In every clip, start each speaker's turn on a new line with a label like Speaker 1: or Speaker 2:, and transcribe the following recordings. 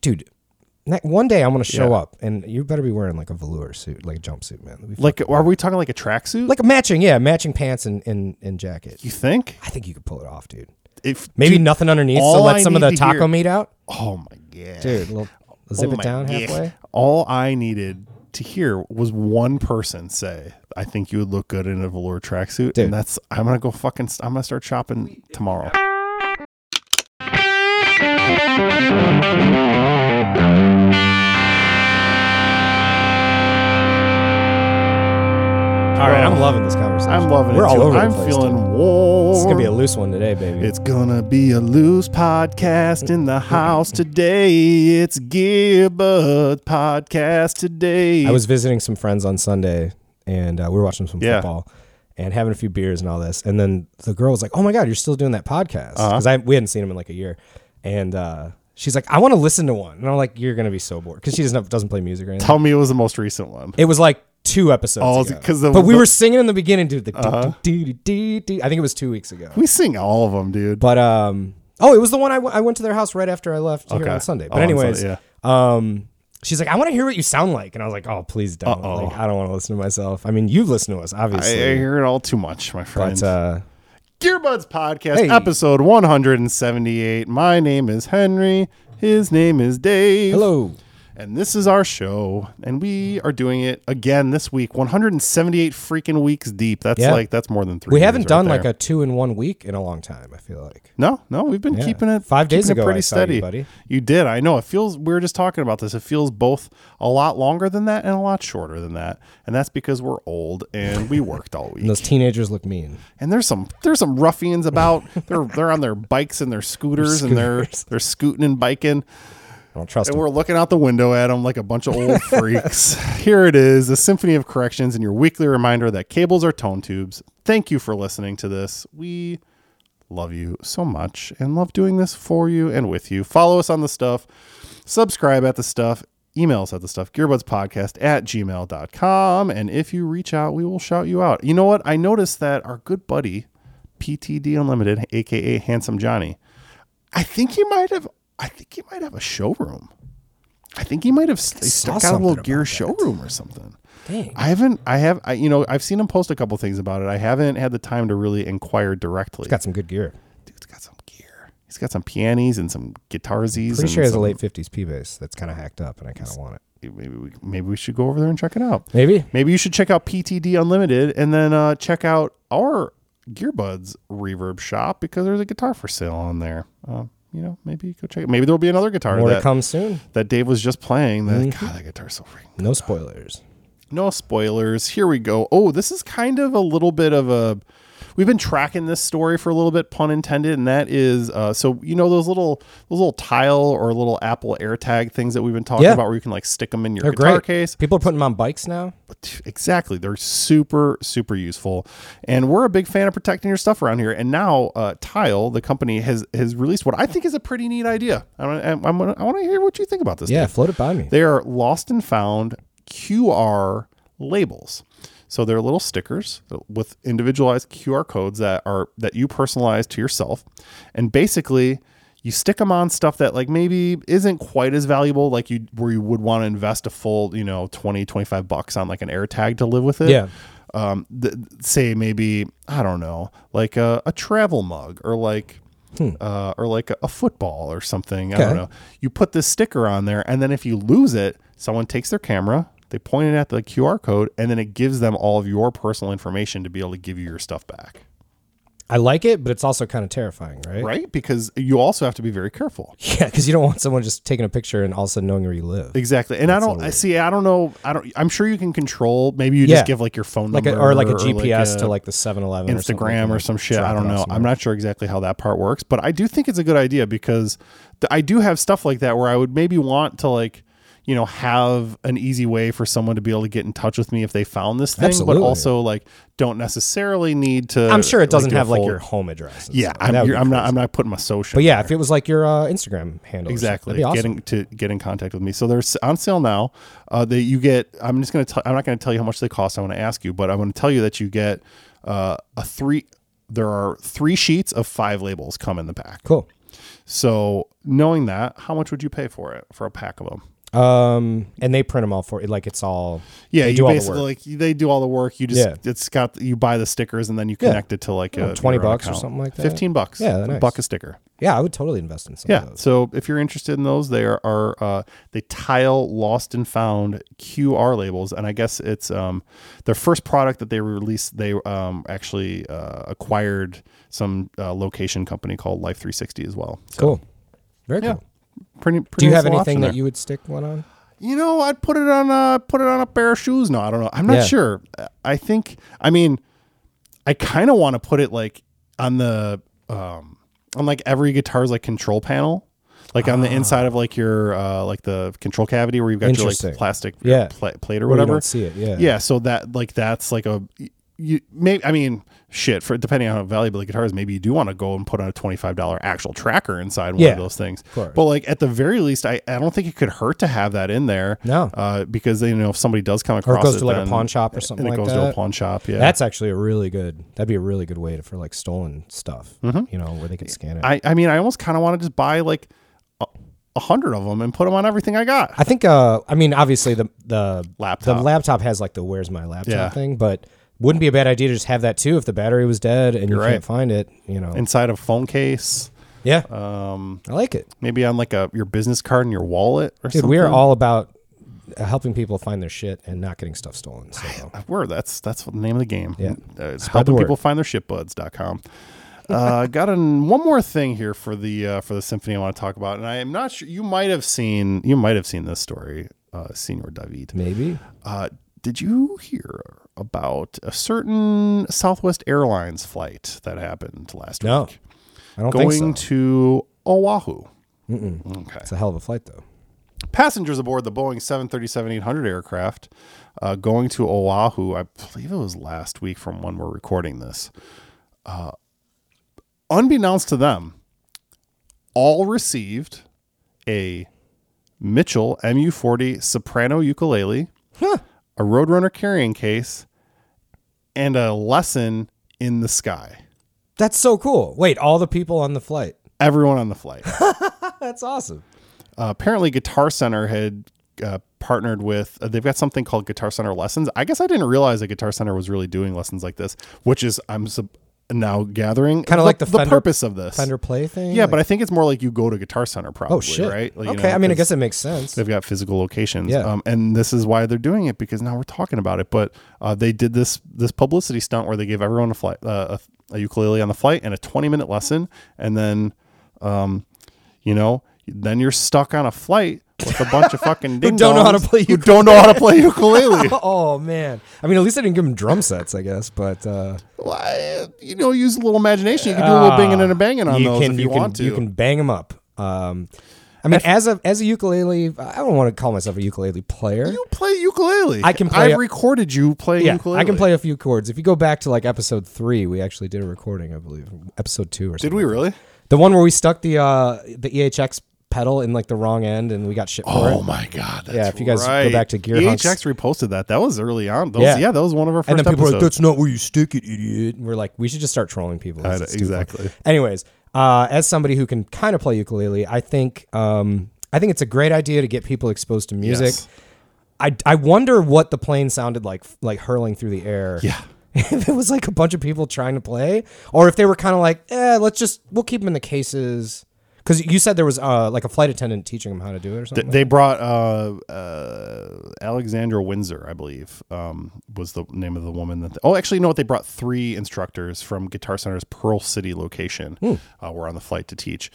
Speaker 1: dude. ne- One day I want to show up, and you better be wearing like a velour suit, like a jumpsuit, man. That'd be f-
Speaker 2: Like, are we talking like a tracksuit?
Speaker 1: Like a matching, yeah, matching pants and, and, and jacket.
Speaker 2: you think?
Speaker 1: I think you could pull it off, dude.
Speaker 2: If
Speaker 1: Maybe
Speaker 2: dude,
Speaker 1: nothing underneath, so
Speaker 2: all
Speaker 1: let
Speaker 2: I
Speaker 1: some of
Speaker 2: need
Speaker 1: the
Speaker 2: to
Speaker 1: taco
Speaker 2: hear-
Speaker 1: meat out,
Speaker 2: Oh my god,
Speaker 1: dude. Little, zip
Speaker 2: Oh
Speaker 1: it
Speaker 2: my
Speaker 1: down
Speaker 2: God.
Speaker 1: halfway.
Speaker 2: All I needed to hear was one person say, "I think you would look good in a velour tracksuit,"
Speaker 1: Dude.
Speaker 2: and that's I'm gonna go fucking. st- I'm gonna start shopping tomorrow.
Speaker 1: All right, I'm
Speaker 2: Well,
Speaker 1: loving this conversation.
Speaker 2: I'm loving
Speaker 1: We're
Speaker 2: it.
Speaker 1: all
Speaker 2: too.
Speaker 1: over.
Speaker 2: I'm
Speaker 1: the place,
Speaker 2: feeling
Speaker 1: dude.
Speaker 2: warm.
Speaker 1: This is gonna be a loose one today, baby.
Speaker 2: It's gonna be a loose podcast in the house today. It's Gearbud podcast today.
Speaker 1: I was visiting some friends on Sunday, and uh, we were watching some
Speaker 2: Yeah.
Speaker 1: football and having a few beers and all this. And then the girl was like, "Oh my god, you're still doing that podcast?"
Speaker 2: Uh-huh.
Speaker 1: Because I we hadn't seen him in like a year, and uh, she's like, "I want to listen to one." And I'm like, "You're gonna be so bored," because she doesn't doesn't play music or anything.
Speaker 2: Tell me it was the most recent one.
Speaker 1: It was like two episodes
Speaker 2: Oh,
Speaker 1: ago.
Speaker 2: 'cause the-
Speaker 1: but we
Speaker 2: the- Uh-huh.
Speaker 1: were singing in the beginning, dude. The do- do- do- do- do- I think it was two weeks ago.
Speaker 2: We sing all of them, dude.
Speaker 1: But um, oh, it was the one I went- I went to their house right after I left here
Speaker 2: Okay.
Speaker 1: on Sunday.
Speaker 2: Oh,
Speaker 1: But
Speaker 2: on
Speaker 1: anyways,
Speaker 2: Sunday,
Speaker 1: um, she's like, I want to hear what you sound like, and I was like, Oh, please don't. Like, I don't want to listen to myself. I mean, you've listened to us,
Speaker 2: I, I
Speaker 1: obviously.
Speaker 2: hear it all too much, my friend.
Speaker 1: but uh,
Speaker 2: Gearbuds podcast,
Speaker 1: Hey.
Speaker 2: episode 178. My name is Henry. His name is Dave.
Speaker 1: hello,
Speaker 2: And this is our show, and we are doing it again this week. 178 freaking weeks deep. That's
Speaker 1: Yeah.
Speaker 2: like that's more than three.
Speaker 1: we haven't done like a two in one week in a long time. I feel like
Speaker 2: No, no, we've been
Speaker 1: Yeah.
Speaker 2: keeping it
Speaker 1: Five days
Speaker 2: keeping it
Speaker 1: ago,
Speaker 2: pretty
Speaker 1: I saw you,
Speaker 2: steady,
Speaker 1: buddy.
Speaker 2: You did. I know. It feels. We were just talking about this. It feels both a lot longer than that and a lot shorter than that, and that's because we're old and we worked all week.
Speaker 1: those teenagers look mean.
Speaker 2: and there's some there's some ruffians about. they're they're on their bikes and their scooters, and they're they're scooting and biking.
Speaker 1: I don't trust
Speaker 2: And
Speaker 1: them.
Speaker 2: we're looking out the window at them like a bunch of old freaks. Here it is, the Symphony of Corrections, and your weekly reminder that cables are tone tubes. Thank you for listening to this. We love you so much and love doing this for you and with you. Follow us on the stuff, subscribe at the stuff, email us at the stuff, gearbudspodcast at gmail.com. And if you reach out, we will shout you out. You know what? I noticed that our good buddy, PTD Unlimited, aka Handsome Johnny, I think he might have. I think he might have a showroom. I think he might have st-
Speaker 1: saw
Speaker 2: stuck out a little
Speaker 1: something
Speaker 2: gear
Speaker 1: about
Speaker 2: showroom or something.
Speaker 1: Dang.
Speaker 2: I haven't. I have. I you know. I've seen him post a couple things about it. I haven't had the time to really inquire directly.
Speaker 1: Got some good gear.
Speaker 2: Dude's got some gear. He's got some pianis and some guitarsies.
Speaker 1: Pretty
Speaker 2: and
Speaker 1: sure it's a
Speaker 2: some-
Speaker 1: late '50s P bass that's kind of hacked up, and I kind of want it.
Speaker 2: Maybe we, maybe we should go over there and check it out.
Speaker 1: Maybe
Speaker 2: Maybe you should check out PTD Unlimited and then uh, check out our Gearbuds Reverb Shop because there's a guitar for sale on there. Uh, you know, maybe go check it. Maybe there'll be another guitar
Speaker 1: more to
Speaker 2: that,
Speaker 1: come soon.
Speaker 2: that Dave was just playing. That
Speaker 1: Mm-hmm.
Speaker 2: God, that guitar's so freaking.
Speaker 1: No spoilers.
Speaker 2: No spoilers. Here we go. Oh, this is kind of a little bit of a. We've been tracking this story for a little bit, pun intended, and that is uh, so you know those little those little tile or little Apple AirTag things that we've been talking
Speaker 1: Yeah.
Speaker 2: about, where you can like stick them in your
Speaker 1: They're
Speaker 2: guitar
Speaker 1: great.
Speaker 2: case.
Speaker 1: People are putting them on bikes now.
Speaker 2: Exactly. They're super, super useful. And we're a big fan of protecting your stuff around here. And now uh, Tile, the company, has has released what I think is a pretty neat idea. I, I'm, I'm, gonna- I want to hear what you think about this.
Speaker 1: Yeah,
Speaker 2: Dave.
Speaker 1: float it by me.
Speaker 2: They are lost and found QR labels. So they're little stickers with individualized QR codes that are that you personalize to yourself. And basically you stick them on stuff that like maybe isn't quite as valuable like you where you would want to invest a full, you know, 20 25 bucks on like an air tag to live with it
Speaker 1: Yeah.
Speaker 2: um, th- say maybe I don't know, like a, a travel mug or like uh, or like a, a football or something. I don't
Speaker 1: Hmm. Okay.
Speaker 2: know. You put this sticker on there, and then if you lose it, someone takes their camera, they point it at the QR code, and then it gives them all of your personal information to be able to give you your stuff back.
Speaker 1: I like it, but it's also kind of terrifying, right?
Speaker 2: Right? Because you also have to be very careful.
Speaker 1: Yeah, because you don't want someone just taking a picture and all of a sudden knowing where you live.
Speaker 2: Exactly. And I don't I see I don't know I don't I'm sure you can control maybe you
Speaker 1: Yeah.
Speaker 2: just give like your phone
Speaker 1: Like a,
Speaker 2: number
Speaker 1: or like a GPS
Speaker 2: a-
Speaker 1: to like the 7-Eleven
Speaker 2: uh, Instagram or some shit. I
Speaker 1: drop it
Speaker 2: don't
Speaker 1: off
Speaker 2: know.
Speaker 1: somewhere.
Speaker 2: I'm not sure exactly how that part works, but I do think it's a good idea because th- I do have stuff like that where I would maybe want to like, you know, have an easy way for someone to be able to get in touch with me if they found this thing,
Speaker 1: Absolutely.
Speaker 2: but also like don't necessarily need to.
Speaker 1: I'm sure it doesn't
Speaker 2: do a
Speaker 1: have like
Speaker 2: full-
Speaker 1: your home address. and
Speaker 2: Yeah,
Speaker 1: stuff. That
Speaker 2: I'm,
Speaker 1: would
Speaker 2: you're-
Speaker 1: be
Speaker 2: I'm not.
Speaker 1: crazy.
Speaker 2: I'm not putting my social.
Speaker 1: But yeah, if it was like your uh, Instagram handle, or something,
Speaker 2: Exactly.
Speaker 1: that'd be awesome.
Speaker 2: Getting to get in contact with me. So they're s- on sale now. Uh, that you get. I'm just gonna. T- I'm not gonna tell you how much they cost. I want to ask you, but I'm gonna tell you that you get uh, a three. There are three sheets of five labels come in the pack.
Speaker 1: cool.
Speaker 2: So knowing that, how much would you pay for it for a pack of them?
Speaker 1: Um, and they print them all for like it's all.
Speaker 2: Yeah,
Speaker 1: they
Speaker 2: you
Speaker 1: do all the
Speaker 2: basically
Speaker 1: work.
Speaker 2: like they do all the work. You just
Speaker 1: Yeah.
Speaker 2: it's got you buy the stickers and then you
Speaker 1: Yeah.
Speaker 2: connect it to like
Speaker 1: know,
Speaker 2: a
Speaker 1: 20
Speaker 2: your own
Speaker 1: bucks or
Speaker 2: account.
Speaker 1: something like that.
Speaker 2: Fifteen bucks.
Speaker 1: Yeah,
Speaker 2: a
Speaker 1: nice.
Speaker 2: buck a sticker.
Speaker 1: Yeah, I would totally invest in some
Speaker 2: Yeah.
Speaker 1: of those.
Speaker 2: Uh, So if you're interested in those, they are, are uh, they tile lost and found QR labels, and I guess it's um, their first product that they released. They um, actually uh, acquired some uh, location company called Life 360 as well. So
Speaker 1: Cool. Very
Speaker 2: Yeah.
Speaker 1: cool.
Speaker 2: pretty. pretty
Speaker 1: Do you
Speaker 2: nice
Speaker 1: have
Speaker 2: little
Speaker 1: anything
Speaker 2: option
Speaker 1: that
Speaker 2: there.
Speaker 1: you would stick one on?
Speaker 2: You know, I'd put it on a put it on a pair of shoes. No, I don't know. I'm not
Speaker 1: Yeah.
Speaker 2: sure. I think. I mean, I kind of want to put it like on the um on like every guitar's like control panel, like on the
Speaker 1: Ah.
Speaker 2: inside of like your uh like the control cavity where you've got your
Speaker 1: Interesting.
Speaker 2: like plastic
Speaker 1: Yeah.
Speaker 2: pla- plate or
Speaker 1: Where you
Speaker 2: whatever.
Speaker 1: don't see it. Yeah.
Speaker 2: Yeah, so that like that's like a you may I mean shit for depending on how valuable the guitar is, maybe you do want to go and put on a twenty five dollar actual tracker inside one
Speaker 1: Yeah,
Speaker 2: of those things.
Speaker 1: course.
Speaker 2: But like at the very least, I, I don't think it could hurt to have that in there.
Speaker 1: No.
Speaker 2: uh, because you know if somebody does come
Speaker 1: Or
Speaker 2: across
Speaker 1: it goes to like
Speaker 2: then-
Speaker 1: a pawn shop or
Speaker 2: and
Speaker 1: something
Speaker 2: it
Speaker 1: like
Speaker 2: goes
Speaker 1: that.
Speaker 2: to a pawn shop. Yeah,
Speaker 1: That's actually a really good. That'd be a really good way to, for like stolen stuff. You know, where they could scan it. I,
Speaker 2: Mm-hmm. I I mean I almost kind of want to just buy like a, a hundred of them and put them on everything I got.
Speaker 1: think. Uh, I mean, obviously the the
Speaker 2: Laptop.
Speaker 1: the laptop has like the "Where's my laptop"
Speaker 2: Yeah.
Speaker 1: thing, but wouldn't be a bad idea to just have that too if the battery was dead and you
Speaker 2: You're right.
Speaker 1: can't find it. You know.
Speaker 2: Inside a phone case,
Speaker 1: yeah.
Speaker 2: um,
Speaker 1: I like it,
Speaker 2: maybe on like a your business card and your wallet or
Speaker 1: dude.
Speaker 2: something.
Speaker 1: We are all about helping people find their shit and not getting stuff stolen. So.
Speaker 2: Word. That's that's the name of the game.
Speaker 1: Yeah.
Speaker 2: Uh, it's
Speaker 1: Spread the
Speaker 2: helping
Speaker 1: word.
Speaker 2: people find their shitbuds.com. Uh, got an, one more thing here for the uh, for the symphony I want to talk about, and I am not sure you might have seen you might have seen this story, uh, Senor David.
Speaker 1: Maybe.
Speaker 2: Uh, did you hear about a certain Southwest Airlines flight that happened last
Speaker 1: No.
Speaker 2: week
Speaker 1: I don't
Speaker 2: going
Speaker 1: think so.
Speaker 2: to Oahu? Okay.
Speaker 1: It's a hell of a flight, though.
Speaker 2: passengers aboard the Boeing 737-800 aircraft uh, going to Oahu. I believe it was last week from when we're recording this. Uh, unbeknownst to them, all received a Mitchell MU40 soprano ukulele, a Roadrunner carrying case, and a lesson in the sky.
Speaker 1: That's so cool. Wait, all the people on the flight.
Speaker 2: Everyone on the flight.
Speaker 1: That's awesome.
Speaker 2: uh, apparently Guitar Center had uh, partnered with. Uh, they've got something called Guitar Center Lessons. I guess I didn't realize that Guitar Center was really doing lessons like this, which is I'm sub- now gathering
Speaker 1: Kinda like the
Speaker 2: the
Speaker 1: Fender-
Speaker 2: purpose of this.
Speaker 1: Fender play thing.
Speaker 2: yeah,
Speaker 1: Like-
Speaker 2: but I think it's more like you go to Guitar Center, probably.
Speaker 1: oh shit.
Speaker 2: Right? Like, you
Speaker 1: okay.
Speaker 2: know,
Speaker 1: I mean, I
Speaker 2: 'cause
Speaker 1: guess it makes sense.
Speaker 2: They've got physical locations,
Speaker 1: Yeah.
Speaker 2: um, and this is why they're doing it because now we're talking about it. But uh, they did this this publicity stunt where they gave everyone a flight, uh, a, a ukulele on the flight, and a twenty minute lesson, and then, um, you know, then you're stuck on a flight with a bunch of fucking ding
Speaker 1: don't know how to play
Speaker 2: who don't know how to play ukulele.
Speaker 1: Oh man. I mean, at least I didn't give them drum sets, I guess. But uh,
Speaker 2: Well, I- you know, use a little imagination. You can do a little binging and a banging on those if you,
Speaker 1: can,
Speaker 2: want to.
Speaker 1: Ah, You can bang them up. Um, I mean, as a as a ukulele, I don't want to call myself a ukulele player.
Speaker 2: You play ukulele.
Speaker 1: I can play
Speaker 2: I
Speaker 1: a-
Speaker 2: recorded you playing
Speaker 1: yeah,
Speaker 2: ukulele.
Speaker 1: I can play a few chords. If you go back to like episode three, we actually did a recording, I believe, episode two or something.
Speaker 2: Did we really?
Speaker 1: The one where we stuck the uh, the EHX pedal in like the wrong end, and we got shit for it.
Speaker 2: Oh my god! That's
Speaker 1: Yeah, if you guys go
Speaker 2: right.
Speaker 1: back to Gear
Speaker 2: EHX
Speaker 1: Hunks-
Speaker 2: E reposted that. That was early on. That was- yeah.
Speaker 1: Yeah.
Speaker 2: that was one of our first
Speaker 1: and then people are like,
Speaker 2: episodes.
Speaker 1: "That's not where you stick it, idiot." And we're like, "We should just start trolling people." This
Speaker 2: I
Speaker 1: is
Speaker 2: know,
Speaker 1: stupid.
Speaker 2: exactly.
Speaker 1: Anyways, uh, as somebody who can kind of play ukulele, I think um, I think it's a great idea to get people exposed to music.
Speaker 2: Yes.
Speaker 1: I, I wonder what the plane sounded like, like hurling through the air.
Speaker 2: Yeah.
Speaker 1: if it was like a bunch of people trying to play, or if they were kind of like, eh, let's just we'll keep them in the cases. Because you said there was uh, like a flight attendant teaching them how to do it or something.
Speaker 2: They brought uh, uh, Alexandra Windsor, I believe, um, was the name of the woman. That oh, actually, you know what? They brought three instructors from Guitar Center's Pearl City location. Uh, were on the flight to teach.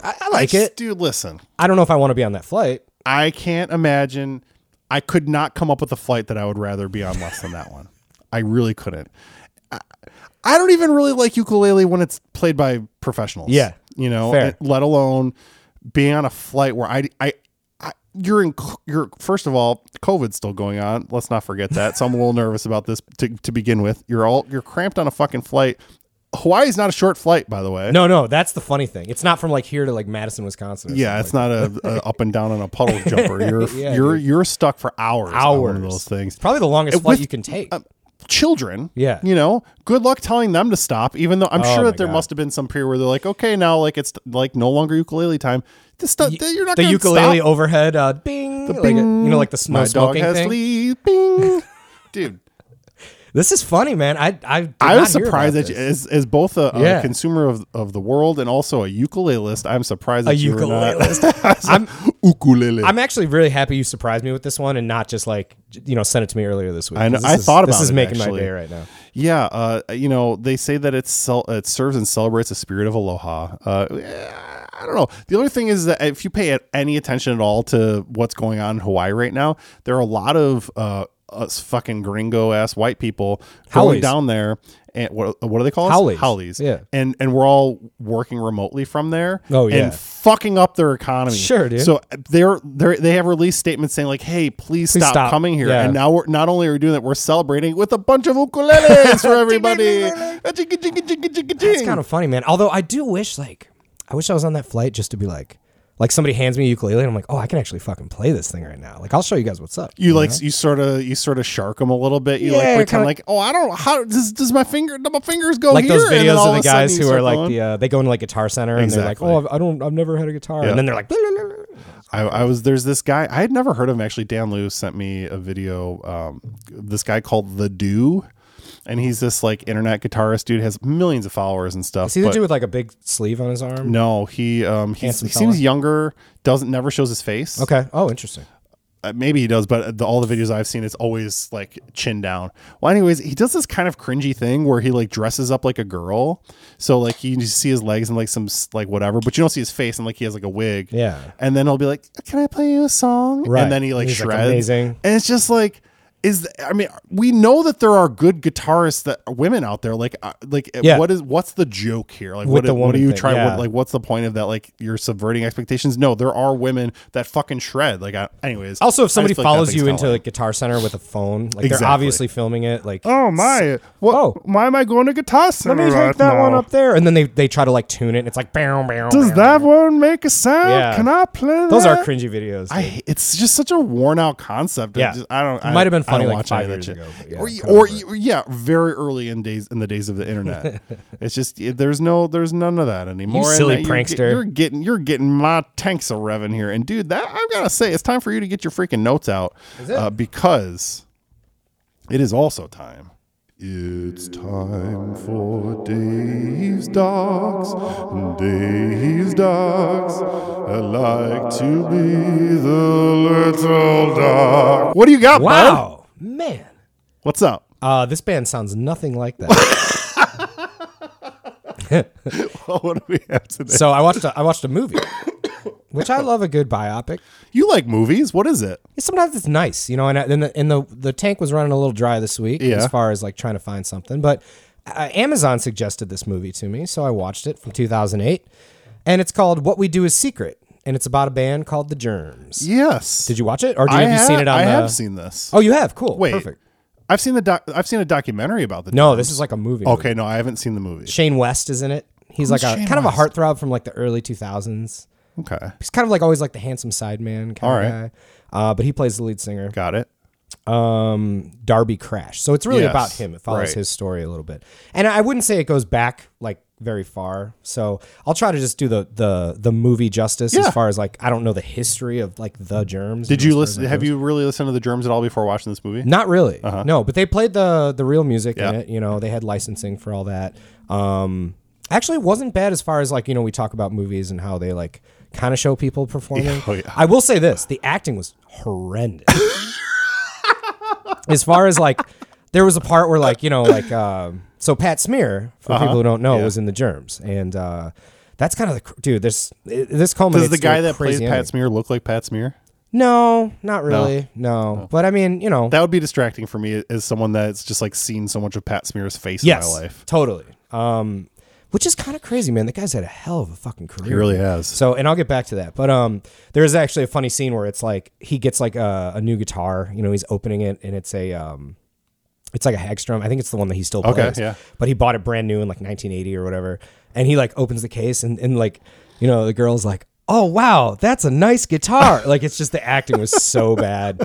Speaker 1: Hmm. I, I like
Speaker 2: Just-
Speaker 1: it.
Speaker 2: dude. Listen,
Speaker 1: I don't know if I want to be on that flight.
Speaker 2: I can't imagine. I could not come up with a flight that I would rather be on less than that one. I really couldn't. I, I don't even really like ukulele when it's played by professionals.
Speaker 1: Yeah.
Speaker 2: you know,
Speaker 1: Fair.
Speaker 2: and- let alone being on a flight where I, I, I you're in, c- you're first of all, COVID's still going on. Let's not forget that. So I'm a little nervous about this to, to begin with. You're all you're cramped on a fucking flight. Hawaii's not a short flight, by the way.
Speaker 1: No, no, that's the funny thing. It's not from like here to like Madison, Wisconsin. Or
Speaker 2: Yeah, it's
Speaker 1: something like
Speaker 2: not a, a up and down on a puddle jumper. You're
Speaker 1: Yeah,
Speaker 2: you're you're stuck for hours. on one of
Speaker 1: Hours.
Speaker 2: those things.
Speaker 1: that. probably the longest
Speaker 2: It-
Speaker 1: flight
Speaker 2: with- uh,
Speaker 1: you can take.
Speaker 2: children.
Speaker 1: Yeah.
Speaker 2: You know, good luck telling them to stop, even though I'm
Speaker 1: Oh my
Speaker 2: sure that there
Speaker 1: God.
Speaker 2: must have been some period where they're like, okay, now like it's like no longer ukulele time. This stuff, you're not
Speaker 1: the
Speaker 2: gonna
Speaker 1: ukulele
Speaker 2: stop.
Speaker 1: overhead, uh, bing, the like,
Speaker 2: bing.
Speaker 1: you know, like the snow
Speaker 2: My dog
Speaker 1: smoking
Speaker 2: has
Speaker 1: thing.
Speaker 2: fleas. Bing. Dude,
Speaker 1: This is funny, man. I I, did
Speaker 2: I was
Speaker 1: not hear
Speaker 2: surprised
Speaker 1: about
Speaker 2: that you,
Speaker 1: this.
Speaker 2: as, as both a, a
Speaker 1: Yeah.
Speaker 2: consumer of, of the world and also a ukulelist, I'm surprised that
Speaker 1: a
Speaker 2: you were not
Speaker 1: ukulelist. I'm
Speaker 2: ukulele.
Speaker 1: I'm actually really happy you surprised me with this one and not just like j- you know sent it to me earlier this week.
Speaker 2: I know-
Speaker 1: 'Cause this
Speaker 2: I
Speaker 1: is-
Speaker 2: thought
Speaker 1: this
Speaker 2: about
Speaker 1: is
Speaker 2: it,
Speaker 1: making my
Speaker 2: actually.
Speaker 1: day right now.
Speaker 2: Yeah, uh, you know, they say that it cel- it serves and celebrates the spirit of aloha. Uh, I don't know. The other thing is that if you pay a- any attention at all to what's going on in Hawaii right now, there are a lot of uh, us fucking gringo ass white people going
Speaker 1: Howlies.
Speaker 2: down there. And what what do they call
Speaker 1: Howlies,
Speaker 2: us? Howlies.
Speaker 1: yeah.
Speaker 2: And and we're all working remotely from there.
Speaker 1: Oh, yeah.
Speaker 2: And fucking up their economy.
Speaker 1: Sure, dude.
Speaker 2: So they're they they have released statements saying like, hey, please,
Speaker 1: Please
Speaker 2: stop,
Speaker 1: stop.
Speaker 2: coming here.
Speaker 1: Yeah.
Speaker 2: And now we're not only are we doing that, we're celebrating with a bunch of ukuleles for everybody.
Speaker 1: It's kind of funny, man. Although I do wish like I wish I was on that flight just to be like like somebody hands me a ukulele and I'm like, "Oh, I can actually fucking play this thing right now." Like I'll show you guys what's up.
Speaker 2: you like you sort of you sort of shark them a little bit. You
Speaker 1: Yeah,
Speaker 2: like pretend
Speaker 1: kinda-
Speaker 2: like, oh, I don't know how does does my finger do my fingers go
Speaker 1: like
Speaker 2: here?
Speaker 1: those
Speaker 2: And then
Speaker 1: videos
Speaker 2: all
Speaker 1: of the
Speaker 2: a
Speaker 1: guys
Speaker 2: sudden you
Speaker 1: who are
Speaker 2: start
Speaker 1: like
Speaker 2: going.
Speaker 1: the uh, they go into like guitar center
Speaker 2: Exactly.
Speaker 1: and they're like, "Oh, I've, I don't I've never had a guitar." And then they're like, "Blah, blah, blah, blah."
Speaker 2: I, I was there's this guy I had never heard of him actually. Dan Liu sent me a video. Um, this guy called the Do, and he's this like internet guitarist dude has millions of followers and stuff.
Speaker 1: "Is he the
Speaker 2: but-
Speaker 1: dude with like a big sleeve on his arm?"
Speaker 2: No, he um he's,
Speaker 1: Handsome
Speaker 2: he
Speaker 1: fella.
Speaker 2: seems younger. Doesn't never shows his face.
Speaker 1: Okay. Oh, interesting.
Speaker 2: Uh, maybe he does, but the, all the videos I've seen, it's always like chin down. Well, anyways, he does this kind of cringy thing where he like dresses up like a girl. So like you just see his legs and like some s- like whatever, but you don't see his face and like he has like a wig.
Speaker 1: Yeah.
Speaker 2: And then he'll be like, "Can I play you a song?"
Speaker 1: Right.
Speaker 2: And then he like
Speaker 1: He's, like,
Speaker 2: shreds.
Speaker 1: amazing.
Speaker 2: And it's just like. Is th- I mean, we know that there are good guitarists that women out there. Like, uh, like,
Speaker 1: Yeah.
Speaker 2: what is what's the joke here? Like,
Speaker 1: With
Speaker 2: what,
Speaker 1: the
Speaker 2: what do
Speaker 1: woman
Speaker 2: you
Speaker 1: thing,
Speaker 2: try?
Speaker 1: yeah.
Speaker 2: What, like, what's the point of that? Like, you're subverting expectations. No, there are women that fucking shred. Like, I, anyways,
Speaker 1: Also,
Speaker 2: I
Speaker 1: if
Speaker 2: just
Speaker 1: somebody
Speaker 2: feel like
Speaker 1: follows
Speaker 2: that
Speaker 1: you
Speaker 2: thing's
Speaker 1: into
Speaker 2: telling.
Speaker 1: like Guitar Center with a phone, like
Speaker 2: Exactly.
Speaker 1: they're obviously filming it, like
Speaker 3: Oh my! What?
Speaker 1: Oh.
Speaker 3: Why am I going to Guitar Center?
Speaker 1: let me
Speaker 3: right
Speaker 1: take that
Speaker 3: now?
Speaker 1: one up there, and then they they try to like tune it. And it's like bam, bam.
Speaker 3: Does that one make a sound?
Speaker 1: Yeah.
Speaker 3: Can I play?
Speaker 1: Those are
Speaker 3: that?
Speaker 1: cringy videos.
Speaker 2: I,
Speaker 1: dude.
Speaker 2: hate- it's just such a worn out concept. I
Speaker 1: Yeah.
Speaker 2: just- I don't.
Speaker 1: It
Speaker 2: I-
Speaker 1: might have been
Speaker 2: I don't
Speaker 1: funny, like,
Speaker 2: watch any
Speaker 1: five years
Speaker 2: of that shit.
Speaker 1: ago, but yeah,
Speaker 2: or,
Speaker 1: it's
Speaker 2: you-
Speaker 1: kinda
Speaker 2: or
Speaker 1: over.
Speaker 2: you- yeah, very early in days in the days of the internet. it's just it- there's no there's none of that anymore. and
Speaker 1: silly
Speaker 2: that you're get-
Speaker 1: prankster.
Speaker 2: You're, getting you're getting my tanks a revving here, and dude, that I've got to say, it's time for you to get your freaking notes out Uh, because it is also time. It's time for Dave's Dogs. Dave's Dogs. I like to be the little dog. What do you got, bud?
Speaker 1: wow, man.
Speaker 2: What's up?
Speaker 1: Uh, this band sounds nothing like that.
Speaker 2: what do we have today?
Speaker 1: so I watched a, I watched a movie, which I love a good biopic.
Speaker 2: You like movies? What is it?
Speaker 1: sometimes it's nice, you know. And I- and the and the, the tank was running a little dry this week
Speaker 2: Yeah.
Speaker 1: as far as like trying to find something. But uh, Amazon suggested this movie to me, so I watched it from 2008, and it's called What We Do Is Secret, and it's about a band called The Germs.
Speaker 2: Yes.
Speaker 1: Did you watch it, or do you,
Speaker 2: I
Speaker 1: have you seen
Speaker 2: ha-
Speaker 1: it on?
Speaker 2: I
Speaker 1: the,
Speaker 2: have seen this.
Speaker 1: Oh, you have. Cool.
Speaker 2: Wait.
Speaker 1: Perfect.
Speaker 2: I've seen the doc- I've seen a documentary about the
Speaker 1: No, this is like a movie. movie.
Speaker 2: Okay, no, I haven't seen the movie.
Speaker 1: Shane West is in it. He's like a
Speaker 2: Shane
Speaker 1: kind of a
Speaker 2: West?
Speaker 1: heartthrob from like the early 2000s.
Speaker 2: Okay.
Speaker 1: He's kind of like always like the handsome side man kind
Speaker 2: All
Speaker 1: of
Speaker 2: right.
Speaker 1: guy. Uh, but he plays the lead singer.
Speaker 2: Got it.
Speaker 1: um, Darby Crash. So it's really
Speaker 2: Yes,
Speaker 1: about him. It follows
Speaker 2: right.
Speaker 1: his story a little bit, and I wouldn't say it goes back like very far. So I'll try to just do the the the movie justice
Speaker 2: Yeah.
Speaker 1: as far as like I don't know the history of like the germs.
Speaker 2: Did you listen? Have you really listened to the Germs at all before watching this movie?
Speaker 1: Not really. No, but they played the the real music in
Speaker 2: Uh-huh. Yeah.
Speaker 1: it. You know, they had licensing for all that. Um, actually, it wasn't bad as far as like you know we talk about movies and how they like kind of show people performing.
Speaker 2: Oh, yeah.
Speaker 1: I will say this: the acting was horrendous. as far as like, there was a part where like you know like um, so Pat Smear for
Speaker 2: Uh-huh.
Speaker 1: people who don't know was in the Germs and. uh that's kind of the cr- dude. This this culminates.
Speaker 2: Does
Speaker 1: to
Speaker 2: the guy
Speaker 1: a
Speaker 2: that plays
Speaker 1: crazy ending.
Speaker 2: Pat Smear look like Pat Smear?
Speaker 1: No, not really. No. but I mean, you know,
Speaker 2: That would be distracting for me as someone that's just like seen so much of Pat Smear's face in my life.
Speaker 1: Totally. Um, which is kind of crazy, man. The guy's had a hell of a fucking career.
Speaker 2: He really has.
Speaker 1: So, and I'll get back to that. But um, there is actually a funny scene where it's like he gets like a, a new guitar. You know, he's opening it, and it's a um, it's like a Hagstrom. I think it's the one that he still plays.
Speaker 2: Okay, yeah.
Speaker 1: But he bought it brand new in like 1980 or whatever. And he like opens the case, and and like you know the girl's like, oh wow, that's a nice guitar. like it's just the acting was so bad.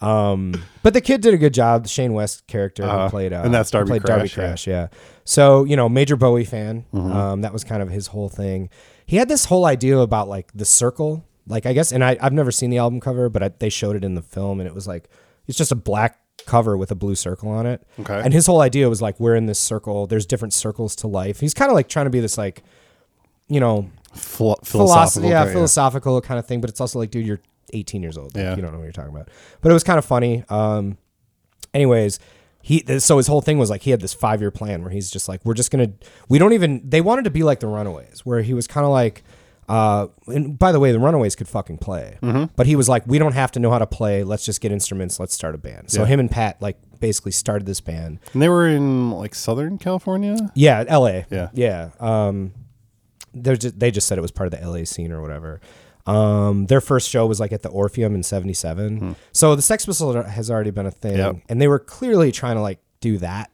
Speaker 1: Um, but the kid did a good job. Shane West character who played uh,
Speaker 2: Uh-huh. and that's Darby
Speaker 1: played Darby
Speaker 2: Crash, yeah. Mm-hmm.
Speaker 1: Crash. Yeah. So you know, major Bowie fan. Um, that was kind of his whole thing. He had this whole idea about like the circle. Like I guess, and I, I've never seen the album cover, but I, they showed it in the film, and it was like it's just a black cover with a blue circle on it.
Speaker 2: Okay.
Speaker 1: And his whole idea was like we're in this circle. There's different circles to life. He's kind of like trying to be this like, you know,
Speaker 2: Philo-
Speaker 1: philosophy,
Speaker 2: philosophical.
Speaker 1: yeah,
Speaker 2: guy,
Speaker 1: philosophical kind of thing. But it's also like, dude, you're 18 years old. Like,
Speaker 2: Yeah.
Speaker 1: you don't know what you're talking about. But it was kind of funny. Um, anyways, he th- so his whole thing was like he had this five year plan where he's just like, we're just gonna, we don't even. They wanted to be like the Runaways, where he was kind of like. Uh, and by the way, the Runaways could fucking play,
Speaker 2: Mm-hmm.
Speaker 1: but he was like, "We don't have to know how to play. Let's just get instruments. Let's start a band." So him and Pat like basically started this band.
Speaker 2: And they were in like Southern California.
Speaker 1: Yeah, L.A.
Speaker 2: Yeah.
Speaker 1: yeah. Um, they're just, they just said it was part of the L.A. scene or whatever. Um, their first show was like at the Orpheum in '77. So the Sex Pistols has already been a thing,
Speaker 2: Hmm. Yep.
Speaker 1: and they were clearly trying to like do that.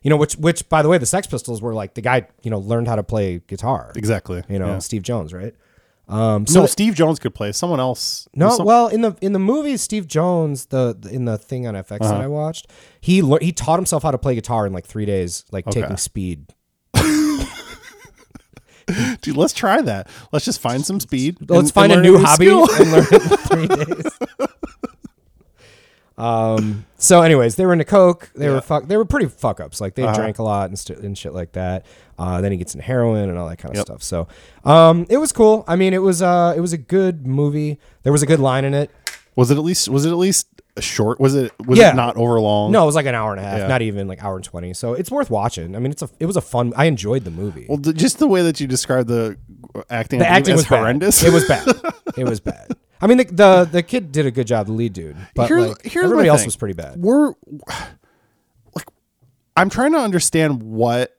Speaker 1: You know, which which by the way, the Sex Pistols were like the guy you know learned how to play guitar.
Speaker 2: Exactly.
Speaker 1: You know,
Speaker 2: Yeah.
Speaker 1: Steve Jones, right? Um, so
Speaker 2: no, Steve Jones could play. Someone else.
Speaker 1: no,
Speaker 2: some-
Speaker 1: well, in the in the movie, Steve Jones, the the- in the thing on FX
Speaker 2: Uh-huh.
Speaker 1: that I watched, he lear- he taught himself how to play guitar in like three days, like taking speed.
Speaker 2: dude, let's try that. Let's just find some speed.
Speaker 1: Let's
Speaker 2: and-
Speaker 1: find
Speaker 2: and
Speaker 1: a
Speaker 2: learn
Speaker 1: new hobby
Speaker 2: skill.
Speaker 1: and learn it in three days. um. So, anyways, they were into coke. They were fuck. They were pretty fuck ups. Like they
Speaker 2: Uh-huh.
Speaker 1: drank a lot and, st- and shit like that. Uh, then he gets into heroin and all that kind of
Speaker 2: Yep.
Speaker 1: stuff. So, um, it was cool. I mean, it was uh, it was a good movie. There was a good line in it.
Speaker 2: Was it at least? Was it at least a short? Was it? Was
Speaker 1: Yeah.
Speaker 2: it not over long?
Speaker 1: No, it was like an hour and a half,
Speaker 2: Yeah.
Speaker 1: not even like hour and twenty. So it's worth watching. I mean, it's a it was a fun. I enjoyed the movie.
Speaker 2: Well, the, just the way that you described the acting,
Speaker 1: the acting was
Speaker 2: was
Speaker 1: bad.
Speaker 2: horrendous.
Speaker 1: It was bad. it was bad. I mean, the, the the kid did a good job, the lead dude, but
Speaker 2: Here's-
Speaker 1: like,
Speaker 2: here's my
Speaker 1: everybody else
Speaker 2: thing.
Speaker 1: was pretty bad.
Speaker 2: We're like, I'm trying to understand what,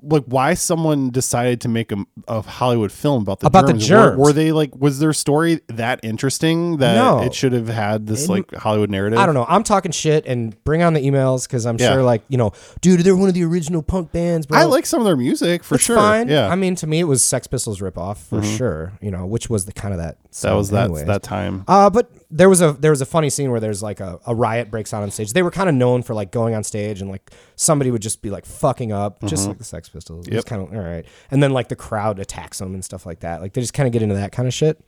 Speaker 2: like, why someone decided to make a, a Hollywood film about the
Speaker 1: About the
Speaker 2: germs. Were-
Speaker 1: germs.
Speaker 2: Were, they like? Was their story that interesting that
Speaker 1: No.
Speaker 2: it should have had this like Hollywood narrative?
Speaker 1: I don't know. I'm talking shit and bring on the emails because I'm
Speaker 2: Yeah.
Speaker 1: sure, like you know, dude, they're one of the original punk bands. Bro.
Speaker 2: I like some of their music for
Speaker 1: It's
Speaker 2: sure.
Speaker 1: Fine.
Speaker 2: Yeah, Mm-hmm.
Speaker 1: I mean, to me, it was Sex Pistols ripoff for sure. You know, which was the kind of that.
Speaker 2: that was that
Speaker 1: Anyways.
Speaker 2: that time.
Speaker 1: Uh, but there was a there was a funny scene where there's like a, a riot breaks out on stage. They were kind of known for like going on stage and like somebody would just be like fucking up, just like the Sex Pistols. It was
Speaker 2: Mm-hmm. Yep.
Speaker 1: kind of all right. And then like the crowd attacks them and stuff like that. Like they just kind of get into that kind of shit.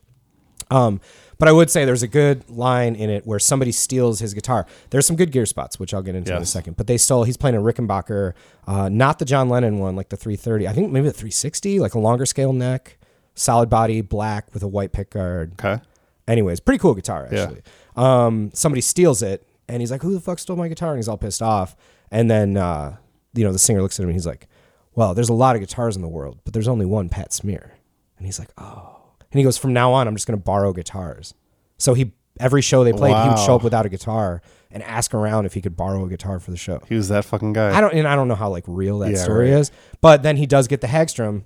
Speaker 1: Um, but I would say there's a good line in it where somebody steals his guitar. There's some good gear spots, which I'll get into in a
Speaker 2: Yes.
Speaker 1: second. But they stole. He's playing a Rickenbacker, uh, not the John Lennon one, like the 330. I think maybe the 360, like a longer scale neck, solid body, black with a white pickguard.
Speaker 2: okay.
Speaker 1: Anyways, pretty cool guitar
Speaker 2: Yeah.
Speaker 1: actually. Um, somebody steals it and he's like, "Who the fuck stole my guitar?" And he's all pissed off. And then uh, you know the singer looks at him and he's like, "Well, there's a lot of guitars in the world, but there's only one Pat Smear." And he's like, "Oh." And he goes, "From now on, I'm just gonna borrow guitars." So he every show they played, he would show
Speaker 2: Wow.
Speaker 1: up without a guitar and ask around if he could borrow a guitar for the show.
Speaker 2: He was that fucking guy.
Speaker 1: I don't and I don't know how like real that
Speaker 2: Yeah,
Speaker 1: story
Speaker 2: right.
Speaker 1: is, but then he does get the Hagstrom,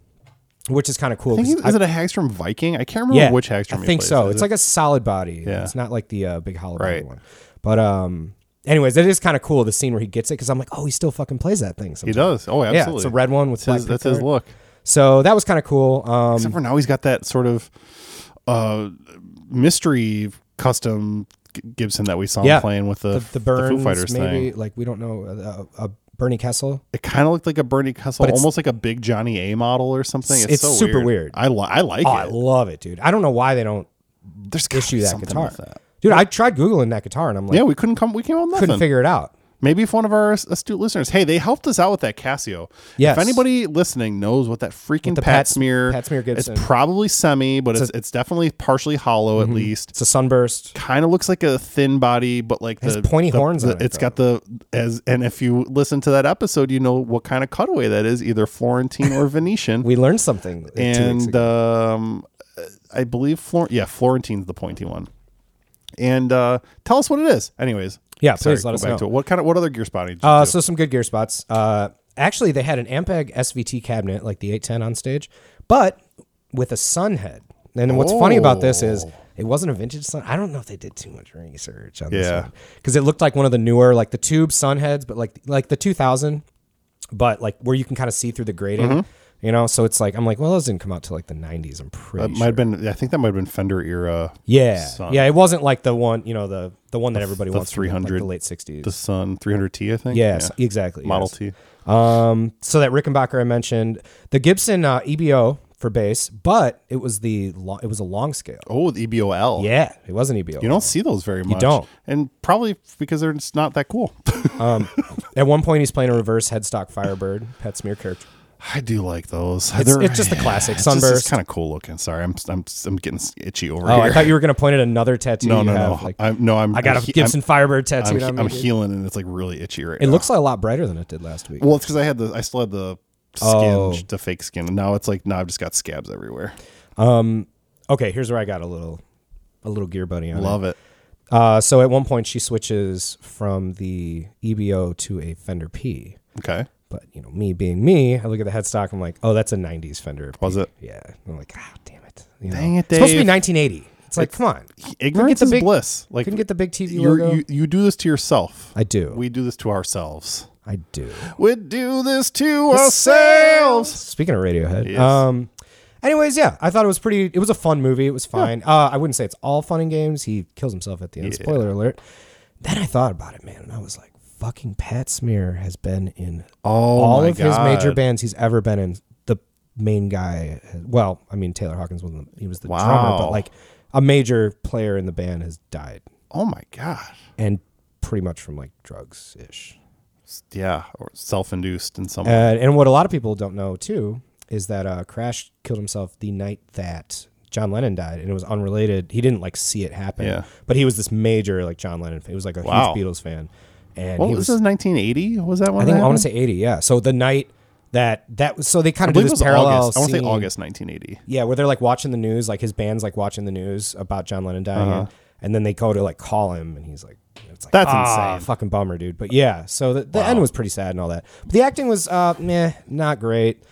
Speaker 1: which is kind of cool.
Speaker 2: I think
Speaker 1: 'cause
Speaker 2: he- is it a Hagstrom Viking? I can't remember which Hagstrom.
Speaker 1: I
Speaker 2: he
Speaker 1: think
Speaker 2: plays.
Speaker 1: so.
Speaker 2: Is
Speaker 1: It's
Speaker 2: it-
Speaker 1: like a solid body.
Speaker 2: Yeah.
Speaker 1: It's not like the uh, big hollow body
Speaker 2: Right.
Speaker 1: one. But um, anyways, it is kind of cool the scene where he gets it because I'm like, oh, he still fucking plays that thing.
Speaker 2: he
Speaker 1: Sometimes.
Speaker 2: does. Oh, absolutely.
Speaker 1: Yeah, it's a red one with
Speaker 2: That's his,
Speaker 1: black
Speaker 2: that's his
Speaker 1: picker.
Speaker 2: look.
Speaker 1: So that was kind of cool. Um,
Speaker 2: Except for now, he's got that sort of uh, mystery custom G- Gibson that we saw him
Speaker 1: Yeah.
Speaker 2: playing with the
Speaker 1: the, the Burns,
Speaker 2: Foo Fighters
Speaker 1: maybe
Speaker 2: thing.
Speaker 1: like we don't know uh, uh, Bernie Kessel.
Speaker 2: It kind of looked like a Bernie Kessel,
Speaker 1: But it's-
Speaker 2: almost like a big Johnny A model or something. It's,
Speaker 1: It's
Speaker 2: so
Speaker 1: super
Speaker 2: weird.
Speaker 1: weird.
Speaker 2: I li- I like
Speaker 1: Oh,
Speaker 2: it.
Speaker 1: I love it, dude. I don't know why they don't
Speaker 2: There's gotta
Speaker 1: issue
Speaker 2: be
Speaker 1: that
Speaker 2: something
Speaker 1: guitar,
Speaker 2: with that.
Speaker 1: dude. I tried googling that guitar and I'm like,
Speaker 2: Yeah, we couldn't come. We came on nothing.
Speaker 1: couldn't figure it out.
Speaker 2: Maybe if one of our astute listeners, hey, they helped us out with that Casio.
Speaker 1: Yes.
Speaker 2: If anybody listening knows what that freaking
Speaker 1: the
Speaker 2: Pat,
Speaker 1: Pat-
Speaker 2: smear,
Speaker 1: Pat smear Gibson.
Speaker 2: it's probably semi, but it's,
Speaker 1: a- Mm-hmm.
Speaker 2: it's definitely partially hollow at least.
Speaker 1: It's a sunburst.
Speaker 2: Kind of looks like a thin body, but like
Speaker 1: Has
Speaker 2: the
Speaker 1: pointy
Speaker 2: the-
Speaker 1: horns on
Speaker 2: The,
Speaker 1: it,
Speaker 2: has got the as, and if you listen to that episode, you know what kind of cutaway that is, either Florentine or Venetian.
Speaker 1: We learned something. uh, two weeks
Speaker 2: and
Speaker 1: ago.
Speaker 2: um, I believe Flor, yeah, Florentine's the pointy one. And uh, tell us what it is, anyways.
Speaker 1: Yeah,
Speaker 2: Sorry,
Speaker 1: please let
Speaker 2: go
Speaker 1: us
Speaker 2: back
Speaker 1: know.
Speaker 2: To it. What kind of what other gear spotting? Did you
Speaker 1: Uh,
Speaker 2: do?
Speaker 1: so some good gear spots. Uh, actually, they had an Ampeg SVT cabinet like the 810 on stage, but with a sun head. And what's funny about this is
Speaker 2: Oh.
Speaker 1: it wasn't a vintage sun. I don't know if they did too much research on this
Speaker 2: Yeah.
Speaker 1: one because it looked like one of the newer, like the tube sun heads, but like like the 2000, but like where you can kind of see through the grating. You know, so it's like I'm like, well, those didn't come out till like the '90s. I'm pretty.
Speaker 2: Mm-hmm.
Speaker 1: sure.
Speaker 2: That might have been. I think that might have been Fender era.
Speaker 1: Yeah,
Speaker 2: Sun.
Speaker 1: yeah. It wasn't like the one, you know, the the one that everybody
Speaker 2: the
Speaker 1: wants. to get, like
Speaker 2: 300
Speaker 1: the late '60s.
Speaker 2: The Sun 300T, I think.
Speaker 1: yes,
Speaker 2: Yeah.
Speaker 1: exactly.
Speaker 2: Model
Speaker 1: yes.
Speaker 2: T.
Speaker 1: Um, so that Rickenbacker I mentioned, the Gibson uh, EBO for bass, but it was the lo- it was a long scale.
Speaker 2: Oh, the EBOL.
Speaker 1: Yeah, it E wasn't EBO.
Speaker 2: You don't see those very much.
Speaker 1: don't.
Speaker 2: And probably because they're just not that cool.
Speaker 1: At one point, he's playing a reverse headstock Firebird pet smear character.
Speaker 2: I do like those.
Speaker 1: It's- it's just the classic
Speaker 2: It's just- It's,
Speaker 1: sunburst.
Speaker 2: kind of cool looking. Sorry, I'm I'm I'm getting itchy over
Speaker 1: Oh,
Speaker 2: here.
Speaker 1: I thought you were gonna point at another tattoo.
Speaker 2: no,
Speaker 1: you
Speaker 2: no,
Speaker 1: have,
Speaker 2: no.
Speaker 1: like,
Speaker 2: I'm no. I'm.
Speaker 1: I got
Speaker 2: I'm
Speaker 1: a
Speaker 2: he-
Speaker 1: Gibson Firebird
Speaker 2: I'm,
Speaker 1: tattoo.
Speaker 2: I'm,
Speaker 1: on
Speaker 2: I'm,
Speaker 1: me, dude.
Speaker 2: healing and it's like really itchy right
Speaker 1: It
Speaker 2: now.
Speaker 1: looks a lot brighter than it did last week.
Speaker 2: Well, it's because I had the I still had the skin,
Speaker 1: Oh.
Speaker 2: the fake skin, and now it's like now I've just got scabs everywhere.
Speaker 1: okay, here's where I got a little, a little gear buddy on. it.
Speaker 2: Love it.
Speaker 1: Uh, so at one point she switches from the EBO to a Fender P.
Speaker 2: Okay.
Speaker 1: But you know, me being me, I look at the headstock. I'm like, oh, that's a '90s Fender. P.
Speaker 2: Was it?
Speaker 1: Yeah. I'm like, ah, damn it. You know,
Speaker 2: Dang it,
Speaker 1: It's supposed to
Speaker 2: Dave.
Speaker 1: be 1980. It's like, come on.
Speaker 2: Ignorance
Speaker 1: the
Speaker 2: is
Speaker 1: big-
Speaker 2: bliss. Like
Speaker 1: Couldn't get the big TV
Speaker 2: you're-
Speaker 1: logo.
Speaker 2: you you do this to yourself.
Speaker 1: I do.
Speaker 2: We do this to ourselves.
Speaker 1: I do.
Speaker 2: We do this to ourselves.
Speaker 1: Speaking of Radiohead.
Speaker 2: Yes.
Speaker 1: Um. Anyways, yeah, I thought it was pretty. It was a fun movie. It was fine. Uh, I wouldn't say it's all fun and games. He kills himself at the end. Spoiler alert. Then I thought about it, man, and I was like, fucking Pat Smear has been in
Speaker 2: Oh,
Speaker 1: all
Speaker 2: my
Speaker 1: of his major
Speaker 2: God.
Speaker 1: bands he's ever been in. The main guy, well, I mean Taylor Hawkins wasn't. He was the drummer,
Speaker 2: Wow.
Speaker 1: but like a major player in the band has died,
Speaker 2: Oh my god.
Speaker 1: and pretty much from like drugs ish.
Speaker 2: Yeah, or self-induced in some way.
Speaker 1: And, and what a lot of people don't know too is that uh, Crash killed himself the night that John Lennon died, and it was unrelated. He didn't like see it happen,
Speaker 2: Yeah.
Speaker 1: but he was this major like John Lennon. fan. He was like a
Speaker 2: Wow.
Speaker 1: huge Beatles fan, and
Speaker 2: What
Speaker 1: he
Speaker 2: was,
Speaker 1: was.
Speaker 2: Oh, this? 1980? Was that one?
Speaker 1: I think I want to say eighty, yeah. So the night that that was, so they kind of do this parallel.
Speaker 2: August. I want to say
Speaker 1: scene.
Speaker 2: August 1980.
Speaker 1: Yeah, where they're like watching the news, like his band's like watching the news about John Lennon dying, and, and then they go to like call him, and he's like, "It's like
Speaker 2: Uh-huh. That's
Speaker 1: "Ah,
Speaker 2: insane."
Speaker 1: fucking bummer, dude." But yeah, so the, the end was pretty sad and all that. But the acting was uh, meh, not great.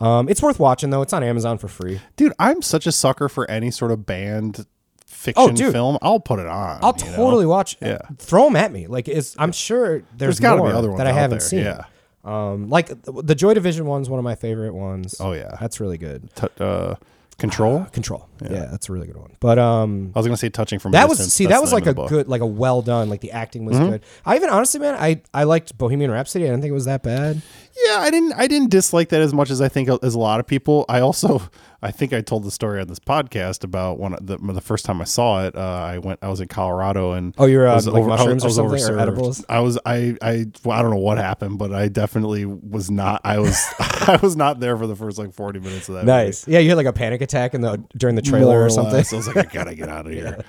Speaker 1: Um, it's worth watching though. It's on Amazon for free.
Speaker 2: Dude, I'm such a sucker for any sort of band fiction
Speaker 1: dude.
Speaker 2: film. I'll put it on.
Speaker 1: I'll
Speaker 2: you know?
Speaker 1: totally watch.
Speaker 2: Yeah.
Speaker 1: throw them at me. Like it's, I'm sure there's,
Speaker 2: There's gotta be
Speaker 1: more
Speaker 2: other ones
Speaker 1: that I
Speaker 2: out
Speaker 1: haven't
Speaker 2: there,
Speaker 1: seen.
Speaker 2: yeah.
Speaker 1: Um, like the the Joy Division one's one of my favorite ones.
Speaker 2: Oh, yeah.
Speaker 1: that's really good.
Speaker 2: T- uh, Control.
Speaker 1: Control. yeah, that's a really good one. But um,
Speaker 2: I was gonna say touching from
Speaker 1: That was
Speaker 2: distance.
Speaker 1: see,
Speaker 2: That's
Speaker 1: that was
Speaker 2: the name
Speaker 1: like a
Speaker 2: of the book. Mm-hmm.
Speaker 1: good, like a well done. Like the acting was good. I even honestly, man, I I liked Bohemian Rhapsody. I didn't think it was that bad.
Speaker 2: Yeah, I didn't. I didn't dislike that as much as I think as a lot of people. I also, I think I told the story on this podcast about when the, the first time I saw it. Uh, I went. I was in Colorado and
Speaker 1: Oh, you were, uh,
Speaker 2: I was
Speaker 1: like mushrooms or something, or
Speaker 2: overserved.
Speaker 1: edibles?
Speaker 2: I was. I. I. Well, I don't know what happened, but I definitely was not. I was. I was not there for the first like forty minutes of that.
Speaker 1: Nice. Yeah, you had like a panic attack in the during the
Speaker 2: movie.
Speaker 1: trailer
Speaker 2: More
Speaker 1: or something.
Speaker 2: less. I was like, I gotta get out of here.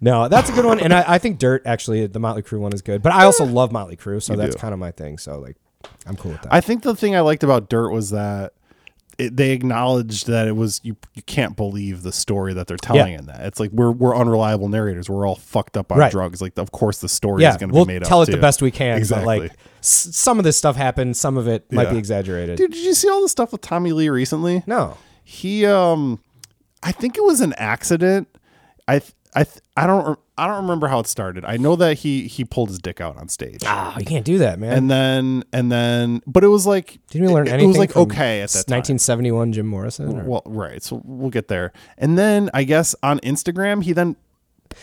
Speaker 1: No, that's a good one. And I, I think Dirt actually, the Motley Crue one is good. But I also love Motley Crue, so that's
Speaker 2: do.
Speaker 1: kind of my thing. So like, I'm cool with that.
Speaker 2: I think the thing I liked about Dirt was that it, they acknowledged that it was you. You can't believe the story that they're telling
Speaker 1: Yeah.
Speaker 2: in that. It's like we're we're unreliable narrators. We're all fucked up on
Speaker 1: Right.
Speaker 2: drugs. Like of course the story
Speaker 1: yeah,
Speaker 2: is going to
Speaker 1: we'll
Speaker 2: be made
Speaker 1: tell
Speaker 2: up.
Speaker 1: it the
Speaker 2: too.
Speaker 1: best we can.
Speaker 2: Exactly.
Speaker 1: But like, s- some of this stuff happened. Some of it might
Speaker 2: Yeah.
Speaker 1: be exaggerated.
Speaker 2: Dude, did you see all the stuff with Tommy Lee recently?
Speaker 1: No.
Speaker 2: He um, I think it was an accident. I th- I th- I don't re- I don't remember how it started. I know that he he pulled his dick out on stage.
Speaker 1: Oh, you can't do that, man.
Speaker 2: And then, and then, but it was like,
Speaker 1: Didn't we learn
Speaker 2: it,
Speaker 1: anything?
Speaker 2: It was like
Speaker 1: from
Speaker 2: okay at that time.
Speaker 1: 1971 Jim Morrison. or-
Speaker 2: Well, right. So we'll get there. And then I guess on Instagram, he then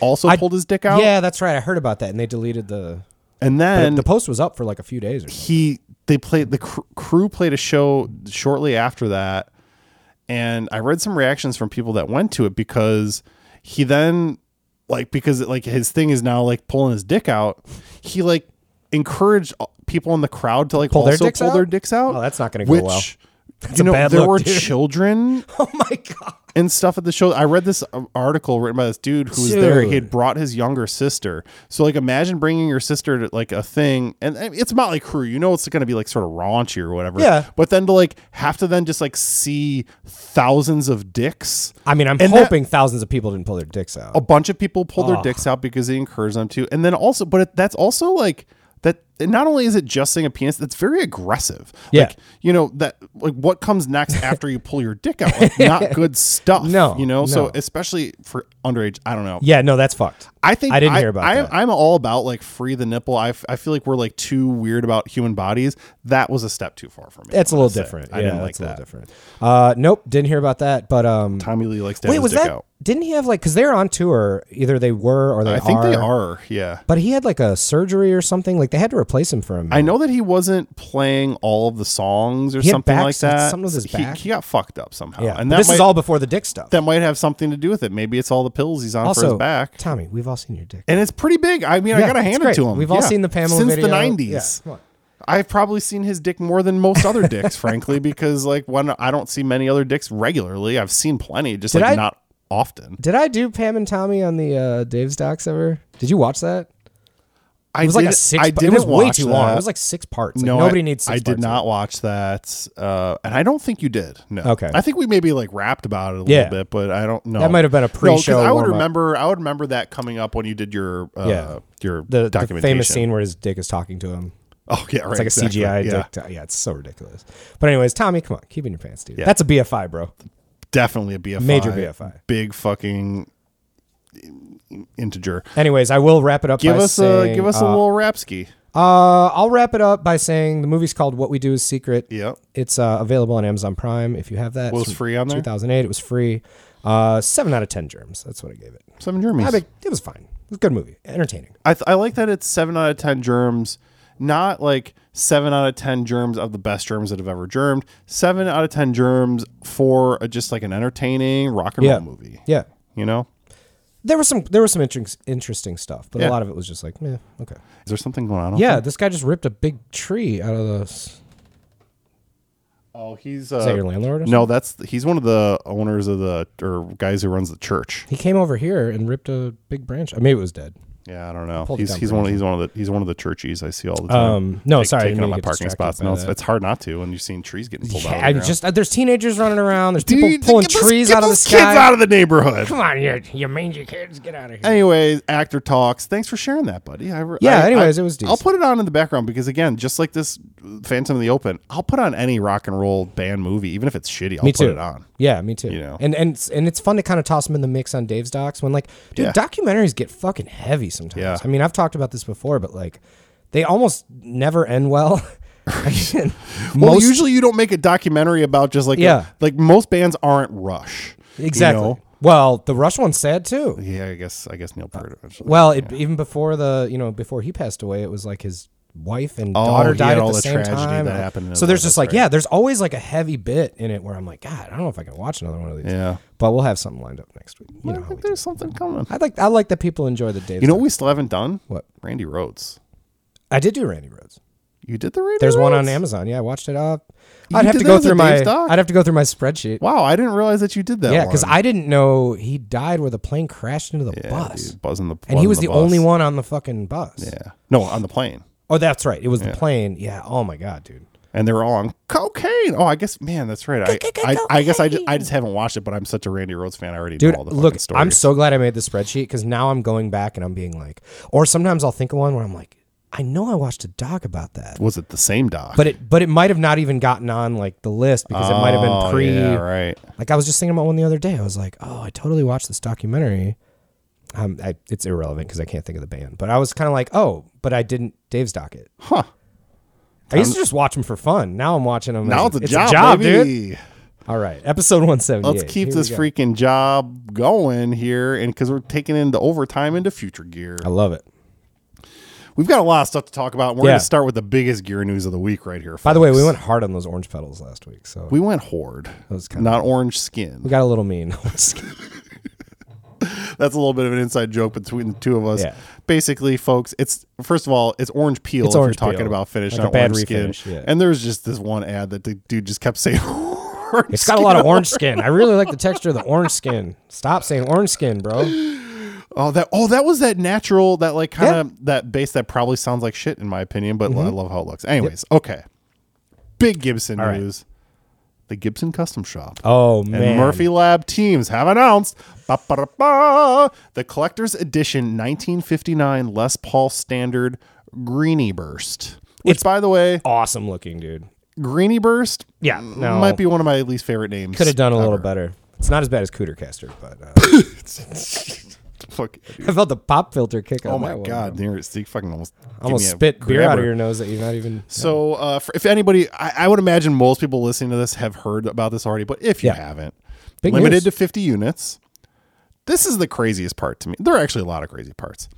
Speaker 2: also
Speaker 1: I-
Speaker 2: pulled his dick out.
Speaker 1: Yeah, that's right. I heard about that, and they deleted the.
Speaker 2: And
Speaker 1: but
Speaker 2: then
Speaker 1: the post was up for like a few days or something.
Speaker 2: he, they played, the cr- crew played a show shortly after that. And I read some reactions from people that went to it because he then, like, because like his thing is now like pulling his dick out, he like encouraged people in the crowd to like
Speaker 1: Pull their
Speaker 2: also
Speaker 1: dicks
Speaker 2: pull
Speaker 1: out?
Speaker 2: their dicks out.
Speaker 1: Oh, that's not gonna go
Speaker 2: which,
Speaker 1: well.
Speaker 2: you
Speaker 1: a
Speaker 2: know,
Speaker 1: bad
Speaker 2: there
Speaker 1: look,
Speaker 2: were
Speaker 1: dude.
Speaker 2: children
Speaker 1: Oh my god!
Speaker 2: and stuff at the show. I read this um, article written by this dude who was there. He
Speaker 1: Dude.
Speaker 2: had brought his younger sister. So like, imagine bringing your sister to like a thing, and, and it's Motley Crue. You know, it's going to be like sort of raunchy or whatever.
Speaker 1: Yeah.
Speaker 2: But then to like have to then just like see thousands of dicks.
Speaker 1: I mean, I'm
Speaker 2: And that- Oh.
Speaker 1: hoping thousands of people didn't pull their dicks out.
Speaker 2: A bunch of people pull their dicks out because he encouraged them to, and then also, but it, that's also like that. and not only is it just saying a penis, that's very aggressive.
Speaker 1: Yeah.
Speaker 2: Like, you know, that like what comes next after you pull your dick out? Like, not good stuff.
Speaker 1: No,
Speaker 2: You know,
Speaker 1: no.
Speaker 2: so especially for underage, I don't know.
Speaker 1: Yeah, no, that's fucked.
Speaker 2: I think
Speaker 1: I didn't hear about
Speaker 2: I,
Speaker 1: that.
Speaker 2: I'm all about like free the nipple. I, f- I feel like we're like too weird about human bodies. That was a step too far for me.
Speaker 1: That's a little
Speaker 2: honestly.
Speaker 1: different.
Speaker 2: I
Speaker 1: yeah,
Speaker 2: didn't like
Speaker 1: that's a little
Speaker 2: that.
Speaker 1: different. Uh, nope, didn't hear about that. But um,
Speaker 2: Tommy Lee likes to
Speaker 1: wait,
Speaker 2: have
Speaker 1: was
Speaker 2: his dick
Speaker 1: that?
Speaker 2: out.
Speaker 1: Didn't he have like? Because they're on tour. Either they were or they
Speaker 2: I think they are. Yeah.
Speaker 1: But he had like a surgery or something. Like they had to replace him for him.
Speaker 2: I know that he wasn't playing all of the songs or
Speaker 1: He had
Speaker 2: something
Speaker 1: back-
Speaker 2: like that.
Speaker 1: something with his
Speaker 2: he,
Speaker 1: back?
Speaker 2: he got fucked up somehow.
Speaker 1: Yeah,
Speaker 2: And
Speaker 1: But
Speaker 2: that
Speaker 1: this
Speaker 2: might,
Speaker 1: is all before the dick stuff.
Speaker 2: that might have something to do with it. Maybe it's all the pills he's on for
Speaker 1: also,
Speaker 2: his back.
Speaker 1: Tommy, we've all seen your dick.
Speaker 2: And it's pretty big. I mean, I
Speaker 1: Yeah,
Speaker 2: gotta
Speaker 1: it's
Speaker 2: hand
Speaker 1: great.
Speaker 2: it to him.
Speaker 1: We've all
Speaker 2: Yeah.
Speaker 1: seen the Pamela
Speaker 2: since
Speaker 1: video.
Speaker 2: the
Speaker 1: Yeah,
Speaker 2: nineties.
Speaker 1: come on.
Speaker 2: I've probably seen his dick more than most other dicks, frankly, because like when I don't see many other dicks regularly, I've seen plenty, just
Speaker 1: Did
Speaker 2: like
Speaker 1: I-
Speaker 2: not often.
Speaker 1: Did I do Pam and Tommy on the uh, Dave's Docs ever? Did you watch that?
Speaker 2: I
Speaker 1: It was like a
Speaker 2: didn't-
Speaker 1: six.
Speaker 2: I
Speaker 1: pa-
Speaker 2: didn't
Speaker 1: it was way
Speaker 2: watch
Speaker 1: too long. It
Speaker 2: that.
Speaker 1: was like six parts. Like,
Speaker 2: no,
Speaker 1: nobody
Speaker 2: I,
Speaker 1: needs. Six
Speaker 2: I did
Speaker 1: parts of
Speaker 2: not watch that, uh, and I don't think you did. No.
Speaker 1: Okay.
Speaker 2: I think we maybe like rapped about it a little
Speaker 1: Yeah.
Speaker 2: bit, but I don't know.
Speaker 1: That might have been a
Speaker 2: No, 'cause
Speaker 1: pre-show
Speaker 2: I would
Speaker 1: warm-up.
Speaker 2: remember. I would remember that coming up when you did your uh,
Speaker 1: Yeah.
Speaker 2: your
Speaker 1: the, the
Speaker 2: documentation.
Speaker 1: famous scene where his dick is talking to him.
Speaker 2: Oh yeah, right.
Speaker 1: It's like
Speaker 2: exactly.
Speaker 1: a CGI
Speaker 2: Yeah,
Speaker 1: dick. to- yeah, it's so ridiculous. But anyways, Tommy, come on, keep it in your pants, dude.
Speaker 2: Yeah.
Speaker 1: That's a BFI, bro.
Speaker 2: definitely a BFI.
Speaker 1: Major BFI.
Speaker 2: Big fucking integer.
Speaker 1: Anyways, I will wrap it up.
Speaker 2: Give
Speaker 1: by
Speaker 2: us
Speaker 1: saying,
Speaker 2: a give us a
Speaker 1: uh,
Speaker 2: little rapski.
Speaker 1: Uh, I'll wrap it up by saying the movie's called What We Do Is Secret.
Speaker 2: Yep.
Speaker 1: It's uh, available on Amazon Prime if you have that.
Speaker 2: Was
Speaker 1: It's from
Speaker 2: free on there?
Speaker 1: 2008. It was free. Uh, seven out of ten germs. That's what I gave it.
Speaker 2: Seven
Speaker 1: I
Speaker 2: germs.
Speaker 1: think it was fine. It was a good movie, entertaining.
Speaker 2: I, th- I like that it's seven out of ten germs, not like seven out of ten germs of the best germs that have ever germed. Seven out of ten germs for a, just like an entertaining rock and
Speaker 1: Yeah.
Speaker 2: roll movie.
Speaker 1: Yeah,
Speaker 2: You know,
Speaker 1: there was some there was some interesting interesting stuff, but a
Speaker 2: Yeah.
Speaker 1: lot of it was just like, meh, okay.
Speaker 2: is there something going on? out
Speaker 1: Yeah,
Speaker 2: there?
Speaker 1: this guy just ripped a big tree out of the. Is
Speaker 2: Oh, he's uh,
Speaker 1: that your landlord? Or something?
Speaker 2: no, that's he's one of the owners of the or guys who runs the church.
Speaker 1: He came over here and ripped a big branch. I mean, it was dead.
Speaker 2: Yeah, I don't know.
Speaker 1: Pulled it
Speaker 2: He's
Speaker 1: down
Speaker 2: he's
Speaker 1: pretty
Speaker 2: one of he's one of the he's one of the churchies I see all the time.
Speaker 1: Um, no,
Speaker 2: Take-
Speaker 1: sorry, I didn't
Speaker 2: taking
Speaker 1: mean
Speaker 2: up
Speaker 1: to
Speaker 2: my
Speaker 1: get
Speaker 2: parking
Speaker 1: distracted
Speaker 2: spots.
Speaker 1: by
Speaker 2: No, it's,
Speaker 1: that.
Speaker 2: it's hard not to when you're seeing trees getting pulled out.
Speaker 1: Yeah,
Speaker 2: of
Speaker 1: I
Speaker 2: the ground.
Speaker 1: just uh, there's teenagers running around. There's people
Speaker 2: Dude,
Speaker 1: pulling
Speaker 2: get those-
Speaker 1: trees
Speaker 2: get
Speaker 1: out of the
Speaker 2: those Kids
Speaker 1: sky.
Speaker 2: out of the neighborhood.
Speaker 4: Come on, you, you mangy kids, get out of here.
Speaker 2: Anyways, actor talks. Thanks for sharing that, buddy. I, re-
Speaker 1: Yeah,
Speaker 2: I-
Speaker 1: anyways,
Speaker 2: I-
Speaker 1: it was decent.
Speaker 2: I'll put it on in the background because again, just like this Phantom of the Open, I'll put on any rock and roll band movie, even if it's shitty. I'll
Speaker 1: Me
Speaker 2: put
Speaker 1: too.
Speaker 2: it on.
Speaker 1: Yeah, me too.
Speaker 2: You know.
Speaker 1: and and it's- and it's fun to kind of toss them in the mix on Dave's docs when like, dude,
Speaker 2: Yeah.
Speaker 1: documentaries get fucking heavy sometimes.
Speaker 2: Yeah.
Speaker 1: I mean, I've talked about this before, but like, they almost never end well. Again,
Speaker 2: Well,
Speaker 1: most
Speaker 2: usually you don't make a documentary about just like a-
Speaker 1: Yeah.
Speaker 2: like most bands aren't Rush. you
Speaker 1: exactly.
Speaker 2: know?
Speaker 1: Well, the Rush one's sad too.
Speaker 2: Yeah, I guess I guess Neil
Speaker 1: Uh,
Speaker 2: Peart eventually.
Speaker 1: Well, it, even before the you know before he passed away, it was like his wife and
Speaker 2: Oh,
Speaker 1: daughter
Speaker 2: he
Speaker 1: died
Speaker 2: had
Speaker 1: at
Speaker 2: all
Speaker 1: the
Speaker 2: the
Speaker 1: same
Speaker 2: tragedy
Speaker 1: time.
Speaker 2: that happened in his
Speaker 1: so there's
Speaker 2: life,
Speaker 1: just
Speaker 2: that's
Speaker 1: like yeah, there's always like a heavy bit in it where I'm like, God, I don't know if I can watch another one of these.
Speaker 2: Yeah.
Speaker 1: But we'll have something lined up next week. You
Speaker 2: I
Speaker 1: know how
Speaker 2: think
Speaker 1: we do.
Speaker 2: there's something coming.
Speaker 1: I like I like that people enjoy the Dave.
Speaker 2: You know what we still haven't done?
Speaker 1: What?
Speaker 2: Randy Rhodes.
Speaker 1: I did do Randy Rhodes.
Speaker 2: You did the Randy.
Speaker 1: There's one on
Speaker 2: Rhodes?
Speaker 1: Amazon. Yeah, I watched it up.
Speaker 2: You
Speaker 1: I'd have
Speaker 2: did
Speaker 1: to
Speaker 2: that
Speaker 1: go
Speaker 2: as a
Speaker 1: through my.
Speaker 2: Dave's doc?
Speaker 1: I'd have to go through my spreadsheet.
Speaker 2: Wow, I didn't realize that you did that.
Speaker 1: yeah, because
Speaker 2: one.
Speaker 1: I didn't know he died where the plane crashed into the
Speaker 2: Yeah,
Speaker 1: bus,
Speaker 2: dude, buzzing the
Speaker 1: and he
Speaker 2: buzzing
Speaker 1: was the, only
Speaker 2: bus.
Speaker 1: one on the fucking bus.
Speaker 2: Yeah, no, on the plane.
Speaker 1: Oh, that's right. It was the plane. Yeah. Oh my god, dude.
Speaker 2: and they were all on cocaine. Oh, I guess, man, that's right. I, I, I guess I just, I just haven't watched it, but I'm such a Randy Rhodes fan. I already
Speaker 1: Dude,
Speaker 2: know all the
Speaker 1: look,
Speaker 2: fucking stories.
Speaker 1: I'm so glad I made the spreadsheet because now I'm going back and I'm being like, or sometimes I'll think of one where I'm like, I know I watched a doc about that,
Speaker 2: was it the same doc?
Speaker 1: but it but it might have not even gotten on like the list because it might have been
Speaker 2: Oh,
Speaker 1: pre.
Speaker 2: Yeah, right.
Speaker 1: Like I was just thinking about one the other day. I was like, oh, I totally watched this documentary. Um, I, it's irrelevant because I can't think of the band, but I was kind of like, oh, but I didn't Dave's doc it. Huh. I used to just watch them for fun. Now I'm watching them.
Speaker 2: Now
Speaker 1: as
Speaker 2: it's a job,
Speaker 1: dude.
Speaker 2: baby.
Speaker 1: All right, episode 178.
Speaker 2: Let's
Speaker 1: Here
Speaker 2: keep
Speaker 1: we
Speaker 2: this
Speaker 1: go.
Speaker 2: freaking job going here, and because we're taking into overtime into future gear,
Speaker 1: I love it.
Speaker 2: we've got a lot of stuff to talk about. and We're
Speaker 1: Yeah.
Speaker 2: going to start with the biggest gear news of the week right here.
Speaker 1: By the way, we
Speaker 2: folks.
Speaker 1: went hard on those orange petals last week, so we,
Speaker 2: we went horde,
Speaker 1: was kinda-
Speaker 2: not orange skin.
Speaker 1: got a little mean.
Speaker 2: That's a little bit of an inside joke between the two of us.
Speaker 1: Yeah.
Speaker 2: Basically, folks, it's first of all, it's orange peel
Speaker 1: It's
Speaker 2: if
Speaker 1: orange
Speaker 2: you're talking
Speaker 1: peel.
Speaker 2: about finish,
Speaker 1: Like a
Speaker 2: not
Speaker 1: bad
Speaker 2: orange skin.
Speaker 1: refinish, yeah.
Speaker 2: And there was just this one ad that the dude just kept saying orange
Speaker 1: it's got a
Speaker 2: skin.
Speaker 1: lot of orange skin. I really like the texture of the orange skin. Stop saying orange skin, bro.
Speaker 2: Oh that oh that was that natural, that like kind of that bass that probably sounds like shit in my opinion, but
Speaker 1: Mm-hmm.
Speaker 2: I love how it looks. Anyways, okay. Big Gibson
Speaker 1: right.
Speaker 2: news. The Gibson Custom Shop.
Speaker 1: Oh
Speaker 2: and
Speaker 1: man,
Speaker 2: Murphy Lab teams have announced ba-ba-da-ba, the collector's edition 1959 Les Paul Standard Greeny Burst. Which,
Speaker 1: It's-
Speaker 2: by the way,
Speaker 1: Awesome looking, dude.
Speaker 2: Greeny Burst
Speaker 1: Yeah, no,
Speaker 2: might be one of my least favorite names.
Speaker 1: could have done a little
Speaker 2: ever.
Speaker 1: better. It's not as bad as Cootercaster, but uh,
Speaker 2: Fuck.
Speaker 1: I felt the pop filter kick.
Speaker 2: Oh
Speaker 1: on
Speaker 2: my
Speaker 1: that one.
Speaker 2: god, there it's- you fucking almost gave
Speaker 1: Almost
Speaker 2: me a
Speaker 1: spit beer out
Speaker 2: grabber.
Speaker 1: of your nose that you're not even.
Speaker 2: So, uh, for, if anybody, I, I would imagine most people listening to this have heard about this already, but if you
Speaker 1: Yeah.
Speaker 2: haven't,
Speaker 1: Big
Speaker 2: limited
Speaker 1: news.
Speaker 2: to 50 units. This is the craziest part to me. There are actually a lot of crazy parts.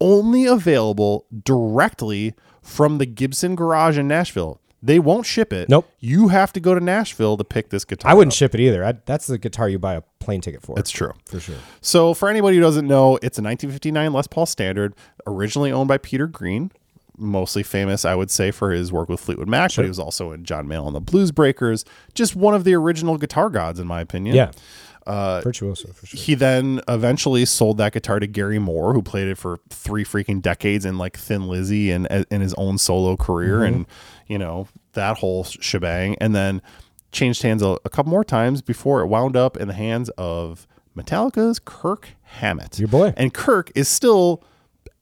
Speaker 2: Only available directly from the Gibson garage in Nashville. They won't ship it.
Speaker 1: Nope.
Speaker 2: You have to go to Nashville to pick this guitar.
Speaker 1: I wouldn't
Speaker 2: up.
Speaker 1: ship it either. I, that's the guitar you buy a plane ticket for.
Speaker 2: That's true.
Speaker 1: for sure.
Speaker 2: So, for anybody who doesn't know, it's a 1959 Les Paul Standard, originally owned by Peter Green, mostly famous, I would say, for his work with Fleetwood Mac, but he was also in John Mayall and the Blues Breakers. Just one of the original guitar gods, in my opinion.
Speaker 1: Yeah.
Speaker 2: Uh,
Speaker 1: Virtuoso for sure.
Speaker 2: He then eventually sold that guitar to Gary Moore, who played it for three freaking decades in like Thin Lizzy and uh, in his own solo career,
Speaker 1: Mm-hmm.
Speaker 2: and you know that whole shebang. And then changed hands a, a couple more times before it wound up in the hands of Metallica's Kirk Hammett,
Speaker 1: Your boy.
Speaker 2: And Kirk is still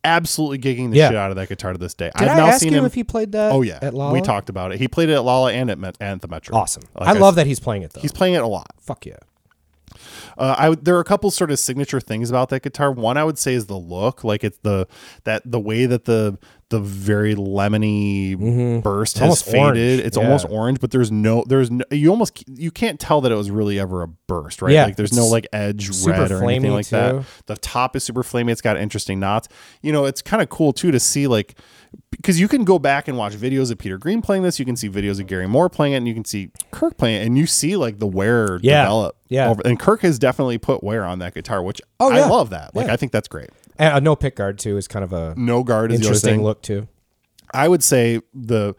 Speaker 2: absolutely gigging the
Speaker 1: Yeah.
Speaker 2: shit out of that guitar to this day.
Speaker 1: Did I ask you if he played that?
Speaker 2: Oh yeah,
Speaker 1: at Lala?
Speaker 2: we talked about it. He played it at Lala and at, Met- and at the Metro.
Speaker 1: Awesome.
Speaker 2: Like
Speaker 1: I
Speaker 2: s-
Speaker 1: love that he's playing it though.
Speaker 2: He's playing it a lot.
Speaker 1: Fuck yeah.
Speaker 2: Uh, I would- there are a couple sort of signature things about that guitar. One I would say is the look, like it's the that the way that the the very lemony burst
Speaker 1: Mm-hmm.
Speaker 2: has
Speaker 1: Almost
Speaker 2: faded.
Speaker 1: orange,
Speaker 2: It's
Speaker 1: yeah.
Speaker 2: almost orange, but there's no there's no, you almost you can't tell that it was really ever a burst, right?
Speaker 1: Yeah,
Speaker 2: like there's no
Speaker 1: it's
Speaker 2: like edge
Speaker 1: super
Speaker 2: red or anything
Speaker 1: flamey,
Speaker 2: like that.
Speaker 1: too.
Speaker 2: The top is super flamey. It's got interesting knots. You know, it's kind of cool too to see like because you can go back and watch videos of Peter Green playing this. You can see videos of Gary Moore playing it, and you can see Kirk playing it, and you see like the wear
Speaker 1: Yeah.
Speaker 2: develop.
Speaker 1: Yeah.
Speaker 2: over- and Kirk has definitely put wear on that guitar, which
Speaker 1: Oh,
Speaker 2: I
Speaker 1: yeah.
Speaker 2: love that. Like
Speaker 1: Yeah.
Speaker 2: I think that's great.
Speaker 1: And a no pick guard too is kind of a
Speaker 2: No guard is Mm, the other
Speaker 1: interesting
Speaker 2: thing.
Speaker 1: look too.
Speaker 2: I would say the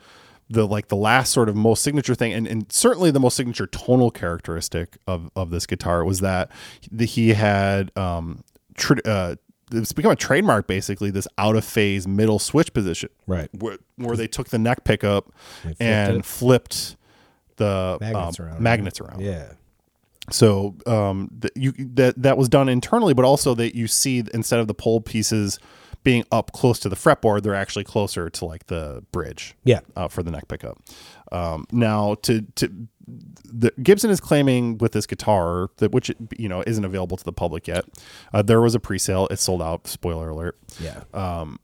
Speaker 2: the like the last sort of most signature thing and, and certainly the most signature tonal characteristic of of this guitar was that the, he had um tr- uh it's become a trademark basically this out of phase middle switch position
Speaker 1: Right.
Speaker 2: where, where they took the neck pickup
Speaker 1: flipped
Speaker 2: and
Speaker 1: it.
Speaker 2: flipped the
Speaker 1: Magnets
Speaker 2: um,
Speaker 1: around, right?
Speaker 2: magnets around
Speaker 1: Yeah.
Speaker 2: so um, th- you that that was done internally, but also that you see instead of the pole pieces being up close to the fretboard, they're actually closer to like the bridge.
Speaker 1: Yeah.
Speaker 2: uh, for the neck pickup. Um, now to to the Gibson is claiming with this guitar that which you know isn't available to the public yet. Uh, there was a pre-sale; it sold out. Spoiler alert.
Speaker 1: Yeah. Um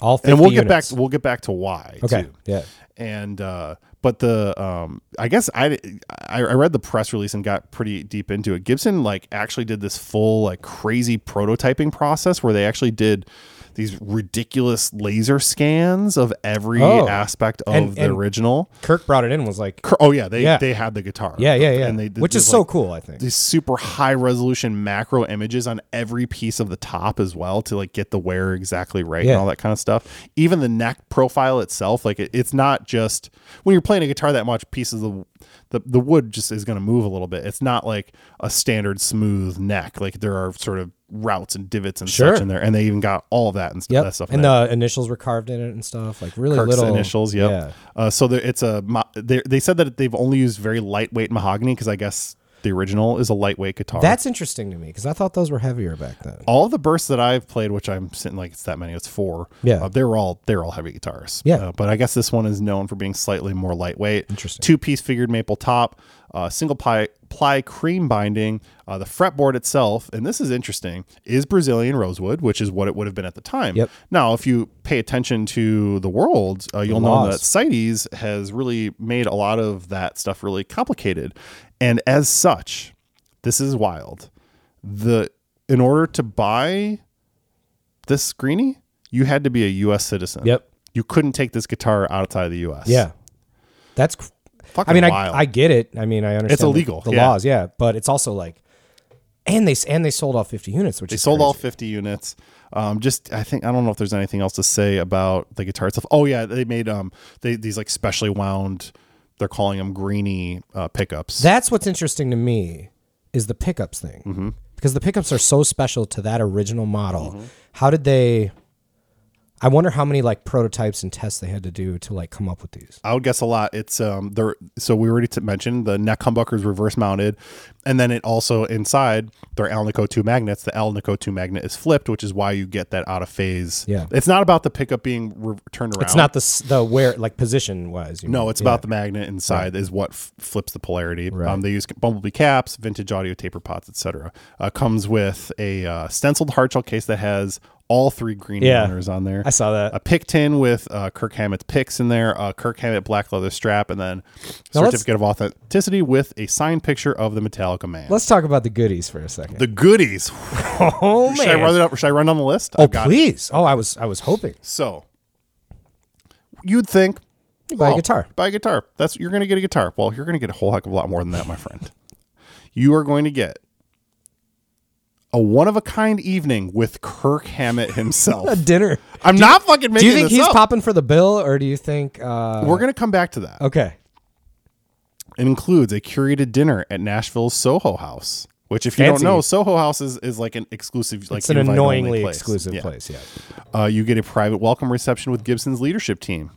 Speaker 1: all 50
Speaker 2: And we'll get
Speaker 1: units.
Speaker 2: back. We'll get back to why.
Speaker 1: Okay.
Speaker 2: too
Speaker 1: Yeah.
Speaker 2: and uh but the um i guess i i I read the press release and got pretty deep into it gibson like actually did this full like crazy prototyping process where they actually did these ridiculous laser scans of every
Speaker 1: Oh.
Speaker 2: aspect of
Speaker 1: And-
Speaker 2: the
Speaker 1: and-
Speaker 2: original
Speaker 1: Kirk brought it in and was like
Speaker 2: Cur- oh yeah they
Speaker 1: Yeah.
Speaker 2: they had the guitar
Speaker 1: Yeah, yeah, yeah.
Speaker 2: and they did
Speaker 1: Which is
Speaker 2: this,
Speaker 1: so
Speaker 2: like,
Speaker 1: cool, I think.
Speaker 2: these super high resolution macro images on every piece of the top as well to like get the wear exactly right
Speaker 1: Yeah.
Speaker 2: and all that kind of stuff. Even the neck profile itself, like it, it's not just when you're playing a guitar that much, pieces of the the wood just is going to move a little bit. It's not like a standard smooth neck. Like there are sort of routes and divots and
Speaker 1: Sure.
Speaker 2: such in there, and they even got all of that and stuff. That
Speaker 1: Yep.
Speaker 2: stuff in
Speaker 1: And
Speaker 2: there.
Speaker 1: the initials were carved in it and stuff. Like really
Speaker 2: Kirk's
Speaker 1: little
Speaker 2: initials. Yep.
Speaker 1: Yeah.
Speaker 2: Uh, so there, it's a mo- they they said that they've only used very lightweight mahogany because I guess the original is a lightweight guitar.
Speaker 1: That's interesting to me because I thought those were heavier back then.
Speaker 2: all the bursts that I've played, which I'm sitting like it's that many, it's four.
Speaker 1: Yeah.
Speaker 2: uh, they're all they're all heavy guitars.
Speaker 1: Yeah.
Speaker 2: Uh, but I guess this one is known for being slightly more lightweight.
Speaker 1: Interesting.
Speaker 2: Two piece figured maple top, uh, single ply ply cream binding. Uh, the fretboard itself, and this is interesting, is Brazilian rosewood, which is what it would have been at the time.
Speaker 1: Yep.
Speaker 2: Now, if you pay attention to the world, uh, you'll know
Speaker 1: laws.
Speaker 2: that CITES has really made a lot of that stuff really complicated, and as such, this is wild the in order to buy this greenie, you had to be a U.S. citizen.
Speaker 1: Yep.
Speaker 2: You couldn't take this guitar outside of the U.S.
Speaker 1: Yeah. That's cr-
Speaker 2: Fucking
Speaker 1: I mean,
Speaker 2: wild.
Speaker 1: I, I get it. I mean, I understand the-
Speaker 2: illegal,
Speaker 1: The,
Speaker 2: yeah.
Speaker 1: laws, yeah, but it's also like, and they s- and they sold all fifty units, which
Speaker 2: they
Speaker 1: is
Speaker 2: sold all
Speaker 1: crazy.
Speaker 2: 50 units. Um, just I think I don't know if there's anything else to say about the guitar itself. Oh yeah, they made um they these like specially wound. They're calling them greenie uh, pickups.
Speaker 1: That's what's interesting to me is the pickups thing
Speaker 2: Mm-hmm.
Speaker 1: because the pickups are so special to that original model. How did they? I wonder how many like prototypes and tests they had to do to like come up with these.
Speaker 2: I would guess a lot. It's um there. So we already t- mentioned the neck humbuckers reverse mounted, and then it also inside their Alnico two magnets. The Alnico two magnet is flipped, which is why you get that out of phase.
Speaker 1: Yeah.
Speaker 2: it's not about the pickup being re- turned around.
Speaker 1: It's not the s- the where like position wise.
Speaker 2: No, it's about the magnet inside is what f- flips the polarity. Um,
Speaker 1: Right.
Speaker 2: they use bumblebee caps, vintage audio taper pots, etc. Uh, comes with a uh, stenciled hard shell case that has all three green
Speaker 1: Yeah.
Speaker 2: runners on there.
Speaker 1: I saw that.
Speaker 2: a pick tin with uh, Kirk Hammett's picks in there, a Kirk Hammett black leather strap, and then
Speaker 1: Now let's-
Speaker 2: certificate of authenticity with a signed picture of the Metallica man.
Speaker 1: Let's talk about the goodies for a second.
Speaker 2: the goodies.
Speaker 1: oh
Speaker 2: Should I run it up? Should I run down the list?
Speaker 1: Oh
Speaker 2: I've got it.
Speaker 1: please! Oh, I was I was hoping.
Speaker 2: So you'd think
Speaker 1: buy a
Speaker 2: oh,
Speaker 1: guitar.
Speaker 2: Buy a guitar. That's you're gonna get a guitar. Well, you're gonna get a whole heck of a lot more than that, my friend. You are going to get a one of a kind evening with Kirk Hammett
Speaker 1: A
Speaker 2: himself.
Speaker 1: dinner.
Speaker 2: I'm not fucking
Speaker 1: Do
Speaker 2: making
Speaker 1: you think
Speaker 2: this
Speaker 1: he's
Speaker 2: up.
Speaker 1: popping for the bill, or do you think? Uh,
Speaker 2: We're gonna come back to that.
Speaker 1: okay.
Speaker 2: It includes a curated dinner at Nashville's Soho House. Which, if you
Speaker 1: Fancy.
Speaker 2: don't know, Soho House is, is like an exclusive, like
Speaker 1: It's an
Speaker 2: invite-only
Speaker 1: annoyingly
Speaker 2: place.
Speaker 1: exclusive
Speaker 2: Yeah.
Speaker 1: place. Yeah.
Speaker 2: Uh, you get a private welcome reception with Gibson's leadership team.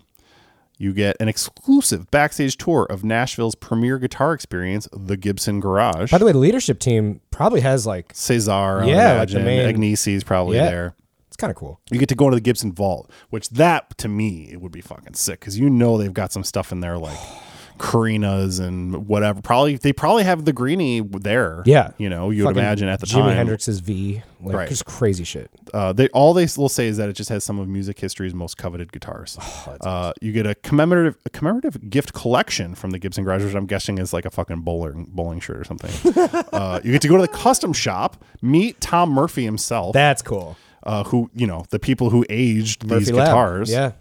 Speaker 2: You get an exclusive backstage tour of Nashville's premier guitar experience, the Gibson Garage.
Speaker 1: By the way, the leadership team probably has like
Speaker 2: Cesar, I would
Speaker 1: Yeah, like
Speaker 2: imagine.
Speaker 1: the main-
Speaker 2: Agnesi is probably
Speaker 1: Yeah.
Speaker 2: there.
Speaker 1: it's kind of cool.
Speaker 2: You get to go into the Gibson Vault, which that to me it would be fucking sick because you know they've got some stuff in there like Karinas and whatever. Probably they probably have the Greenie there.
Speaker 1: Yeah.
Speaker 2: you know you would
Speaker 1: Fucking
Speaker 2: imagine at the
Speaker 1: Jimi
Speaker 2: time.
Speaker 1: Hendrix's V, like
Speaker 2: Right.
Speaker 1: just crazy shit.
Speaker 2: uh, they all they will say is that it just has some of music history's most coveted guitars.
Speaker 1: Oh,
Speaker 2: uh, you get a commemorative a commemorative gift collection from the Gibson Garage, which I'm guessing is like a fucking bowling bowling shirt or something. uh, you get to go to the custom shop, meet Tom Murphy himself,
Speaker 1: That's cool.
Speaker 2: uh, who you know the people who aged these
Speaker 1: Murphy Lab.
Speaker 2: guitars.
Speaker 1: Yeah.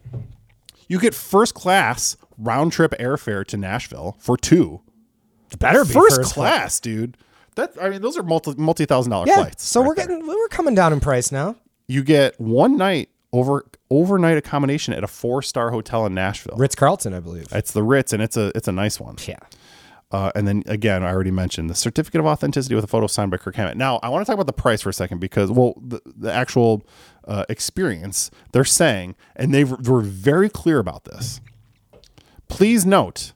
Speaker 2: You get first class round trip airfare to Nashville for two.
Speaker 1: Better be
Speaker 2: First, class,
Speaker 1: class.
Speaker 2: dude. That I mean, those are multi multi thousand dollar
Speaker 1: Yeah.
Speaker 2: flights.
Speaker 1: so
Speaker 2: right
Speaker 1: we're
Speaker 2: there.
Speaker 1: getting we're coming down in price now.
Speaker 2: you get one night over overnight accommodation at a four star hotel in Nashville.
Speaker 1: Ritz Carlton, I believe.
Speaker 2: It's the Ritz, and it's a it's a nice one.
Speaker 1: yeah.
Speaker 2: Uh, and then again, I already mentioned the certificate of authenticity with a photo signed by Kirk Hammett. Now, I want to talk about the price for a second because, well, the, the actual uh, experience they're saying, and they were very clear about this. Please note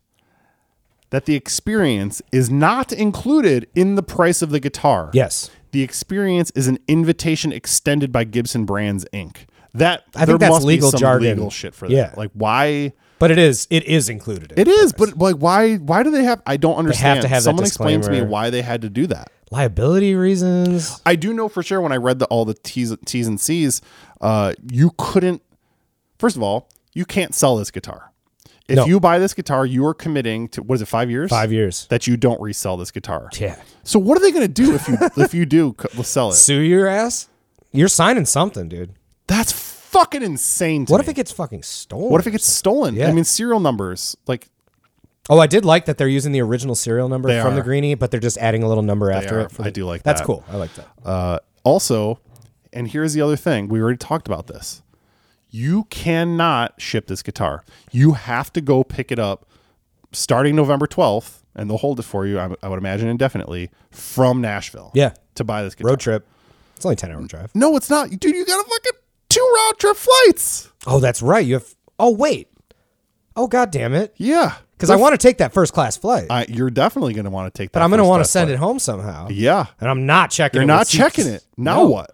Speaker 2: that the experience is not included in the price of the guitar.
Speaker 1: Yes.
Speaker 2: The experience is an invitation extended by Gibson Brands Inc. That
Speaker 1: I think
Speaker 2: there
Speaker 1: that's
Speaker 2: must be
Speaker 1: legal
Speaker 2: some
Speaker 1: jargon.
Speaker 2: legal shit for that.
Speaker 1: Yeah.
Speaker 2: Like why
Speaker 1: But it is it is included. In
Speaker 2: it
Speaker 1: the
Speaker 2: is,
Speaker 1: price.
Speaker 2: but like why why do they have I don't understand.
Speaker 1: to have that
Speaker 2: Someone explain to me
Speaker 1: disclaimer.
Speaker 2: why they had to do that.
Speaker 1: liability reasons.
Speaker 2: I do know for sure when I read the all the T's, T's and C's, uh, you couldn't first of all, you can't sell this guitar. If
Speaker 1: No.
Speaker 2: you buy this guitar, you are committing to what is it, five years?
Speaker 1: Five years.
Speaker 2: that you don't resell this guitar.
Speaker 1: Yeah.
Speaker 2: So what are they gonna do if you if you do co- sell it?
Speaker 1: Sue your ass. You're signing something, dude.
Speaker 2: That's fucking insane to
Speaker 1: What
Speaker 2: me.
Speaker 1: if it gets fucking stolen?
Speaker 2: What if it gets stolen?
Speaker 1: Yeah.
Speaker 2: I mean, serial numbers. Like
Speaker 1: Oh, I did like that they're using the original serial number
Speaker 2: They
Speaker 1: from
Speaker 2: are.
Speaker 1: the greenie, but they're just adding a little number after
Speaker 2: are.
Speaker 1: it. for
Speaker 2: I
Speaker 1: the-
Speaker 2: do like
Speaker 1: That's
Speaker 2: that.
Speaker 1: cool. I like that.
Speaker 2: uh, also, and here's the other thing. We already talked about this. You cannot ship this guitar. You have to go pick it up starting November 12th, and they'll hold it for you. I, I would imagine indefinitely from Nashville.
Speaker 1: Yeah.
Speaker 2: To buy this guitar.
Speaker 1: Road trip. It's only ten hour drive.
Speaker 2: No, it's not, dude. You got a fucking two round trip flights.
Speaker 1: Oh, that's right. You have. Oh wait. Oh god damn it.
Speaker 2: Yeah.
Speaker 1: Because I want to take that first class flight,
Speaker 2: I, you're definitely going to want to take that.
Speaker 1: but I'm going to want to send it home somehow.
Speaker 2: Yeah.
Speaker 1: And I'm not checking.
Speaker 2: You're
Speaker 1: it
Speaker 2: not
Speaker 1: with seats.
Speaker 2: checking it. Now
Speaker 1: No.
Speaker 2: what?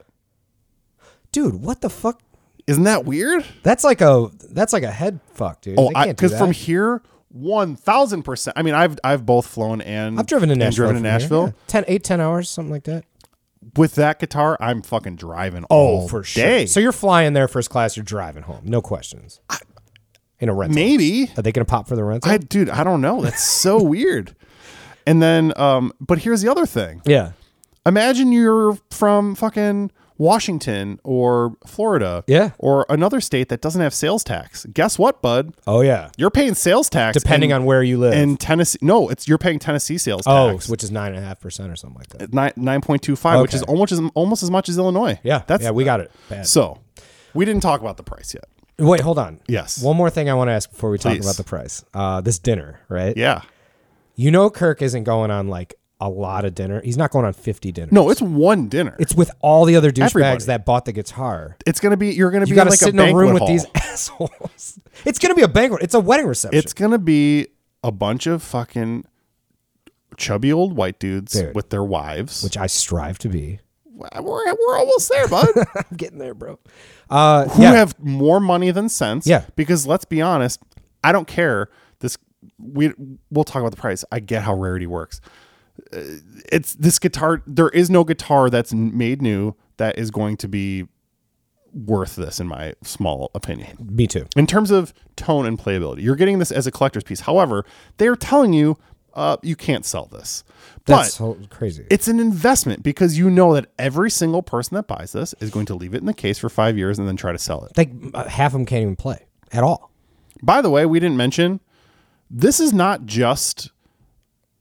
Speaker 1: dude? What the fuck?
Speaker 2: Isn't that weird?
Speaker 1: That's like a that's like a head fuck, dude.
Speaker 2: Oh,
Speaker 1: They can't do
Speaker 2: because
Speaker 1: that.
Speaker 2: from here, one thousand percent. I mean, I've I've both flown and
Speaker 1: I've driven to
Speaker 2: and
Speaker 1: Nashville.
Speaker 2: driven to
Speaker 1: from here,
Speaker 2: Nashville
Speaker 1: yeah. 10, 8, 10 hours, something like that.
Speaker 2: with that guitar. I'm fucking driving. all day.
Speaker 1: Oh, So you're flying there first class. You're driving home. No questions. In a rental.
Speaker 2: maybe
Speaker 1: Are they going to pop for the rental?
Speaker 2: I, dude. I don't know. That's so weird. And then, um, but here's the other thing.
Speaker 1: yeah.
Speaker 2: Imagine you're from fucking Washington or Florida,
Speaker 1: Yeah.
Speaker 2: or another state that doesn't have sales tax. Guess what, bud?
Speaker 1: Oh yeah.
Speaker 2: You're paying sales tax
Speaker 1: Depending
Speaker 2: in-
Speaker 1: on where you live.
Speaker 2: in Tennessee. No, it's you're paying Tennessee sales
Speaker 1: oh,
Speaker 2: tax.
Speaker 1: which is nine and a half percent or something like that.
Speaker 2: nine nine point two five, which
Speaker 1: Okay.
Speaker 2: is almost as, almost as much as Illinois.
Speaker 1: Yeah.
Speaker 2: that's
Speaker 1: yeah. We got it. Bad.
Speaker 2: so. We didn't talk about the price yet.
Speaker 1: Wait, hold on.
Speaker 2: Yes.
Speaker 1: One more thing I want to ask before we talk
Speaker 2: Please.
Speaker 1: about the price. Uh, this dinner, right?
Speaker 2: Yeah,
Speaker 1: You know, Kirk isn't going on like a lot of dinner. He's not going on 50 dinners.
Speaker 2: No, it's one dinner.
Speaker 1: It's with all the other douchebags
Speaker 2: Everybody.
Speaker 1: that bought the guitar.
Speaker 2: it's gonna be you're gonna
Speaker 1: You
Speaker 2: be
Speaker 1: got
Speaker 2: in
Speaker 1: to
Speaker 2: like
Speaker 1: sit
Speaker 2: a
Speaker 1: in a room
Speaker 2: banquet
Speaker 1: with
Speaker 2: hall.
Speaker 1: these assholes. It's going to be a banquet. It's a wedding reception.
Speaker 2: It's gonna be a bunch of fucking chubby old white dudes
Speaker 1: Dude.
Speaker 2: with their wives.
Speaker 1: which I strive to be.
Speaker 2: we're, we're almost there, bud.
Speaker 1: I'm getting there, bro. Uh,
Speaker 2: Who
Speaker 1: yeah.
Speaker 2: have more money than sense?
Speaker 1: Yeah.
Speaker 2: Because let's be honest, I don't care. This we we'll talk about the price. I get how rarity works. Uh, It's this guitar. There is no guitar that's n- made new that is going to be worth this, in my small opinion.
Speaker 1: me too.
Speaker 2: in terms of tone and playability. You're getting this as a collector's piece. However, they're telling you uh, you can't sell this.
Speaker 1: That's so
Speaker 2: but
Speaker 1: crazy.
Speaker 2: it's an investment because you know that every single person that buys this is going to leave it in the case for five years and then try to sell it.
Speaker 1: like uh, half of them can't even play at all.
Speaker 2: By the way, we didn't mention this is not just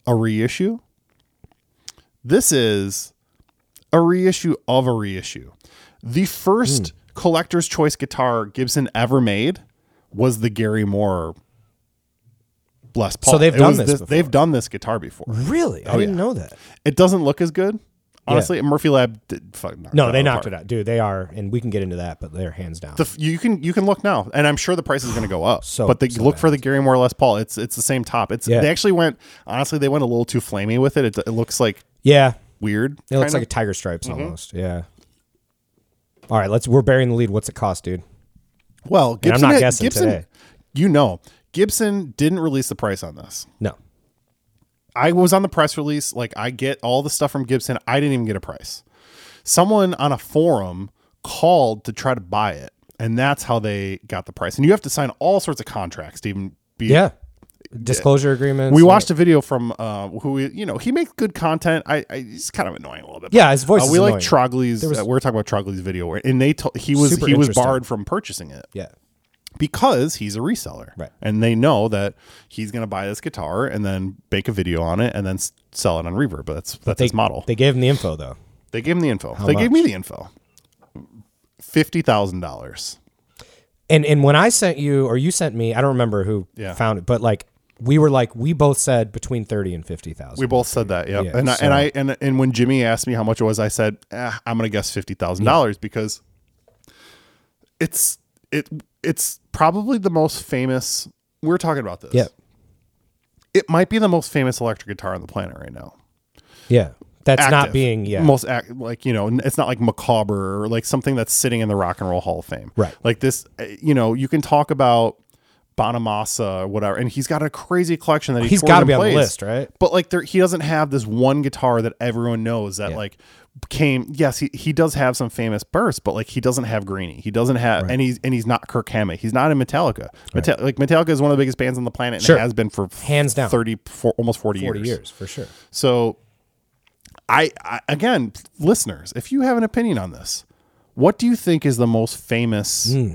Speaker 2: a reissue. This is a reissue of a reissue. The first
Speaker 1: Hmm.
Speaker 2: collector's choice guitar Gibson ever made was the Gary Moore Les Paul.
Speaker 1: they've
Speaker 2: It
Speaker 1: done
Speaker 2: was
Speaker 1: this before.
Speaker 2: they've done this guitar before.
Speaker 1: Really? I didn't know that.
Speaker 2: It doesn't look as good. Honestly, Murphy Lab did fuck
Speaker 1: No, they knocked it out, dude. They are, and we can get into that, but they're hands down.
Speaker 2: The, f- you can you can look now, and I'm sure the price is going to go up.
Speaker 1: So-
Speaker 2: but they
Speaker 1: so
Speaker 2: look for the Gary Moore Les Paul. It's it's the same top. It's
Speaker 1: Yeah.
Speaker 2: they actually went honestly they went a little too flamey with it. It, it looks like
Speaker 1: yeah,
Speaker 2: weird.
Speaker 1: it looks
Speaker 2: kinda. Mm-hmm.
Speaker 1: like a tiger stripes almost. Yeah. All right, let's. We're burying the lead. What's it cost, dude?
Speaker 2: well,
Speaker 1: I'm
Speaker 2: Gibson
Speaker 1: not
Speaker 2: had-
Speaker 1: guessing
Speaker 2: Gibson,
Speaker 1: today.
Speaker 2: You know, Gibson didn't release the price on this.
Speaker 1: No,
Speaker 2: I was on the press release. Like I get all the stuff from Gibson. I didn't even get a price. Someone on a forum called to try to buy it, and that's how they got the price. And you have to sign all sorts of contracts to even be
Speaker 1: yeah. Disclosure agreements.
Speaker 2: We
Speaker 1: like-
Speaker 2: watched a video from uh, who we- you know he makes good content. I, I he's kind of annoying a little bit. but,
Speaker 1: Yeah, his voice
Speaker 2: Uh,
Speaker 1: is
Speaker 2: we like
Speaker 1: annoying.
Speaker 2: Trogley's.
Speaker 1: was-
Speaker 2: uh, we are talking about Trogley's video, where, and they told he was
Speaker 1: Super
Speaker 2: he was
Speaker 1: interesting.
Speaker 2: barred from purchasing it
Speaker 1: Yeah,
Speaker 2: because he's a reseller,
Speaker 1: Right.
Speaker 2: And they know that he's going to buy this guitar and then make a video on it and then s- sell it on Reverb. But that's that's
Speaker 1: they,
Speaker 2: his model. They,
Speaker 1: They gave him the info though.
Speaker 2: gave him the info. They gave me
Speaker 1: much?
Speaker 2: the info. Fifty thousand dollars.
Speaker 1: And and when I sent you or you sent me, I don't remember who
Speaker 2: Yeah.
Speaker 1: found it, but like we were like we both said between thirty and fifty
Speaker 2: We
Speaker 1: thousand.
Speaker 2: both said that, yep.
Speaker 1: Yeah,
Speaker 2: and I,
Speaker 1: so-
Speaker 2: and I and and when Jimmy asked me how much it was, I said eh, I'm gonna guess fifty thousand dollars because it's it it's probably the most famous. We're talking about this.
Speaker 1: Yeah,
Speaker 2: it might be the most famous electric guitar on the planet right now.
Speaker 1: yeah. That's not
Speaker 2: Active.
Speaker 1: being yeah.
Speaker 2: most act, like you know n- it's not like macabre or like something that's sitting in the rock and roll hall of fame
Speaker 1: Right.
Speaker 2: like this uh, you know you can talk about bonamassa or whatever and he's got a crazy collection that he
Speaker 1: He's
Speaker 2: got
Speaker 1: gotta
Speaker 2: to
Speaker 1: be on the list, right?
Speaker 2: but like there he doesn't have this one guitar that everyone knows that like came yes he, he does have some famous bursts but like he doesn't have greeny he doesn't have and he's and he's not kirk hammett he's not in metallica Meta- like metallica is one of the biggest bands on the planet and
Speaker 1: Sure.
Speaker 2: has been for f-
Speaker 1: Hands down.
Speaker 2: 30 for almost 40,
Speaker 1: Forty years for sure.
Speaker 2: so, I, I again, listeners, if you have an opinion on this, what do you think is the most famous
Speaker 1: Hmm.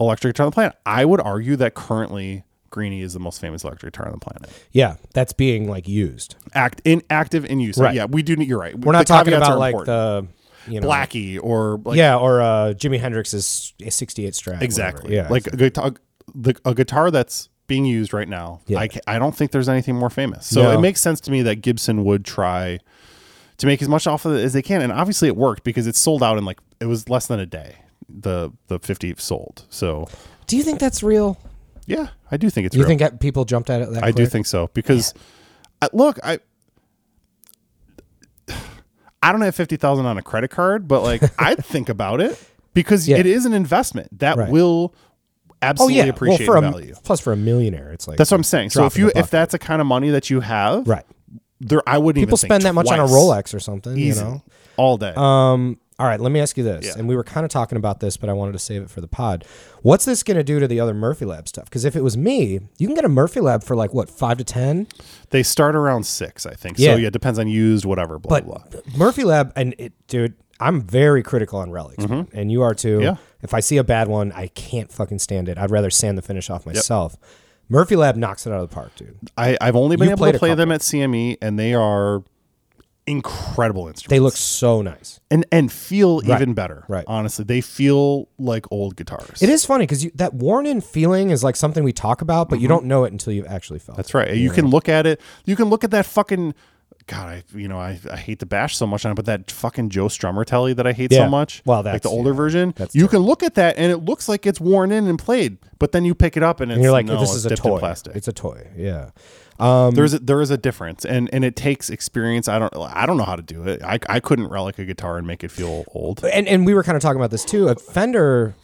Speaker 2: electric guitar on the planet? I would argue that currently Greenie is the most famous electric guitar on the planet.
Speaker 1: Yeah, that's being like used.
Speaker 2: Act in active in use.
Speaker 1: Right.
Speaker 2: Yeah, we do. need- You're right.
Speaker 1: We're not talking about like the you know
Speaker 2: Blackie or like,
Speaker 1: yeah or uh, Jimi Hendrix's '68 Strat. whatever.
Speaker 2: exactly.
Speaker 1: Yeah,
Speaker 2: like a guitar, the, a guitar that's being used right now.
Speaker 1: Yeah.
Speaker 2: I, ca- I don't think there's anything more famous. So
Speaker 1: No.
Speaker 2: it makes sense to me that Gibson would try to make as much off of it as they can, and obviously it worked because it sold out in like it was less than a day. The the fifty sold. So
Speaker 1: do you think that's real?
Speaker 2: yeah, I do think it's
Speaker 1: Do you
Speaker 2: real.
Speaker 1: think that people jumped at it? That
Speaker 2: I do
Speaker 1: quick?
Speaker 2: think so because I, look, I I don't have fifty thousand on a credit card, but like I'd think about it because
Speaker 1: Yeah.
Speaker 2: it is an investment that
Speaker 1: Right.
Speaker 2: will
Speaker 1: Oh
Speaker 2: absolutely
Speaker 1: yeah,
Speaker 2: appreciate
Speaker 1: well, for a,
Speaker 2: value.
Speaker 1: plus for a millionaire, it's like
Speaker 2: That's what I'm saying. So
Speaker 1: drop in
Speaker 2: if
Speaker 1: the
Speaker 2: you if
Speaker 1: bucket.
Speaker 2: that's the kind of money that you have,
Speaker 1: right.
Speaker 2: there I wouldn't
Speaker 1: People
Speaker 2: even think
Speaker 1: spend that much on a
Speaker 2: twice.
Speaker 1: Rolex or something.
Speaker 2: Easy.
Speaker 1: You know.
Speaker 2: all day.
Speaker 1: Um. All right. Let me ask you this,
Speaker 2: Yeah.
Speaker 1: and we were kind of talking about this, but I wanted to save it for the pod. What's this going to do to the other Murphy Lab stuff? Because if it was me, you can get a Murphy Lab for like what five to ten.
Speaker 2: they start around six, I think.
Speaker 1: Yeah.
Speaker 2: So yeah, it depends on used, whatever, blah
Speaker 1: but
Speaker 2: blah. blah.
Speaker 1: Murphy Lab and it, dude, I'm very critical on relics, man, and you are too.
Speaker 2: Mm-hmm. Yeah.
Speaker 1: If I see a bad one, I can't fucking stand it. I'd rather sand the finish off myself. Murphy Lab knocks it out of the park, dude.
Speaker 2: I, I've only been
Speaker 1: You
Speaker 2: able
Speaker 1: played
Speaker 2: to
Speaker 1: a
Speaker 2: play them at CME, and they are incredible instruments.
Speaker 1: They look so nice.
Speaker 2: and and feel even better.
Speaker 1: right.
Speaker 2: Honestly, they feel like old guitars.
Speaker 1: It is funny because that worn in feeling is like something we talk about, but you don't know it until you've actually felt.
Speaker 2: Mm-hmm. That's
Speaker 1: it.
Speaker 2: right. You can look at it. You can look at that fucking God, I you know I, I hate to bash so much on it, but that fucking Joe Strummer telly that I hate
Speaker 1: Yeah.
Speaker 2: so much,
Speaker 1: Well,
Speaker 2: like
Speaker 1: that's-
Speaker 2: the older
Speaker 1: yeah.
Speaker 2: version,
Speaker 1: That's
Speaker 2: you can look at that and it looks like it's worn in and played, but then you pick it up and it's
Speaker 1: And you're like,
Speaker 2: no,
Speaker 1: this
Speaker 2: it's
Speaker 1: is a
Speaker 2: dipped in
Speaker 1: toy.
Speaker 2: plastic.
Speaker 1: It's um, a toy. Yeah.
Speaker 2: There's a, there is a difference, and and it takes experience. I don't I don't know how to do it. I, I couldn't relic a guitar and make it feel old.
Speaker 1: and and we were kind of talking about this too. Uh, Fender,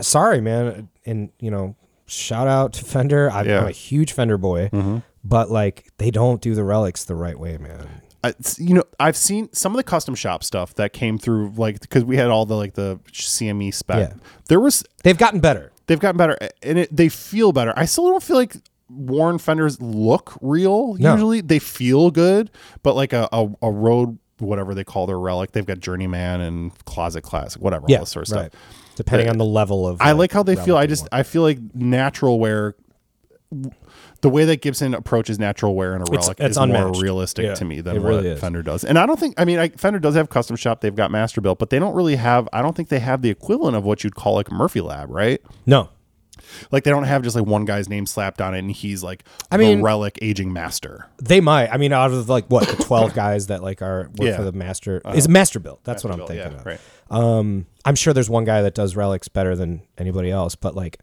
Speaker 1: sorry man, and you know, shout out to Fender. I'm,
Speaker 2: Yeah. Mm-hmm.
Speaker 1: I'm a huge Fender boy, but like they don't do the relics the right way, man.
Speaker 2: I, it's- you know, I've seen some of the custom shop stuff that came through, like because we had all the like the CME spec.
Speaker 1: Yeah.
Speaker 2: There was
Speaker 1: They've gotten better.
Speaker 2: they've gotten better, and it, they feel better. I still don't feel like Warren Fenders look real.
Speaker 1: No.
Speaker 2: Usually they feel good, but like a, a, a road whatever they call their relic, they've got Journeyman and Closet Classic, whatever, all
Speaker 1: Yeah,
Speaker 2: this sort of
Speaker 1: right.
Speaker 2: stuff. Uh,
Speaker 1: Depending on the level of,
Speaker 2: I like how they feel. I just I feel like natural wear. The way that Gibson approaches natural wear in a relic
Speaker 1: it's
Speaker 2: is
Speaker 1: unmatched.
Speaker 2: more realistic
Speaker 1: Yeah,
Speaker 2: to me
Speaker 1: it
Speaker 2: than
Speaker 1: really
Speaker 2: what
Speaker 1: is.
Speaker 2: Fender does, and I don't think. I mean, I, Fender does have custom shop; they've got master built, but they don't really have. I don't think they have the equivalent of what you'd call like Murphy Lab, right?
Speaker 1: no.
Speaker 2: Like they don't have just like one guy's name slapped on it, and he's like
Speaker 1: I
Speaker 2: the
Speaker 1: mean-
Speaker 2: relic aging master.
Speaker 1: They might. I mean, out of like what the twelve guys that like are work
Speaker 2: Yeah.
Speaker 1: for the master is master built. That's what I'm
Speaker 2: Well,
Speaker 1: thinking
Speaker 2: yeah,
Speaker 1: of.
Speaker 2: right.
Speaker 1: Um, I'm sure there's one guy that does relics better than anybody else, but like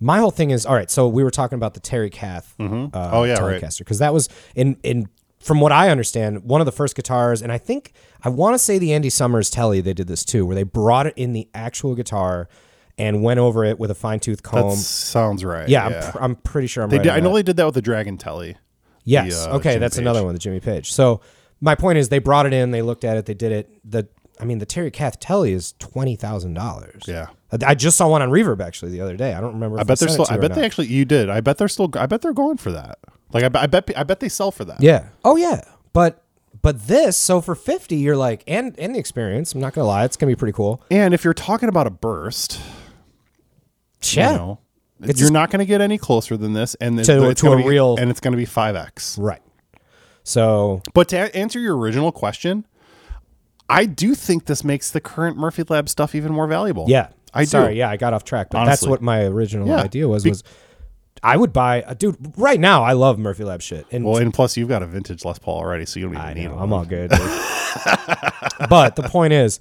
Speaker 1: my whole thing is all right. So we were talking about the Terry Kath, uh,
Speaker 2: Oh, yeah, right.
Speaker 1: Telecaster because that was in in from what I understand one of the first guitars, and I think I want to say the Andy Summers Telly they did this too, where they brought it in the actual guitar and went over it with a fine tooth comb.
Speaker 2: Sounds right.
Speaker 1: Um, yeah, I'm, pr- I'm pretty sure I'm
Speaker 2: they
Speaker 1: right.
Speaker 2: did,
Speaker 1: on
Speaker 2: I know
Speaker 1: that.
Speaker 2: they did that with the Dragon Telly.
Speaker 1: Yes.
Speaker 2: uh,
Speaker 1: okay,
Speaker 2: Jimmy
Speaker 1: that's
Speaker 2: Page.
Speaker 1: another one, the Jimmy Page. So my point is, they brought it in, they looked at it, they did it. The I mean, the Terry Kath Telly is twenty thousand dollars.
Speaker 2: Yeah.
Speaker 1: I- I just saw one on Reverb actually the other day. I don't remember. If
Speaker 2: I bet they're still. I bet they
Speaker 1: Not.
Speaker 2: actually. You did. I bet they're still. I bet they're going for that. Like I, bet- I bet. I bet they sell for that.
Speaker 1: Yeah. Oh yeah. But but this, so for fifty, you're like, and and the experience. I'm not gonna lie, it's gonna be pretty cool.
Speaker 2: And if you're talking about a burst,
Speaker 1: Yeah.
Speaker 2: you know,
Speaker 1: It's
Speaker 2: you're
Speaker 1: just-
Speaker 2: not going to get any closer than this. And it's-
Speaker 1: To-
Speaker 2: it's
Speaker 1: to a
Speaker 2: gonna be-
Speaker 1: real-
Speaker 2: and it's going to be five x.
Speaker 1: Right. So
Speaker 2: But to a- answer your original question, I do think this makes the current Murphy Lab stuff even more valuable.
Speaker 1: yeah.
Speaker 2: I do.
Speaker 1: Sorry, yeah, I got off track, but that's
Speaker 2: Honestly.
Speaker 1: what my original
Speaker 2: Yeah.
Speaker 1: idea was.
Speaker 2: Be-
Speaker 1: Was I would buy, a, dude. Right now, I love Murphy Lab shit, and
Speaker 2: Well, and plus you've got a vintage Les Paul already, so you don't even
Speaker 1: I
Speaker 2: need
Speaker 1: know.
Speaker 2: one.
Speaker 1: I'm all good. dude. but the point is,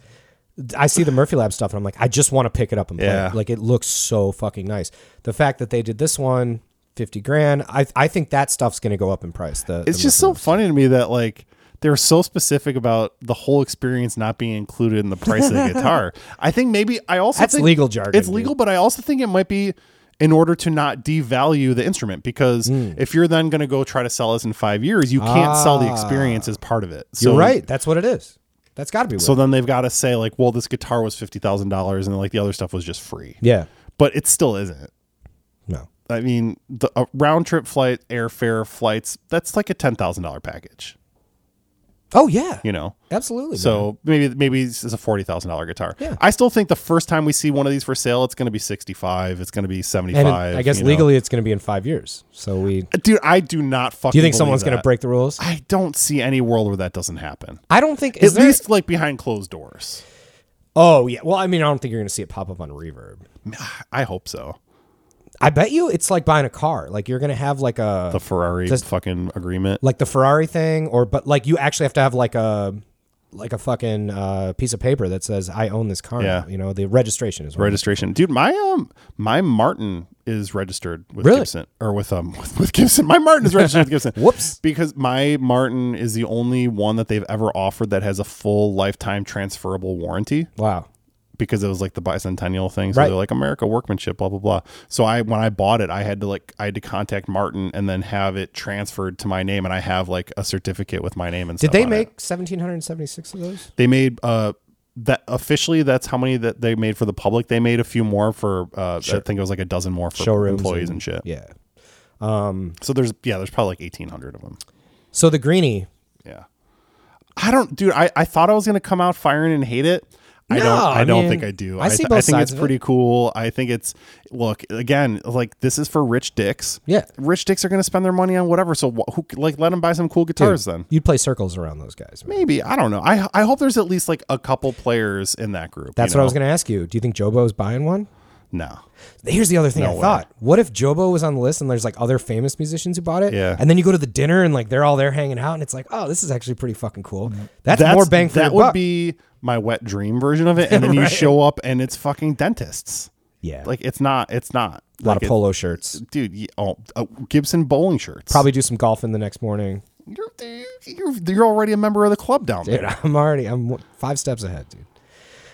Speaker 1: I see the Murphy Lab stuff and I'm like, I just want to pick it up and play.
Speaker 2: Yeah.
Speaker 1: It. Like it looks so fucking nice. The fact that they did this one, 50 grand, I I think that stuff's gonna go up in price. The
Speaker 2: It's
Speaker 1: the
Speaker 2: just so funny to me that like they're so specific about the whole experience not being included in the price of the guitar. I think maybe I also
Speaker 1: That's
Speaker 2: think-
Speaker 1: legal jargon,
Speaker 2: It's legal, but I also think it might be in order to not devalue the instrument because
Speaker 1: Hmm.
Speaker 2: if you're then going to go try to sell this in five years, you can't sell the experience as part of it. So,
Speaker 1: Ah. You're right. That's what it is. That's got to be. What
Speaker 2: So
Speaker 1: so
Speaker 2: then they've got to say like, well, this guitar was fifty thousand dollars, and like the other stuff was just free.
Speaker 1: yeah.
Speaker 2: but it still isn't.
Speaker 1: No.
Speaker 2: I mean, the a round trip flight, airfare, flights. That's like a ten thousand dollar package.
Speaker 1: Oh yeah.
Speaker 2: You know.
Speaker 1: Absolutely. man.
Speaker 2: So maybe maybe it's a forty thousand dollar guitar.
Speaker 1: Yeah.
Speaker 2: I still think the first time we see one of these for sale, it's going to be sixty five. It's going to be seventy
Speaker 1: and it-
Speaker 2: five.
Speaker 1: I guess legally it's gonna be in five years. So we.
Speaker 2: Uh, dude, I do not fucking.
Speaker 1: Do you think
Speaker 2: believe
Speaker 1: someone's gonna
Speaker 2: that.
Speaker 1: break the rules?
Speaker 2: I don't see any world where that doesn't happen.
Speaker 1: I don't think. Is
Speaker 2: At
Speaker 1: there,
Speaker 2: least like behind closed doors.
Speaker 1: Oh yeah. Well, I mean, I don't think you're gonna see it pop up on Reverb.
Speaker 2: I hope so.
Speaker 1: I bet you it's like buying a car. Like you're gonna have like a
Speaker 2: The Ferrari
Speaker 1: Just-
Speaker 2: fucking agreement.
Speaker 1: like the Ferrari thing, or but like you actually have to have like a like a fucking uh, piece of paper that says I own this car. now."
Speaker 2: Yeah.
Speaker 1: You know the registration is what
Speaker 2: registration, dude. My um, my Martin is registered with
Speaker 1: Really?
Speaker 2: Gibson or with um with, with Gibson. My Martin is registered with Gibson.
Speaker 1: Whoops.
Speaker 2: Because my Martin is the only one that they've ever offered that has a full lifetime transferable warranty.
Speaker 1: Wow.
Speaker 2: Because it was like the bicentennial thing, so
Speaker 1: Right.
Speaker 2: they're like America workmanship, blah blah blah. So I when I bought it, I had to like I had to contact Martin and then have it transferred to my name, and I have like a certificate with my name and
Speaker 1: Did
Speaker 2: stuff
Speaker 1: they
Speaker 2: on it.
Speaker 1: make 1776 of those?
Speaker 2: They made uh that officially that's how many that they made for the public. They made a few more for uh I think it was like a dozen more for
Speaker 1: Showrooms
Speaker 2: employees and shit.
Speaker 1: Yeah.
Speaker 2: So there's yeah, there's probably like 1800 of them.
Speaker 1: So the greenie.
Speaker 2: Yeah. I don't dude, I I thought I was going to come out firing and hate it. I
Speaker 1: No,
Speaker 2: don't.
Speaker 1: I
Speaker 2: I don't
Speaker 1: mean,
Speaker 2: think I do.
Speaker 1: I see
Speaker 2: th-
Speaker 1: both
Speaker 2: I think
Speaker 1: sides
Speaker 2: it's
Speaker 1: of
Speaker 2: pretty cool. I think it's look again. Like this is for rich dicks.
Speaker 1: Yeah.
Speaker 2: rich dicks are going to spend their money on whatever. So wh- who like let them buy some cool guitars then?
Speaker 1: You'd play circles around those guys. man.
Speaker 2: Maybe I don't know. I I hope there's at least like a couple players in that group.
Speaker 1: That's
Speaker 2: you
Speaker 1: what I
Speaker 2: know?
Speaker 1: was going to ask you. Do you think Jobo's buying one?
Speaker 2: No.
Speaker 1: Here's the other thing
Speaker 2: No
Speaker 1: I
Speaker 2: way.
Speaker 1: thought. What if Jobo was on the list and there's like other famous musicians who bought it?
Speaker 2: Yeah.
Speaker 1: And then you go to the dinner and like they're all there hanging out and it's like, oh, this is actually pretty fucking cool. That's,
Speaker 2: That's
Speaker 1: more bang for
Speaker 2: That
Speaker 1: your
Speaker 2: would
Speaker 1: buck.
Speaker 2: be my wet dream version of it. And then you show up and it's fucking dentists.
Speaker 1: yeah. Like
Speaker 2: Like it's not, it's not.
Speaker 1: a lot
Speaker 2: Like,
Speaker 1: of
Speaker 2: it-
Speaker 1: polo shirts.
Speaker 2: Dude, you, oh, uh, Gibson bowling shirts.
Speaker 1: Probably do some golfing the next morning.
Speaker 2: You're, you're, you're already a member of the club down there.
Speaker 1: Dude, I'm already I'm w- five steps ahead, dude.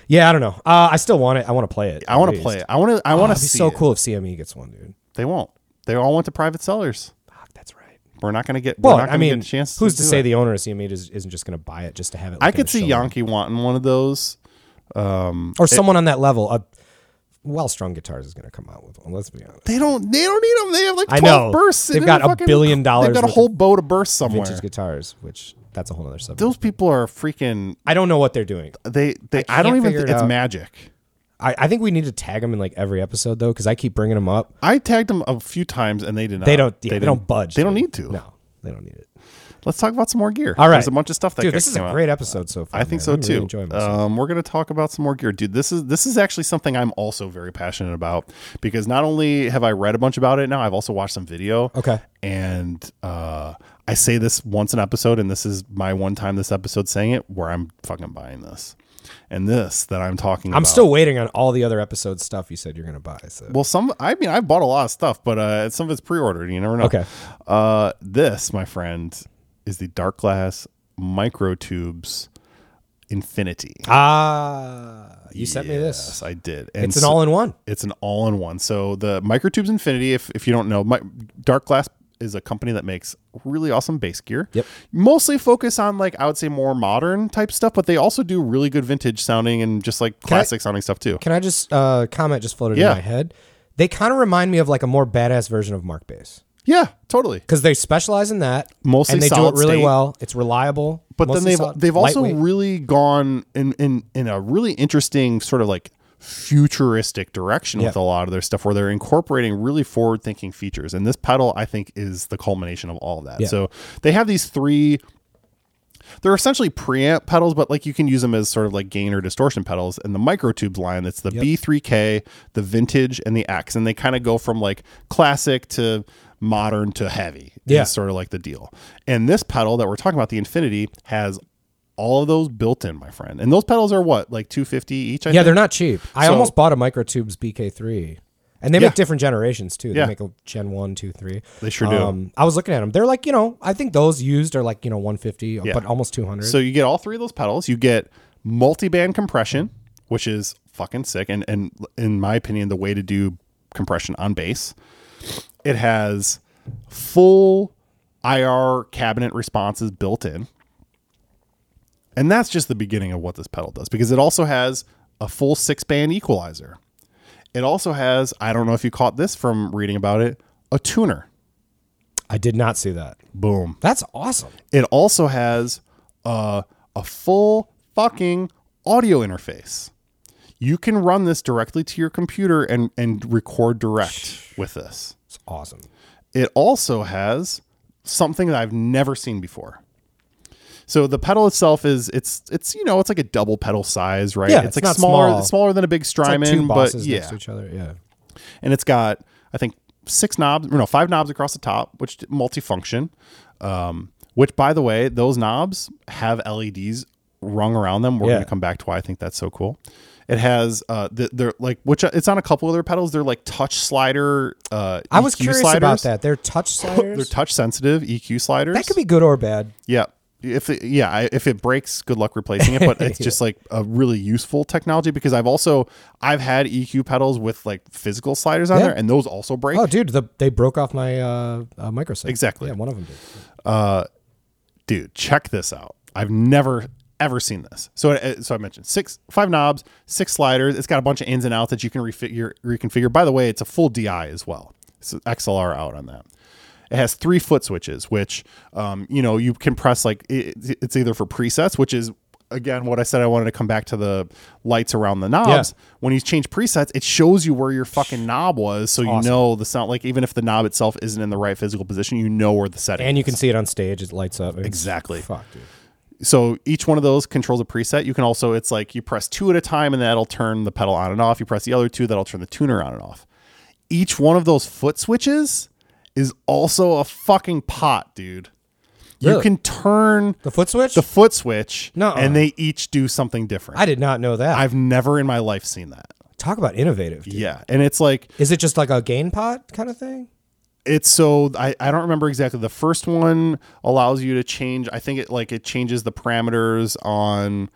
Speaker 1: Yeah, I don't know. Uh, I still want it. I want to play it.
Speaker 2: I want to play it. I want to. I want
Speaker 1: It'd
Speaker 2: to
Speaker 1: Oh, be
Speaker 2: see.
Speaker 1: so
Speaker 2: it.
Speaker 1: cool if CME gets one, dude.
Speaker 2: They won't. They all went to private sellers.
Speaker 1: Fuck, that's right.
Speaker 2: We're not going to get.
Speaker 1: Well,
Speaker 2: we're not
Speaker 1: I
Speaker 2: gonna
Speaker 1: mean,
Speaker 2: get a chance.
Speaker 1: who's to,
Speaker 2: do
Speaker 1: say
Speaker 2: it.
Speaker 1: the owner of CME is, isn't just going to buy it just to have it?
Speaker 2: I
Speaker 1: like, on
Speaker 2: could
Speaker 1: a
Speaker 2: see
Speaker 1: shelf?
Speaker 2: Yankee wanting one of those. Um,
Speaker 1: or someone on that level. A well-strung guitars is going to come out with one. Let's be honest.
Speaker 2: they don't. They don't need them. They have like
Speaker 1: I
Speaker 2: twelve
Speaker 1: know.
Speaker 2: bursts.
Speaker 1: They've
Speaker 2: in
Speaker 1: got
Speaker 2: their
Speaker 1: a
Speaker 2: fucking-
Speaker 1: billion dollars
Speaker 2: They've got a
Speaker 1: worth
Speaker 2: whole boat of bursts somewhere.
Speaker 1: Vintage guitars, which that's a whole other subject.
Speaker 2: Those people are freaking.
Speaker 1: I don't know what they're doing.
Speaker 2: They. They. I,
Speaker 1: can't
Speaker 2: don't even.
Speaker 1: figure
Speaker 2: think
Speaker 1: it
Speaker 2: it's
Speaker 1: out.
Speaker 2: magic.
Speaker 1: I, I think we need to tag them in like every episode though, because I keep bringing them up.
Speaker 2: I tagged them a few times and they did not.
Speaker 1: They don't. Yeah, they,
Speaker 2: didn't-
Speaker 1: don't budge.
Speaker 2: They don't
Speaker 1: dude.
Speaker 2: need to.
Speaker 1: No, they don't need it.
Speaker 2: Let's talk about some more gear.
Speaker 1: All right,
Speaker 2: There's a bunch of stuff that
Speaker 1: dude.
Speaker 2: ca-
Speaker 1: This is
Speaker 2: came
Speaker 1: a
Speaker 2: out.
Speaker 1: great episode so far.
Speaker 2: I
Speaker 1: man.
Speaker 2: think so
Speaker 1: I'm really
Speaker 2: too.
Speaker 1: enjoying myself.
Speaker 2: um, we're gonna talk about some more gear, dude. This is this is actually something I'm also very passionate about because not only have I read a bunch about it now, I've also watched some video.
Speaker 1: Okay.
Speaker 2: and uh, I say this once an episode, and this is my one time this episode saying it, where I'm fucking buying this, and this that I'm talking.
Speaker 1: I'm
Speaker 2: about.
Speaker 1: still waiting on all the other episode stuff you said you're gonna buy. So
Speaker 2: Well, some I mean I've bought a lot of stuff, but uh, some of it's pre-ordered. You never know.
Speaker 1: Okay.
Speaker 2: Uh, this, my friend, is the Dark Glass Microtubes Infinity.
Speaker 1: ah, you sent me this.
Speaker 2: Yes, I did. And
Speaker 1: It's an
Speaker 2: so-
Speaker 1: all-in-one.
Speaker 2: It's an all-in-one. So the Microtubes Infinity, if if you don't know, my, Dark Glass is a company that makes really awesome bass gear.
Speaker 1: Yep.
Speaker 2: Mostly focus on like I would say more modern type stuff, but they also do really good vintage sounding and just like
Speaker 1: I-
Speaker 2: classic sounding stuff too.
Speaker 1: Can I just uh, comment? Just floated
Speaker 2: Yeah.
Speaker 1: in my head. They kind of remind me of like a more badass version of Mark Bass
Speaker 2: yeah, totally.
Speaker 1: because they specialize in that
Speaker 2: Mostly
Speaker 1: and they do it
Speaker 2: solid
Speaker 1: really
Speaker 2: state.
Speaker 1: well. It's reliable,
Speaker 2: but then
Speaker 1: mostly
Speaker 2: they've
Speaker 1: solid,
Speaker 2: they've also
Speaker 1: lightweight.
Speaker 2: really gone in in in a really interesting sort of like futuristic direction
Speaker 1: Yeah.
Speaker 2: with a lot of their stuff where they're incorporating really forward thinking features and this pedal I think is the culmination of all of that.
Speaker 1: Yeah.
Speaker 2: So they have these three they're essentially preamp pedals, but like you can use them as sort of like gain or distortion pedals. And the microtubes line, that's the B3K, the vintage, and the X, and they kind of go from like classic to modern to heavy.
Speaker 1: Yeah.
Speaker 2: is sort of like the deal. And this pedal that we're talking about, the Infinity, has all of those built in, my friend. And those pedals are what, like 250 each? I
Speaker 1: yeah,
Speaker 2: think?
Speaker 1: they're not cheap. I
Speaker 2: So-
Speaker 1: almost bought a Microtubes BK3, and they
Speaker 2: Yeah.
Speaker 1: make different generations too. They
Speaker 2: Yeah.
Speaker 1: make a Gen one, two, three. Um,
Speaker 2: They sure do.
Speaker 1: I was looking at them. They're like you know, I think those used are like you know 150, but almost 200.
Speaker 2: So you get all three of those pedals. You get multi-band compression, which is fucking sick, and and in my opinion, the way to do compression on bass. It has full IR cabinet responses built in, and that's just the beginning of what this pedal does because it also has a full six-band equalizer. It also has, I don't know if you caught this from reading about it, a tuner.
Speaker 1: I did not see that.
Speaker 2: Boom.
Speaker 1: That's awesome.
Speaker 2: It also has a, a full fucking audio interface. You can run this directly to your computer and, and record direct with this.
Speaker 1: It's awesome.
Speaker 2: It also has something that I've never seen before. So the pedal itself is it's it's you know it's like a double pedal size right
Speaker 1: Yeah,
Speaker 2: it's,
Speaker 1: it's
Speaker 2: like
Speaker 1: not
Speaker 2: smaller
Speaker 1: small.
Speaker 2: it's smaller than a big
Speaker 1: It's like
Speaker 2: Strymon
Speaker 1: two
Speaker 2: but
Speaker 1: bosses
Speaker 2: yeah
Speaker 1: next to each other. Yeah.
Speaker 2: and it's got I think six knobs, or no, five knobs across the top, which multifunction. Um, which, by the way, those knobs have LEDs rung around them. We're
Speaker 1: Yeah.
Speaker 2: going to come back to why I think that's so cool. It has uh, the, they're like which it's on a couple of their pedals. They're like touch slider. Uh,
Speaker 1: I was
Speaker 2: EQ
Speaker 1: curious about
Speaker 2: sliders.
Speaker 1: that. They're touch sliders.
Speaker 2: They're touch sensitive EQ sliders.
Speaker 1: that could be good or bad.
Speaker 2: Yeah. If it, yeah, I, if it breaks, good luck replacing it. But it's just like a really useful technology because I've also I've had EQ pedals with like physical sliders on
Speaker 1: Yeah.
Speaker 2: there, and those also break.
Speaker 1: Oh, dude, the, they broke off my uh, uh, microsite.
Speaker 2: Exactly.
Speaker 1: Yeah, one of them did.
Speaker 2: dude, check this out. I've never ever seen this. So, uh, so I mentioned six, five knobs, six sliders. It's got a bunch of ins and outs that you can refigure, reconfigure. By the way, it's a full DI as well. It's an XLR out on that. It has three foot switches, which, um, you know, you can press like it, it's either for presets, which is again what I said. I wanted to come back to the lights around the knobs. When you change presets, it shows you where your fucking knob was, so you know the sound. Like even if the knob itself isn't in the right physical position, you know where the setting.
Speaker 1: And you can see it on stage. It lights up. It's-
Speaker 2: Exactly.
Speaker 1: Fuck, dude.
Speaker 2: so each one of those controls a preset. You can also, it's like you press two at a time and that'll turn the pedal on and off. You press the other two, that'll turn the tuner on and off. Each one of those foot switches is also a fucking pot, dude. You
Speaker 1: Really?
Speaker 2: can turn
Speaker 1: The foot switch?
Speaker 2: the foot switch
Speaker 1: Nuh-uh.
Speaker 2: and they each do something different.
Speaker 1: I did not know that.
Speaker 2: I've never in my life seen that.
Speaker 1: Talk about innovative. dude.
Speaker 2: Yeah. And it's like,
Speaker 1: Is it just like a gain pot kind of thing?
Speaker 2: it's so I, I don't remember exactly the first one allows you to change i think it like it changes the parameters on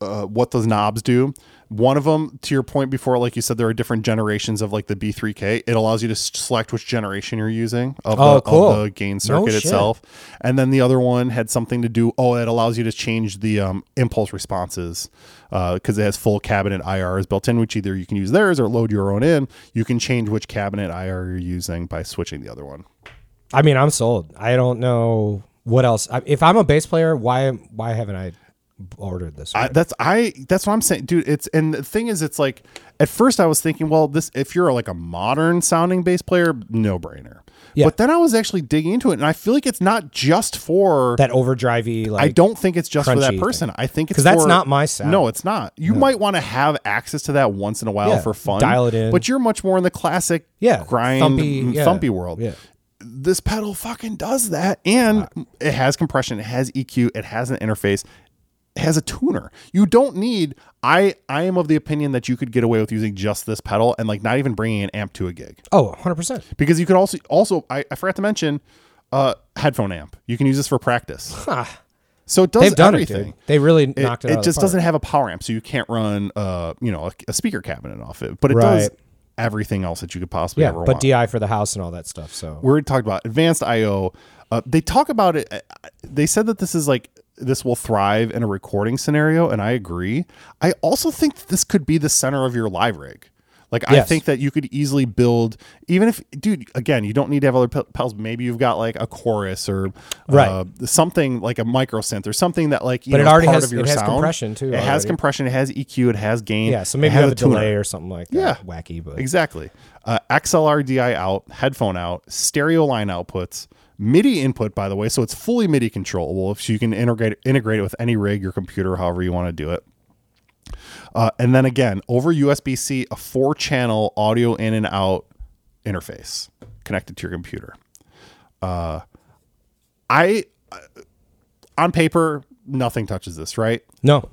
Speaker 2: uh, what those knobs do one of them to your point before like you said there are different generations of like the b3k it allows you to s- select which generation you're using of,
Speaker 1: Oh,
Speaker 2: the,
Speaker 1: cool.
Speaker 2: of the gain circuit
Speaker 1: shit.
Speaker 2: itself and then the other one had something to do oh it allows you to change the um, impulse responses because it has full cabinet irs built in which either you can use theirs or load your own in you can change which cabinet ir you're using by switching the other one
Speaker 1: I mean, I'm sold. I don't know what else. I, if I'm a bass player, why why haven't I ordered this?
Speaker 2: I,
Speaker 1: already?
Speaker 2: that's I. That's what I'm saying, dude. It's and the thing is, it's like at first I was thinking, well, this if you're like a modern sounding bass player, no brainer.
Speaker 1: Yeah.
Speaker 2: But then I was actually digging into it, and I feel like it's not just for.
Speaker 1: that overdrivey like
Speaker 2: I don't think it's just for that
Speaker 1: crunchy
Speaker 2: person. I think it's
Speaker 1: 'Cause that's
Speaker 2: for-
Speaker 1: not my sound.
Speaker 2: No, it's not. You might want to have access to that once in a while
Speaker 1: Yeah,
Speaker 2: for fun.
Speaker 1: dial it in.
Speaker 2: But you're much more in the classic,
Speaker 1: Yeah,
Speaker 2: grind,
Speaker 1: thumpy,
Speaker 2: mm, thumpy,
Speaker 1: yeah,
Speaker 2: world.
Speaker 1: yeah. Uh,
Speaker 2: This pedal fucking does that, and it has compression. It has EQ. It has an interface has a tuner. You don't need. I I am of the opinion that you could get away with using just this pedal and like not even bringing an amp to a gig
Speaker 1: Oh, 100 percent.
Speaker 2: because you could also also I, I forgot to mention uh headphone amp. You can use this for practice. So it does
Speaker 1: They've done
Speaker 2: everything.
Speaker 1: it, dude. They really
Speaker 2: It-
Speaker 1: knocked it.
Speaker 2: it
Speaker 1: out of the
Speaker 2: just
Speaker 1: park.
Speaker 2: doesn't have a power amp, so you can't run uh you know a, a speaker cabinet off it, but it does
Speaker 1: Right.
Speaker 2: everything else that you could possibly
Speaker 1: Yeah,
Speaker 2: ever
Speaker 1: but
Speaker 2: want
Speaker 1: DI for the house and all that stuff. So
Speaker 2: we already talked about advanced IO. Uh, they talk about it. I- I- They said that this is like this will thrive in a recording scenario, and I agree. I also think that this could be the center of your live rig. Like I
Speaker 1: Yes.
Speaker 2: think that you could easily build, even if, dude, again, you don't need to have other pe- pedals. Maybe you've got like a chorus or uh,
Speaker 1: Right.
Speaker 2: something like a micro synth or something that like you
Speaker 1: But it
Speaker 2: know, is
Speaker 1: already
Speaker 2: part
Speaker 1: has-
Speaker 2: of your
Speaker 1: it has
Speaker 2: sound.
Speaker 1: compression, too,
Speaker 2: It has
Speaker 1: already.
Speaker 2: compression. It has EQ. It has gain.
Speaker 1: yeah, so
Speaker 2: it
Speaker 1: maybe you
Speaker 2: has
Speaker 1: have a
Speaker 2: tuner.
Speaker 1: delay or something like that.
Speaker 2: Yeah.
Speaker 1: wacky, but
Speaker 2: Exactly. Uh, XLR DI out, headphone out, stereo line outputs, MIDI input, by the way. So it's fully MIDI controllable. So you can integrate, integrate it with any rig, your computer, however you want to do it. Uh, and then again, over USB C, a four channel audio in and out interface connected to your computer. Uh, I, uh, on paper, nothing touches this, right?
Speaker 1: no,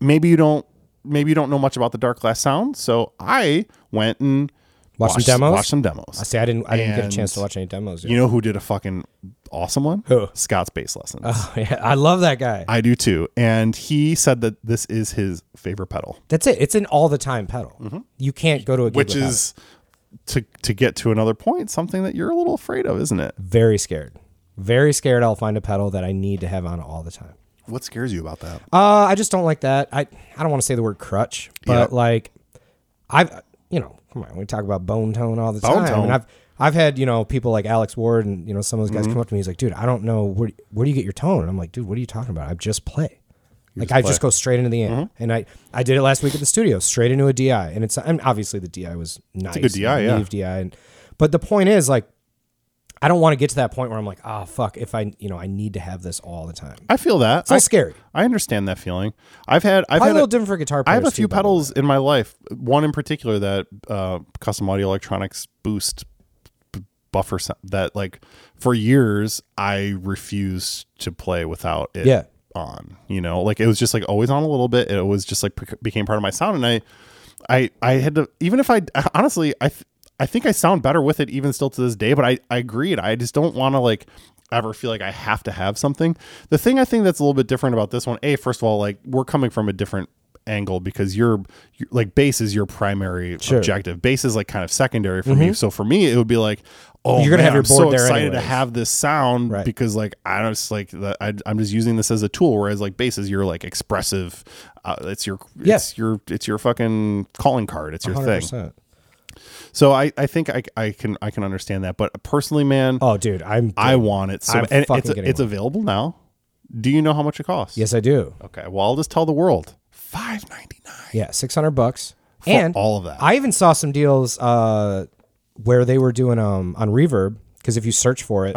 Speaker 2: maybe you don't maybe you don't know much about the dark glass sound so i went and
Speaker 1: Watch some demos?
Speaker 2: watched some
Speaker 1: I
Speaker 2: demos
Speaker 1: see. I didn't. I didn't get a chance to
Speaker 2: And
Speaker 1: watch any demos. Yet.
Speaker 2: you know who did a fucking awesome one
Speaker 1: Who?
Speaker 2: scott's bass lessons
Speaker 1: oh, yeah, I love that guy.
Speaker 2: i do too and he said that this is his favorite pedal
Speaker 1: That's it. It's an all the time pedal. You can't go to a gig
Speaker 2: Mm-hmm. which
Speaker 1: without it.
Speaker 2: is to to get to another point something that you're a little afraid of isn't it
Speaker 1: very scared. Very scared. I'll find a pedal that I need to have on all the time.
Speaker 2: what scares you about that
Speaker 1: Uh, I just don't like that. I I don't want to say the word crutch, but
Speaker 2: Yep.
Speaker 1: like I've you know come on, we talk about bone tone all the
Speaker 2: Bone
Speaker 1: time,
Speaker 2: tone.
Speaker 1: and I've I've had you know people like Alex Ward and you know some of
Speaker 2: Mm-hmm.
Speaker 1: those guys come up to me. He's like, dude, I don't know where where do you get your tone? And I'm like, dude, what are you talking about? I just play. Like I just go straight into the amp,
Speaker 2: Mm-hmm.
Speaker 1: and I I did it last week at the studio, straight into a DI, and it's and obviously the DI was nice,
Speaker 2: good DI, yeah.
Speaker 1: Neve DI, and but the point is like. I don't want to get to that point where I'm like, ah, fuck. If I, you know, I need to have this all the time.
Speaker 2: i feel that
Speaker 1: It's a
Speaker 2: I,
Speaker 1: little scary.
Speaker 2: I understand that feeling i've had i've
Speaker 1: Probably
Speaker 2: had
Speaker 1: a
Speaker 2: a-
Speaker 1: little different for guitar
Speaker 2: I
Speaker 1: players.
Speaker 2: have a
Speaker 1: too,
Speaker 2: few
Speaker 1: by the way.
Speaker 2: pedals in my life. One in particular that uh, custom audio electronics boost b- buffer sound that like for years I refused to play without it
Speaker 1: Yeah.
Speaker 2: on. You know, like it was just like always on a little bit. It was just like bec- became part of my sound, and I, I, I had to even if I honestly I. Th- I think I sound better with it even still to this day, but I, I agreed. I just don't want to like ever feel like I have to have something. The thing I think that's a little bit different about this one, A, first of all, like we're coming from a different angle because you're, you like bass is your primary objective. Bass is like kind of secondary for me. So for me, it would be like, oh,
Speaker 1: Mm-hmm. You're gonna
Speaker 2: man,
Speaker 1: have your
Speaker 2: I'm
Speaker 1: board
Speaker 2: so
Speaker 1: there
Speaker 2: excited to
Speaker 1: anyways.
Speaker 2: have this sound
Speaker 1: Right.
Speaker 2: because like I don't just like that. I, I'm just using this as a tool. Whereas like bass is your like expressive. Uh, it's your
Speaker 1: Yeah.
Speaker 2: it's your it's your fucking calling card. It's your thing.
Speaker 1: 100%.
Speaker 2: So I I think I I can I can understand that. But personally, man,
Speaker 1: Oh, dude, I'm.
Speaker 2: I want it. So
Speaker 1: I'm
Speaker 2: and
Speaker 1: fucking
Speaker 2: it's
Speaker 1: getting
Speaker 2: it's
Speaker 1: one.
Speaker 2: available now. Do you know how much it costs?
Speaker 1: yes, I do.
Speaker 2: Okay. Well, I'll just tell the world. Five ninety nine.
Speaker 1: Yeah, six hundred bucks and
Speaker 2: all of that.
Speaker 1: I even saw some deals uh, where they were doing um on Reverb because if you search for it,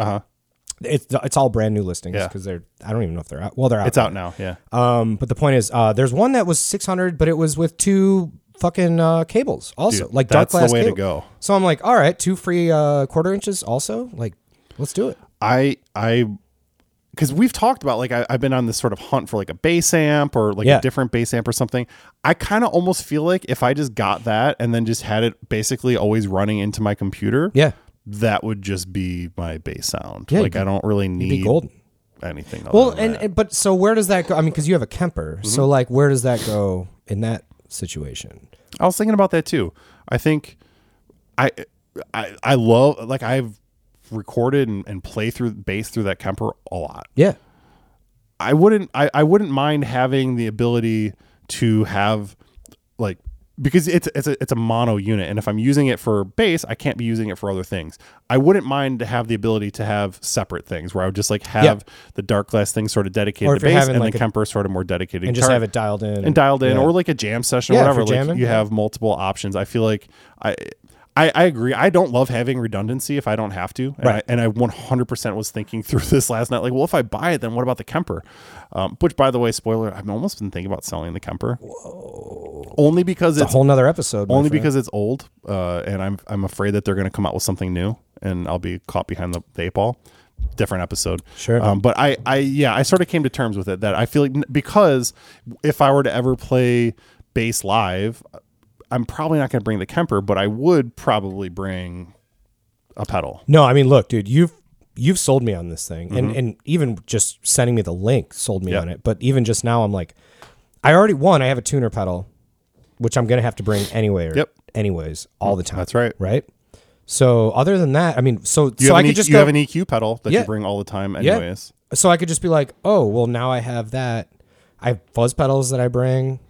Speaker 1: It's it's all brand new listings
Speaker 2: Uh-huh. Yeah.
Speaker 1: because they're I don't even know if they're out. Well, they're out.
Speaker 2: It's out now. Yeah.
Speaker 1: Um, but the point is, uh, there's one that was 600, but it was with two fucking uh, cables also,
Speaker 2: Dude,
Speaker 1: like dark
Speaker 2: that's the
Speaker 1: glass.
Speaker 2: way to
Speaker 1: cable.
Speaker 2: go.
Speaker 1: So I'm like, all right, two free uh, quarter inches also. Like, let's do it.
Speaker 2: I I because we've talked about like I, I've been on this sort of hunt for like a bass amp or like
Speaker 1: Yeah.
Speaker 2: a different bass amp or something. I kind of almost feel like if I just got that and then just had it basically always running into my computer,
Speaker 1: Yeah,
Speaker 2: that would just be my bass sound.
Speaker 1: Yeah,
Speaker 2: like
Speaker 1: you'd
Speaker 2: I don't really need
Speaker 1: be golden.
Speaker 2: anything.
Speaker 1: Well,
Speaker 2: Well,
Speaker 1: and, and- but so where does that go? I mean, because you have a Kemper,
Speaker 2: Mm-hmm.
Speaker 1: so like where does that go in that situation?
Speaker 2: I was thinking about that too. I think I I I love like I've recorded and, and play through bass through that Kemper a lot.
Speaker 1: Yeah,
Speaker 2: I wouldn't I, I wouldn't mind having the ability to have like because it's it's a it's a mono unit and if I'm using it for bass, I can't be using it for other things. I wouldn't mind to have the ability to have separate things where I would just like have the dark glass thing sort of dedicated
Speaker 1: Or
Speaker 2: to
Speaker 1: if you're
Speaker 2: bass
Speaker 1: having,
Speaker 2: and
Speaker 1: like,
Speaker 2: the
Speaker 1: a-
Speaker 2: Kemper sort of more dedicated
Speaker 1: and just
Speaker 2: guitar
Speaker 1: have it dialed in
Speaker 2: and dialed in
Speaker 1: yeah.
Speaker 2: or like a jam session or
Speaker 1: Yeah, if
Speaker 2: whatever.
Speaker 1: you're
Speaker 2: Like
Speaker 1: jamming,
Speaker 2: you
Speaker 1: yeah.
Speaker 2: have multiple options. I feel like I I, I agree. I don't love having redundancy if I don't have to. And
Speaker 1: Right.
Speaker 2: I, and I 100% was thinking through this last night. Like, well, if I buy it, then what about the Kemper? Um, which, by the way, spoiler, I've almost been thinking about selling the Kemper. Whoa. Only because
Speaker 1: a
Speaker 2: it's
Speaker 1: whole nother episode. my
Speaker 2: only
Speaker 1: friend.
Speaker 2: because it's old, uh, and I'm I'm afraid that they're going to come out with something new, and I'll be caught behind the, the eight ball. Different episode,
Speaker 1: Sure.
Speaker 2: Um, but I, I, yeah, I sort of came to terms with it that I feel like n- because if I were to ever play bass live, I'm probably not going to bring the Kemper, but I would probably bring a pedal.
Speaker 1: no, I mean, look, dude, you've you've sold me on this thing, and and even just sending me the link sold me
Speaker 2: Mm-hmm. Yeah.
Speaker 1: on it. But even just now, I'm like, I already won. I have a tuner pedal, which I'm gonna have to bring anyway. Or
Speaker 2: Yep.
Speaker 1: Anyways, all the time.
Speaker 2: That's right.
Speaker 1: Right. So other than that, I mean, so
Speaker 2: You
Speaker 1: so
Speaker 2: have
Speaker 1: I
Speaker 2: an
Speaker 1: could
Speaker 2: EQ,
Speaker 1: just
Speaker 2: you
Speaker 1: go,
Speaker 2: have an EQ pedal that
Speaker 1: Yeah.
Speaker 2: you bring all the time,
Speaker 1: Yeah.
Speaker 2: anyways.
Speaker 1: so I could just be like, oh, well, now I have that. I have fuzz pedals that I bring.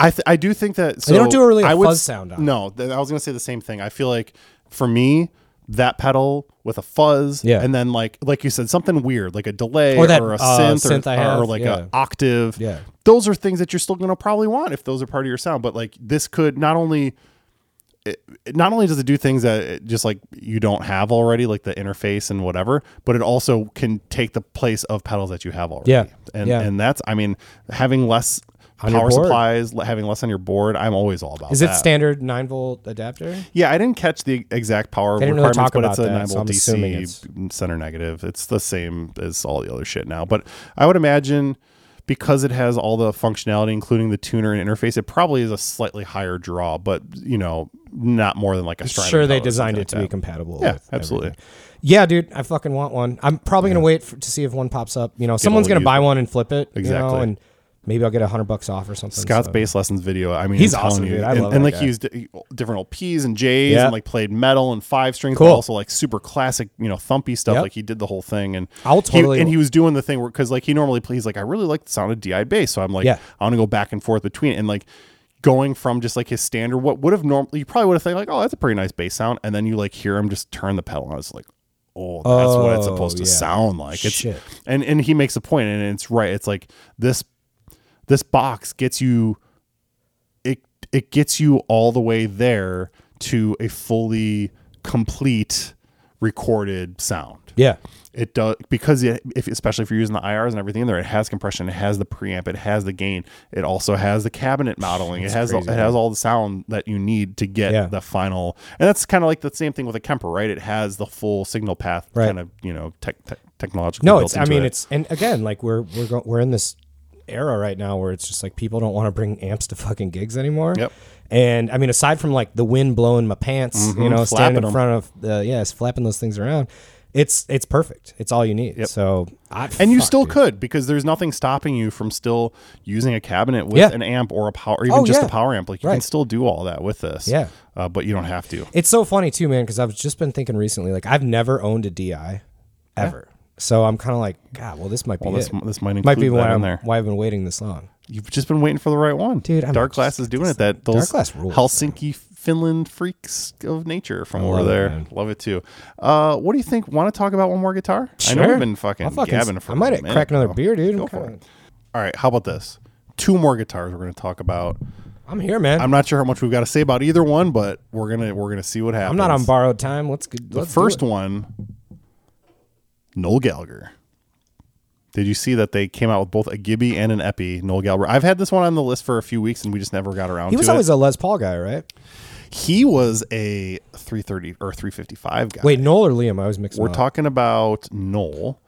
Speaker 2: I th- I do think that so
Speaker 1: They don't do a really
Speaker 2: I would
Speaker 1: fuzz
Speaker 2: s-
Speaker 1: sound on it.
Speaker 2: No, th- I was gonna say the same thing. I feel like for me that pedal with a fuzz,
Speaker 1: Yeah.
Speaker 2: and then like like you said something weird like a delay or,
Speaker 1: Or that,
Speaker 2: a
Speaker 1: uh,
Speaker 2: synth, or,
Speaker 1: synth I have,
Speaker 2: or like
Speaker 1: yeah.
Speaker 2: an octave.
Speaker 1: Yeah.
Speaker 2: those are things that you're still gonna probably want if those are part of your sound. But like this could not only it not only does it do things that it just like you don't have already, like the interface and whatever, but it also can take the place of pedals that you have already.
Speaker 1: Yeah.
Speaker 2: and
Speaker 1: Yeah.
Speaker 2: and that's I mean having less
Speaker 1: On your
Speaker 2: power
Speaker 1: board.
Speaker 2: supplies, le- having less on your board. I'm always all about.
Speaker 1: Is it
Speaker 2: that.
Speaker 1: standard nine volt adapter?
Speaker 2: Yeah, I didn't catch the exact power
Speaker 1: They didn't really talk
Speaker 2: requirements, but
Speaker 1: about
Speaker 2: it's a
Speaker 1: that,
Speaker 2: 9
Speaker 1: so
Speaker 2: volt
Speaker 1: I'm assuming
Speaker 2: DC center negative. It's the same as all the other shit now. But I would imagine because it has all the functionality, including the tuner and interface, it probably is a slightly higher draw, but you know, not more than like a Strat.
Speaker 1: Sure, they designed it to be compatible.
Speaker 2: Yeah,
Speaker 1: with
Speaker 2: absolutely.
Speaker 1: everything. Yeah, dude, I fucking want one. I'm probably gonna wait for, to see if one pops up. You know, someone's
Speaker 2: we'll
Speaker 1: gonna
Speaker 2: use
Speaker 1: buy one and flip it. You
Speaker 2: Exactly.
Speaker 1: know, and maybe I'll get a hundred bucks off or something.
Speaker 2: Scott's
Speaker 1: so.
Speaker 2: bass lessons video. I mean,
Speaker 1: He's
Speaker 2: I'm telling
Speaker 1: awesome,
Speaker 2: you,
Speaker 1: dude. I
Speaker 2: and,
Speaker 1: love
Speaker 2: and
Speaker 1: that
Speaker 2: like
Speaker 1: guy.
Speaker 2: he used d- different LPs and J's
Speaker 1: Yeah.
Speaker 2: and like played metal and five strings,
Speaker 1: Cool.
Speaker 2: but also like super classic, you know, thumpy stuff.
Speaker 1: Yep.
Speaker 2: Like he did the whole thing, and
Speaker 1: I'll
Speaker 2: he-
Speaker 1: totally-
Speaker 2: and he was doing the thing where because like he normally plays like I really like the sound of DI bass, so I'm like
Speaker 1: Yeah.
Speaker 2: I want to go back and forth between it. and like going from just like his standard what would have normally you probably would have thought like oh that's a pretty nice bass sound, and then you like hear him just turn the pedal, and I was like. Oh, that's what it's
Speaker 1: Oh,
Speaker 2: supposed to
Speaker 1: yeah.
Speaker 2: sound like. It's
Speaker 1: Shit.
Speaker 2: and and he makes a point, and it's right. It's like this this box gets you it it gets you all the way there to a fully complete recorded sound.
Speaker 1: Yeah,
Speaker 2: It does because it, if especially if you're using the IRs and everything in there, it has compression, it has the preamp, it has the gain, it also has the cabinet modeling, it has
Speaker 1: crazy,
Speaker 2: it has all the sound that you need to get
Speaker 1: Yeah.
Speaker 2: the final. And that's kind of like the same thing with a Kemper, right? It has the full signal path,
Speaker 1: Right.
Speaker 2: kind of you know tech, tech, technological.
Speaker 1: no,
Speaker 2: built
Speaker 1: it's. I
Speaker 2: into
Speaker 1: mean,
Speaker 2: it.
Speaker 1: it's. And again, like we're we're go- we're in this era right now where it's just like people don't want to bring amps to fucking gigs anymore.
Speaker 2: Yep.
Speaker 1: And I mean, aside from like the wind blowing my pants, you know,
Speaker 2: Mm-hmm. flapping
Speaker 1: standing
Speaker 2: them.
Speaker 1: in front of the yeah, it's flapping those things around. It's it's perfect. It's all you need. So I
Speaker 2: And you
Speaker 1: fuck,
Speaker 2: still
Speaker 1: dude.
Speaker 2: could because there's nothing stopping you from still using a cabinet with
Speaker 1: Yeah.
Speaker 2: an amp or a power, or even
Speaker 1: Oh,
Speaker 2: just
Speaker 1: yeah.
Speaker 2: a power amp. Like you can
Speaker 1: Right.
Speaker 2: still do all that with this.
Speaker 1: Yeah.
Speaker 2: Uh, but you don't have to.
Speaker 1: It's so funny too, man, because I've just been thinking recently, like I've never owned a DI ever. So I'm kind of like, God, well, this might be
Speaker 2: Well, this,
Speaker 1: it.
Speaker 2: this might include
Speaker 1: might be
Speaker 2: that
Speaker 1: why,
Speaker 2: in
Speaker 1: I'm,
Speaker 2: there.
Speaker 1: why I've been waiting this long.
Speaker 2: You've just been waiting for the right one,
Speaker 1: Dude, I'm
Speaker 2: Dark
Speaker 1: just
Speaker 2: Glass
Speaker 1: gonna
Speaker 2: is
Speaker 1: get
Speaker 2: doing
Speaker 1: this
Speaker 2: it. That
Speaker 1: thing.
Speaker 2: those
Speaker 1: Dark Glass rules,
Speaker 2: Helsinki, Finland freaks of nature from over
Speaker 1: love it,
Speaker 2: there.
Speaker 1: man.
Speaker 2: love it too. Uh, what do you think? Want to talk about one more guitar? I know
Speaker 1: Sure.
Speaker 2: we've been fucking,
Speaker 1: I'll fucking s-
Speaker 2: gabbing for.
Speaker 1: I might
Speaker 2: a minute
Speaker 1: crack another
Speaker 2: now.
Speaker 1: beer, dude.
Speaker 2: Go
Speaker 1: I'm
Speaker 2: for
Speaker 1: kinda-
Speaker 2: it. All right. How about this? Two more guitars we're going to talk about.
Speaker 1: I'm here, man.
Speaker 2: I'm
Speaker 1: I'm,
Speaker 2: not sure how much we've got to say about either one, but we're gonna we're gonna see what happens.
Speaker 1: not on borrowed time. Let's, g- let's do
Speaker 2: First
Speaker 1: it.
Speaker 2: one, Noel Gallagher. Did you see that they came out with both a Gibby and an Epi Noel Gallagher? I've had this one on the list for a few weeks and we just never got around
Speaker 1: He
Speaker 2: to
Speaker 1: was
Speaker 2: it.
Speaker 1: always a Les Paul guy, right?
Speaker 2: he was a 330 or 355 guy.
Speaker 1: Wait, Noel or Liam? I always mix them
Speaker 2: we're
Speaker 1: up.
Speaker 2: talking about Noel.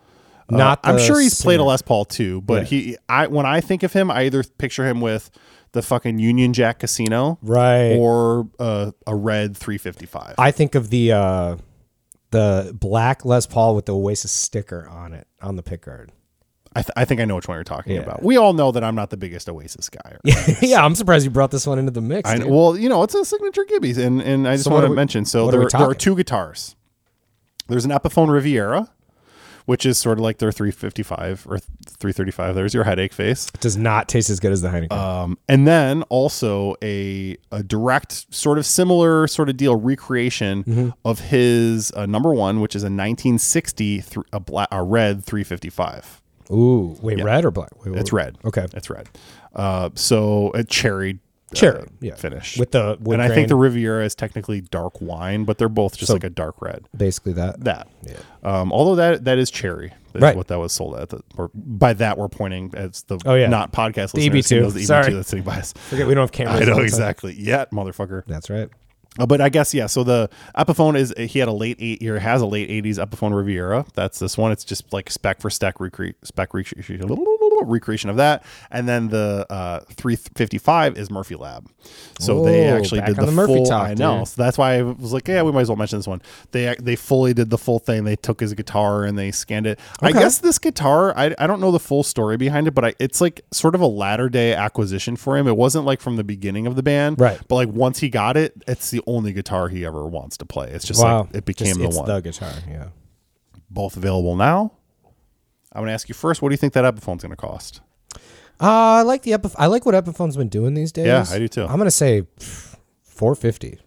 Speaker 2: Uh,
Speaker 1: Not
Speaker 2: I'm
Speaker 1: the
Speaker 2: sure he's played a
Speaker 1: singer.
Speaker 2: Les Paul too, but he I when I think of him, I either picture him with the fucking Union Jack Casino,
Speaker 1: Right.
Speaker 2: or uh, a red 355.
Speaker 1: I think of the uh, the black Les Paul with the Oasis sticker on it on the pick guard.
Speaker 2: I, th- I think I know which one you're talking
Speaker 1: Yeah.
Speaker 2: about. We all know that I'm not the biggest Oasis guy. Or
Speaker 1: yeah, I'm surprised you brought this one into the mix.
Speaker 2: I,
Speaker 1: dude.
Speaker 2: well, you know, it's a signature Gibbies, and and I just
Speaker 1: So what
Speaker 2: want
Speaker 1: are
Speaker 2: to
Speaker 1: we-
Speaker 2: mention. So
Speaker 1: what are
Speaker 2: there,
Speaker 1: we
Speaker 2: are there are
Speaker 1: talking?
Speaker 2: two guitars. There's an Epiphone Riviera, which is sort of like their 355 or 335. There's your headache face,
Speaker 1: Does not taste as good as the Heineken.
Speaker 2: um, and then also a a direct sort of similar sort of deal recreation
Speaker 1: Mm-hmm.
Speaker 2: of his uh, number one, which is a 1960 thr a black a red 355.
Speaker 1: Ooh, wait, red or black? Wait,
Speaker 2: It's
Speaker 1: what-
Speaker 2: red.
Speaker 1: Oh, Okay,
Speaker 2: it's red. Uh, so a cherry. uh,
Speaker 1: cherry. yeah,
Speaker 2: Finish
Speaker 1: with the wood
Speaker 2: and I
Speaker 1: grain,
Speaker 2: think the Riviera is technically dark wine, but they're both just
Speaker 1: So-
Speaker 2: like a dark red.
Speaker 1: basically that.
Speaker 2: That, um, although that that is cherry, is
Speaker 1: Right.
Speaker 2: What that was sold at. The, or by that we're pointing as the
Speaker 1: Oh, yeah.
Speaker 2: not podcast
Speaker 1: The EB2.
Speaker 2: listeners. who knows The EB2
Speaker 1: Sorry.
Speaker 2: that's sitting by us.
Speaker 1: Forget we don't have cameras.
Speaker 2: I
Speaker 1: all
Speaker 2: know
Speaker 1: the time.
Speaker 2: exactly yet, motherfucker.
Speaker 1: That's right.
Speaker 2: Uh, but I guess yeah. So the Epiphone is he had a late eight or has a late '80s Epiphone Riviera. That's this one. It's just like spec for spec recre- spec recre- recreation of that. And then the uh, 355 is Murphy Lab. So they
Speaker 1: Oh,
Speaker 2: actually
Speaker 1: back
Speaker 2: did
Speaker 1: on
Speaker 2: the,
Speaker 1: the Murphy
Speaker 2: full.
Speaker 1: talk,
Speaker 2: I know.
Speaker 1: dude.
Speaker 2: So that's why I was like, yeah, we might as well mention this one. They ac- they fully did the full thing. They took his guitar and they scanned it. I
Speaker 1: Okay.
Speaker 2: guess this guitar, I, I don't know the full story behind it, but I, it's like sort of a latter day acquisition for him. It wasn't like from the beginning of the band,
Speaker 1: Right.
Speaker 2: But like once he got it, it's the only guitar he ever wants to play. It's just
Speaker 1: wow,
Speaker 2: like it became
Speaker 1: Just-
Speaker 2: the
Speaker 1: it's
Speaker 2: one.
Speaker 1: The guitar. Yeah.
Speaker 2: Both available now. I want to ask you first. What do you think that Epiphone's going to cost?
Speaker 1: Uh, I like the Epiph- I like what Epiphone's been doing these days.
Speaker 2: Yeah, I do too.
Speaker 1: I'm gonna say four fifty.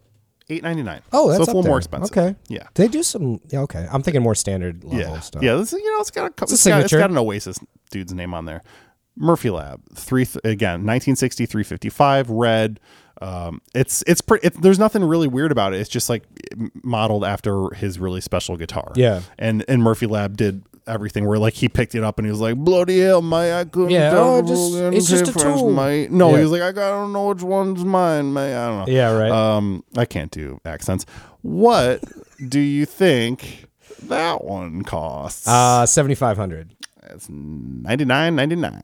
Speaker 2: Eight ninety nine.
Speaker 1: Oh, that's
Speaker 2: so it's
Speaker 1: up
Speaker 2: a little more
Speaker 1: there.
Speaker 2: expensive.
Speaker 1: Okay.
Speaker 2: Yeah.
Speaker 1: They do some. Yeah, okay. I'm thinking more standard level
Speaker 2: Yeah.
Speaker 1: stuff.
Speaker 2: Yeah. This is, you know, it's got a,
Speaker 1: a
Speaker 2: couple. it's got, it's
Speaker 1: signature.
Speaker 2: got an Oasis dude's name on there. Murphy Lab three th- again 1960 355 red. Um, it's it's pretty. It, there's nothing really weird about it. It's just like m- modeled after his really special guitar.
Speaker 1: Yeah.
Speaker 2: And and Murphy Lab did everything where like he picked it up and he was like bloody hell mate I couldn't
Speaker 1: Yeah,
Speaker 2: tell
Speaker 1: oh,
Speaker 2: the
Speaker 1: just-
Speaker 2: fucking
Speaker 1: it's just a
Speaker 2: difference,
Speaker 1: tool."
Speaker 2: mate. No,
Speaker 1: Yeah.
Speaker 2: he was like I, got- I don't know which one's mine mate. I don't know.
Speaker 1: Yeah, right.
Speaker 2: Um, I can't do accents. What do you think that one costs?
Speaker 1: Uh, seventy five hundred.
Speaker 2: That's ninety nine ninety nine.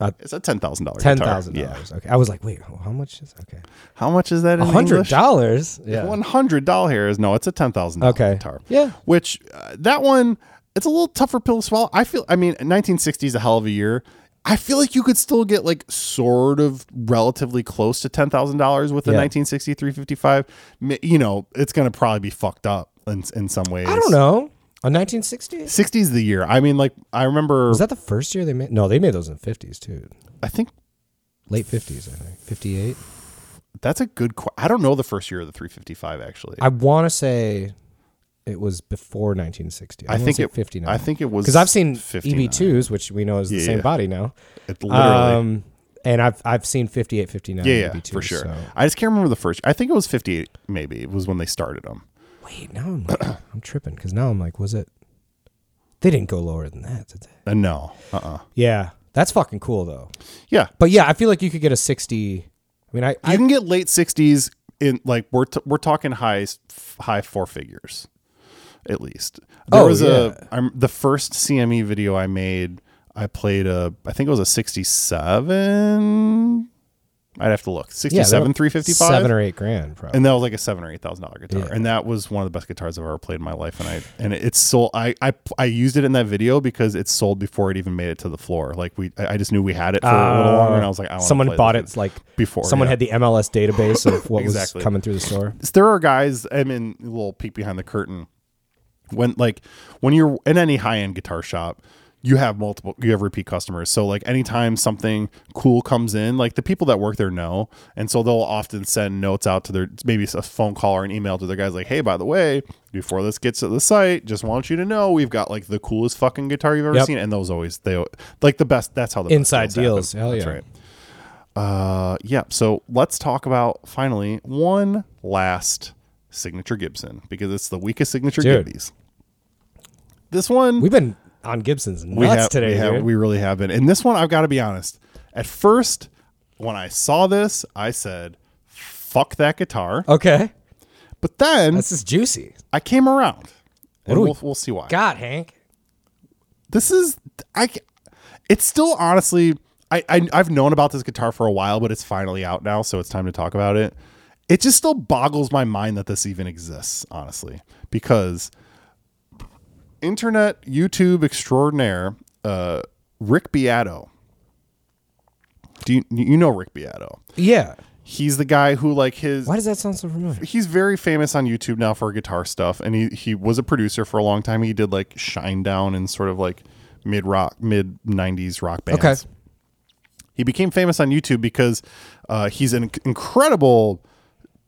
Speaker 1: Uh,
Speaker 2: It's a ten thousand dollars.
Speaker 1: Ten thousand
Speaker 2: Yeah.
Speaker 1: dollars. Okay. I was like, wait, how much is okay?
Speaker 2: How much is that in
Speaker 1: hundred
Speaker 2: English?
Speaker 1: dollars. Yeah.
Speaker 2: One hundred dollars. No, it's a ten thousand
Speaker 1: Okay.
Speaker 2: dollar guitar.
Speaker 1: Yeah.
Speaker 2: Which uh, that one, it's a little tougher pill to swallow. I feel. I mean, nineteen sixty is a hell of a year. I feel like you could still get like sort of relatively close to ten thousand dollars with the
Speaker 1: Yeah.
Speaker 2: 1960 355. Mi- You know, it's gonna probably be fucked up in in some ways.
Speaker 1: I don't know. On 1960?
Speaker 2: 60s the year. I mean, like I remember.
Speaker 1: Was that the first year they made? No, they made those in the 50s too.
Speaker 2: I think
Speaker 1: Late 50s, I think. 58.
Speaker 2: That's a good. Qu- I don't know the first year of the 355. Actually, I,
Speaker 1: I want to say it was before 1960. I,
Speaker 2: think it
Speaker 1: 59.
Speaker 2: I think it was
Speaker 1: because I've seen E
Speaker 2: 59.
Speaker 1: EB2s, which we know is the
Speaker 2: Yeah,
Speaker 1: same
Speaker 2: yeah.
Speaker 1: body now.
Speaker 2: It literally.
Speaker 1: Um, and I've I've seen 58, 59.
Speaker 2: yeah, yeah,
Speaker 1: EB2s,
Speaker 2: for sure.
Speaker 1: so-
Speaker 2: I just can't remember the first. I think it was 58. Maybe it was when they started them.
Speaker 1: Wait, now I'm like, I'm tripping because now I'm like, was it? They didn't go lower than that, did they?
Speaker 2: Uh, no. Uh. uh
Speaker 1: Yeah, that's fucking cool though.
Speaker 2: Yeah.
Speaker 1: But yeah, I feel like you could get a 60. I mean, I,
Speaker 2: You can get late 60s in like we're t- we're talking high high four figures, at least. There
Speaker 1: Oh,
Speaker 2: was a I'm, the first CME video I made. I played a I think it was a 67. I'd have to look. 67 355.
Speaker 1: seven or eight grand probably.
Speaker 2: and that was like a seven or eight thousand dollar guitar, and that was one of the best guitars I've ever played in my life. And I and it's sold. I I I used it in that video because it sold before it even made it to the floor. Like we, I I just knew we had it for a little longer, and I was like, I want
Speaker 1: Ah. someone bought it like
Speaker 2: before,
Speaker 1: someone
Speaker 2: yeah.
Speaker 1: had the MLS database of what
Speaker 2: Exactly.
Speaker 1: was coming through the store.
Speaker 2: There are guys. I mean, a little peek behind the curtain. When like when you're in any high end guitar shop. You have multiple, you have repeat customers. So, like, anytime something cool comes in, like the people that work there know. And so they'll often send notes out to their, maybe it's a phone call or an email to their guys, like, hey, by the way, before this gets to the site, just want you to know we've got like the coolest fucking guitar you've ever
Speaker 1: Yep.
Speaker 2: seen. And those always, they like the best, that's how the best
Speaker 1: Inside
Speaker 2: happen.
Speaker 1: deals. Hell
Speaker 2: That's
Speaker 1: yeah.
Speaker 2: right. Uh, yeah. So let's talk about finally one last signature Gibson because it's the weakest signature
Speaker 1: Dude.
Speaker 2: Gibbies. This one
Speaker 1: We've been on Gibson's nuts today,
Speaker 2: we, have-
Speaker 1: dude.
Speaker 2: we really have been. And this one, I've got to be honest. At first, when I saw this, I said, "Fuck that guitar."
Speaker 1: okay,
Speaker 2: But then
Speaker 1: this is juicy.
Speaker 2: I came around, and
Speaker 1: do we-
Speaker 2: we'll, we'll see why.
Speaker 1: God, Hank.
Speaker 2: This is I. c- It's still honestly, I, I I've known about this guitar for a while, but it's finally out now, so it's time to talk about it. It just still boggles my mind that this even exists, honestly, because internet YouTube extraordinaire uh, Rick Beato. Do you you know Rick Beato?
Speaker 1: Yeah.
Speaker 2: He's the guy who like his
Speaker 1: Why does that sound so familiar?
Speaker 2: he's very famous on YouTube now for guitar stuff, and he he was a producer for a long time. He did like Shine Down and sort of like mid rock, mid '90s rock bands.
Speaker 1: Okay.
Speaker 2: He became famous on YouTube because uh, he's an incredible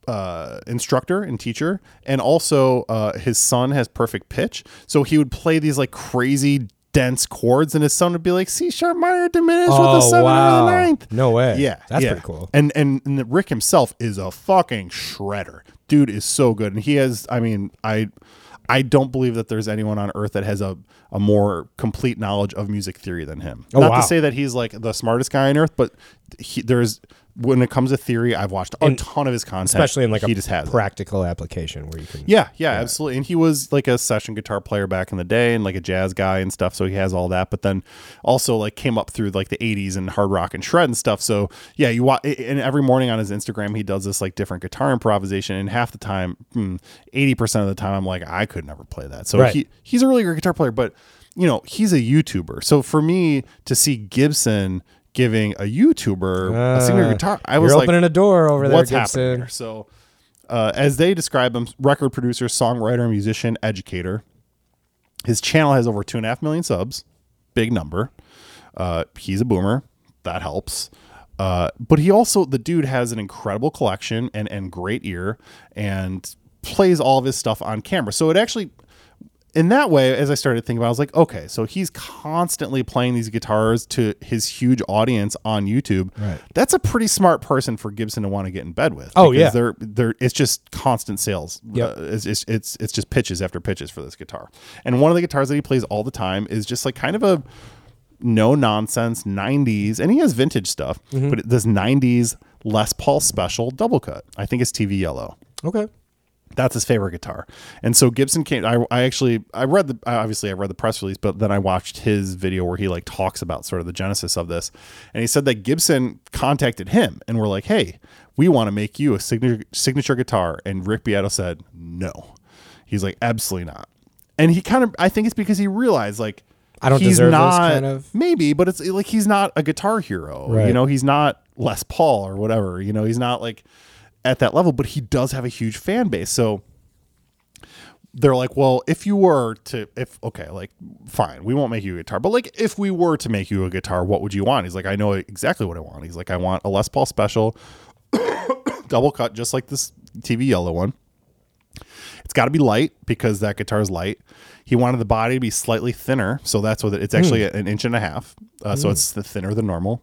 Speaker 2: uh, instructor and teacher, and also uh, his son has perfect pitch. So he would play these like crazy dense chords, and his son would be like C sharp minor diminished with a
Speaker 1: Oh
Speaker 2: seven or
Speaker 1: wow!
Speaker 2: the ninth.
Speaker 1: No way.
Speaker 2: Yeah,
Speaker 1: that's
Speaker 2: yeah.
Speaker 1: pretty cool.
Speaker 2: And, and and Rick himself is a fucking shredder. Dude is so good, and he has. I mean, I I don't believe that there's anyone on earth that has a a more complete knowledge of music theory than him.
Speaker 1: Oh,
Speaker 2: Not
Speaker 1: wow.
Speaker 2: to say that he's like the smartest guy on earth, but he, there's when it comes to theory, I've watched a ton of his content,
Speaker 1: Especially in like
Speaker 2: he
Speaker 1: a
Speaker 2: just has. it.
Speaker 1: practical application where you can.
Speaker 2: Yeah, yeah, absolutely. And he was like a session guitar player back in the day and like a jazz guy and stuff, so he has all that. But then also like came up through like the 80s and hard rock and shred and stuff. So, yeah, you watch and every morning on his Instagram he does this like different guitar improvisation and half the time, hmm, 80% of the time I'm like I could never play that. So
Speaker 1: Right.
Speaker 2: he he's a really great guitar player, but you know, he's a YouTuber. So for me to see Gibson giving a YouTuber a singer
Speaker 1: Uh,
Speaker 2: guitar, I
Speaker 1: You're
Speaker 2: was like
Speaker 1: opening a door over there,
Speaker 2: what's happening
Speaker 1: Gibson.
Speaker 2: here? So, uh, as they describe him, record producer, songwriter, musician, educator. His channel has over two and a half million subs, big number. Uh, he's a boomer, that helps. Uh, but he also the dude has an incredible collection and and great ear and plays all of his stuff on camera. So it actually in that way, as I started thinking about, it, I was like, okay, so he's constantly playing these guitars to his huge audience on YouTube.
Speaker 1: Right.
Speaker 2: That's a pretty smart person for Gibson to want to get in bed with.
Speaker 1: Oh,
Speaker 2: because
Speaker 1: yeah.
Speaker 2: they're they're it's just constant sales. Yeah,
Speaker 1: Yep.
Speaker 2: it's, it's it's it's just pitches after pitches for this guitar. And one of the guitars that he plays all the time is just like kind of a no nonsense 90s and he has vintage stuff
Speaker 1: Mm-hmm.
Speaker 2: but it- this 90s les paul special double cut i think it's tv yellow
Speaker 1: Okay.
Speaker 2: that's his favorite guitar. And so Gibson came. I, I actually I read the I- obviously I read the press release, but then I watched his video where he like talks about sort of the genesis of this, and he said that Gibson contacted him and were like, "Hey, we want to make you a signature signature guitar," and Rick Beato said, "No." He's like, "Absolutely not." And he kind of I think it's because he realized like
Speaker 1: I don't
Speaker 2: he's
Speaker 1: deserve this,
Speaker 2: not
Speaker 1: kind of.
Speaker 2: maybe, but it's like he's not a guitar hero. You
Speaker 1: Right.
Speaker 2: know, he's not Les Paul or whatever. You know, he's not like at that level, but he does have a huge fan base. So they're like, well, if you were to, if okay, like, fine, we won't make you a guitar, but like, if we were to make you a guitar, what would you want? He's like, I know exactly what I want. He's like, I want a Les Paul special, double cut, just like this TV yellow one. It's got to be light because that guitar is light. He wanted the body to be slightly thinner, so that's what it- it's actually
Speaker 1: Hmm.
Speaker 2: an inch and a half. Uh, So it's the thinner than normal.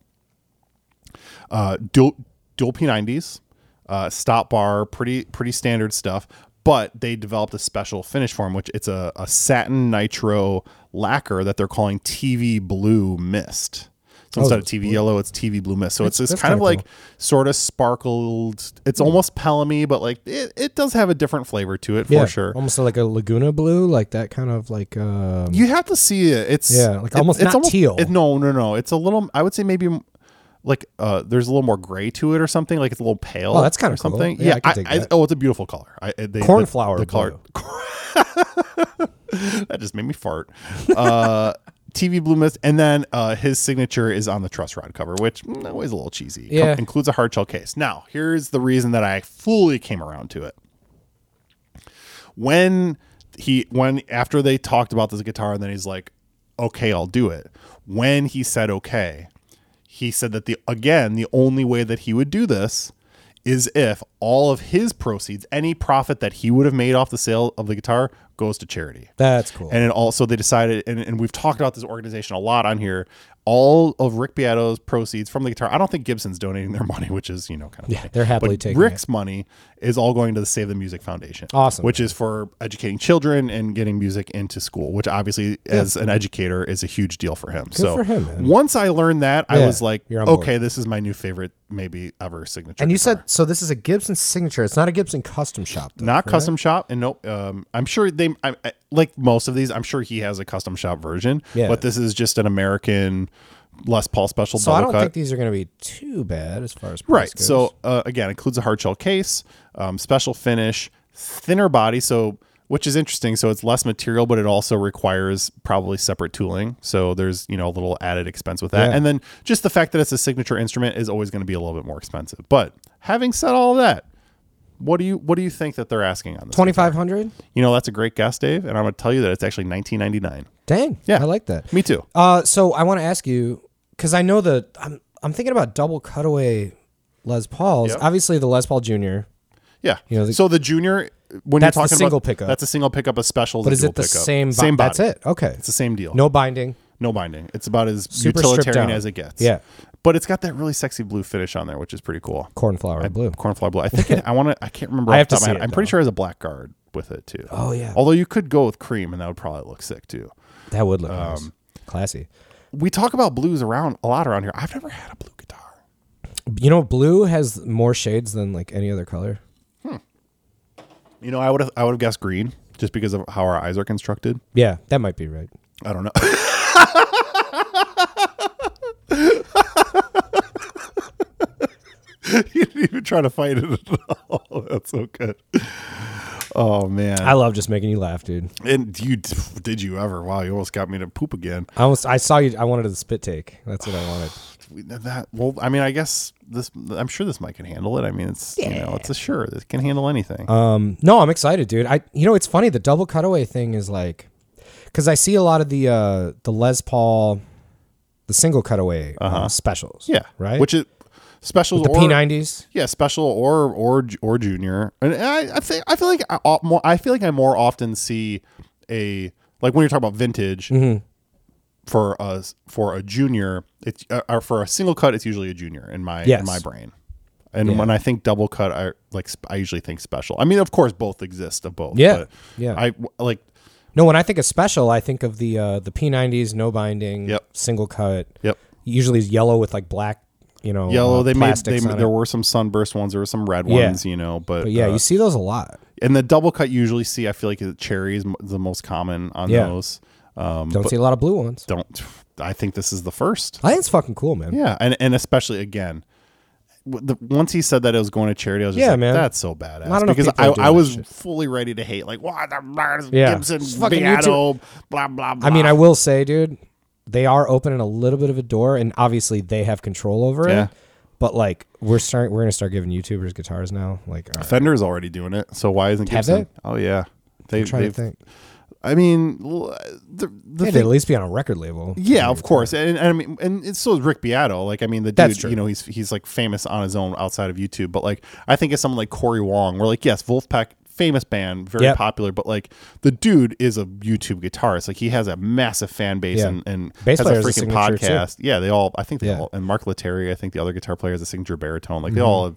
Speaker 2: Uh, dual dual P90s, uh, stop bar, pretty pretty standard stuff. But they developed a special finish for 'em, which it's a, a satin nitro lacquer that they're calling TV Blue Mist. So instead of TV yellow, it's TV blue mist. So it's
Speaker 1: Oh,
Speaker 2: this
Speaker 1: that's
Speaker 2: kind of
Speaker 1: kinda
Speaker 2: like
Speaker 1: cool.
Speaker 2: sort of sparkled. It's
Speaker 1: Hmm.
Speaker 2: almost pelamy, but like it, it does have a different flavor to it for
Speaker 1: yeah,
Speaker 2: sure.
Speaker 1: Almost like a Laguna blue, like that kind of like. Um,
Speaker 2: You have to see it. It's
Speaker 1: Yeah, like
Speaker 2: it-
Speaker 1: almost not teal.
Speaker 2: it- no, no, no. It's a little. I would say maybe like uh, there's a little more gray to it or something. Like it's a little pale.
Speaker 1: Oh, that's kinda
Speaker 2: or
Speaker 1: cool.
Speaker 2: something.
Speaker 1: Yeah,
Speaker 2: Yeah.
Speaker 1: I could dig that.
Speaker 2: oh, it's a beautiful color. I, they,
Speaker 1: Cornflower
Speaker 2: The, the color. that just made me fart. Uh, TV blue mist, and then uh, his signature is on the truss rod cover, which mm, always a little cheesy. Com-
Speaker 1: Yeah.
Speaker 2: includes a hard shell case. Now, here's the reason that I fully came around to it when he when after they talked about this guitar and then he's like okay i'll do it when he said okay he said that the again the only way that he would do this is if all of his proceeds any profit that he would have made off the sale of the guitar goes to charity
Speaker 1: that's cool.
Speaker 2: and it also they decided and, and we've talked about this organization a lot on here. all of Rick Beato's proceeds from the guitar. I don't think Gibson's donating their money, which is you know kind of
Speaker 1: Yeah, they're happily
Speaker 2: but
Speaker 1: taking
Speaker 2: Rick's money is all going to the Save the Music Foundation.
Speaker 1: Awesome.
Speaker 2: Which is for educating children and getting music into school, which obviously as an educator is a huge deal for him. so
Speaker 1: for him, man.
Speaker 2: once I learned that, I
Speaker 1: Yeah,
Speaker 2: was like,
Speaker 1: you're on board.
Speaker 2: okay, this is my new favorite maybe ever signature.
Speaker 1: And you
Speaker 2: guitar.
Speaker 1: said so. This is a Gibson signature. It's not a Gibson custom shop. Though,
Speaker 2: not
Speaker 1: correct?
Speaker 2: custom shop and nope um i'm sure they I, I, like most of these i'm sure he has a custom shop version
Speaker 1: Yeah.
Speaker 2: but this is just an american les paul special
Speaker 1: So
Speaker 2: double
Speaker 1: I don't
Speaker 2: cut
Speaker 1: think these are going to be too bad as far as price
Speaker 2: right
Speaker 1: Goes.
Speaker 2: so uh, again includes a hard shell case um, special finish thinner body so which is interesting so it's less material but it also requires probably separate tooling so there's you know a little added expense with that
Speaker 1: Yeah.
Speaker 2: and then just the fact that it's a signature instrument is always going to be a little bit more expensive but having said all that what do you what do you think that they're asking on this
Speaker 1: twenty five hundred.
Speaker 2: you know, that's a great guess, Dave, and I'm going to tell you that it's actually 1999.
Speaker 1: Dang.
Speaker 2: Yeah.
Speaker 1: I like that.
Speaker 2: Me too.
Speaker 1: Uh, so I want to ask you because I know the I'm I'm thinking about double cutaway Les Pauls.
Speaker 2: Yep.
Speaker 1: Obviously, the Les Paul Junior.
Speaker 2: Yeah.
Speaker 1: You know, the-
Speaker 2: so the junior when
Speaker 1: That's the
Speaker 2: you're talking
Speaker 1: single
Speaker 2: about
Speaker 1: pickup.
Speaker 2: that's a single pickup, a special,
Speaker 1: But is
Speaker 2: dual
Speaker 1: it the
Speaker 2: pickup.
Speaker 1: same? bi-
Speaker 2: same body?
Speaker 1: That's it. Okay.
Speaker 2: It's the same deal.
Speaker 1: No binding.
Speaker 2: no binding. It's about as
Speaker 1: Super stripped
Speaker 2: utilitarian
Speaker 1: down.
Speaker 2: as it gets.
Speaker 1: Yeah.
Speaker 2: but it's got that really sexy blue finish on there, which is pretty cool.
Speaker 1: Cornflower blue.
Speaker 2: Cornflower blue. I think it, I want to. I can't remember.
Speaker 1: I
Speaker 2: off
Speaker 1: have
Speaker 2: the
Speaker 1: to
Speaker 2: top of my
Speaker 1: see
Speaker 2: head.
Speaker 1: it,
Speaker 2: I'm pretty
Speaker 1: though.
Speaker 2: sure it has a black guard with it too.
Speaker 1: Oh, yeah.
Speaker 2: Although you could go with cream, and that would probably look sick too.
Speaker 1: That would look nice. Um, classy.
Speaker 2: We talk about blues around a lot around here. I've never had a blue guitar.
Speaker 1: You know, blue has more shades than like any other color.
Speaker 2: You know, I would have I would have guessed green just because of how our eyes are constructed.
Speaker 1: Yeah, that might be right.
Speaker 2: I don't know. you didn't even try to fight it at all. That's so good. Oh man!
Speaker 1: I love just making you laugh, dude.
Speaker 2: and you did you ever? Wow! You almost got me to poop again.
Speaker 1: I almost I saw you. I wanted a spit take. That's what I wanted.
Speaker 2: We- That well, I mean, I guess this. I'm sure this mic can handle it. I mean, it's you know, it's a sure. It can handle anything.
Speaker 1: Uh, No, I'm excited, dude. I you know it's funny the double cutaway thing is like because I see a lot of the uh the Les Paul, the single cutaway uh specials.
Speaker 2: Uh-huh. yeah,
Speaker 1: right.
Speaker 2: Which is special.
Speaker 1: the
Speaker 2: or-
Speaker 1: P90s.
Speaker 2: Yeah, special or or or junior, and I I, think, I feel like I o- more I feel like I more often see a like when you're talking about vintage
Speaker 1: Mm-hmm.
Speaker 2: for us for a junior, it's uh, or for a single cut, it's usually a junior in my in
Speaker 1: Yes.
Speaker 2: my brain. And when I think double cut, I like sp- I usually think special. I mean, of course, both exist of both.
Speaker 1: Yeah,
Speaker 2: but
Speaker 1: yeah.
Speaker 2: I w- like
Speaker 1: No, when I think of special, I think of the uh the P90s, no binding,
Speaker 2: Yep.
Speaker 1: single cut.
Speaker 2: yep.
Speaker 1: Usually yellow with like black, you know,
Speaker 2: Yellow.
Speaker 1: uh,
Speaker 2: they made. They,
Speaker 1: plastics on
Speaker 2: there
Speaker 1: it.
Speaker 2: were some sunburst ones. There were some red
Speaker 1: Yeah.
Speaker 2: ones. You know, but,
Speaker 1: But yeah,
Speaker 2: uh,
Speaker 1: you see those a lot.
Speaker 2: and the double cut you usually see. I feel like is- cherry is m- the most common on
Speaker 1: Yeah.
Speaker 2: those. um,
Speaker 1: Don't see a lot of blue ones.
Speaker 2: don't I think this is the first.
Speaker 1: I think it's fucking cool, man.
Speaker 2: Yeah, and and especially again, w- the, once he said that it was going to charity, I was just
Speaker 1: Yeah,
Speaker 2: like,
Speaker 1: man.
Speaker 2: that's so badass.
Speaker 1: Not enough
Speaker 2: because
Speaker 1: people
Speaker 2: I,
Speaker 1: are doing
Speaker 2: I
Speaker 1: that
Speaker 2: was
Speaker 1: shit.
Speaker 2: fully ready to hate, like, what the murders
Speaker 1: Yeah.
Speaker 2: Gibson,
Speaker 1: It's fucking
Speaker 2: Beato, blah blah blah.
Speaker 1: I mean, I will say, dude, they are opening a little bit of a door, and obviously they have control over
Speaker 2: Yeah.
Speaker 1: it. But like, we're starting, we're gonna start giving YouTubers guitars now. Like, all right.
Speaker 2: Fender's already doing it, so why isn't
Speaker 1: Have
Speaker 2: Gibson?
Speaker 1: they?
Speaker 2: Oh yeah, they.
Speaker 1: I'm trying to
Speaker 2: They've,
Speaker 1: think.
Speaker 2: I mean, l- the, the
Speaker 1: They'd
Speaker 2: thing
Speaker 1: at least be on a record label.
Speaker 2: Yeah, of course, and, and I mean, and it's so is Rick Beato. Like, I mean, the
Speaker 1: That's
Speaker 2: dude,
Speaker 1: true.
Speaker 2: you know, he's he's like famous on his own outside of YouTube. But like, I think it's someone like Corey Wong. We're like, yes, Wolfpack, famous band, very
Speaker 1: Yep.
Speaker 2: popular. But like, the dude is a YouTube guitarist. Like, he has a massive fan base
Speaker 1: Yeah.
Speaker 2: and and
Speaker 1: Bass
Speaker 2: has a
Speaker 1: player is a
Speaker 2: freaking
Speaker 1: signature, too.
Speaker 2: podcast. Yeah, they all. I think they
Speaker 1: Yeah. Mm-hmm.
Speaker 2: all. And Mark Lettieri, I think the other guitar player is a signature baritone. Like, they all. Have,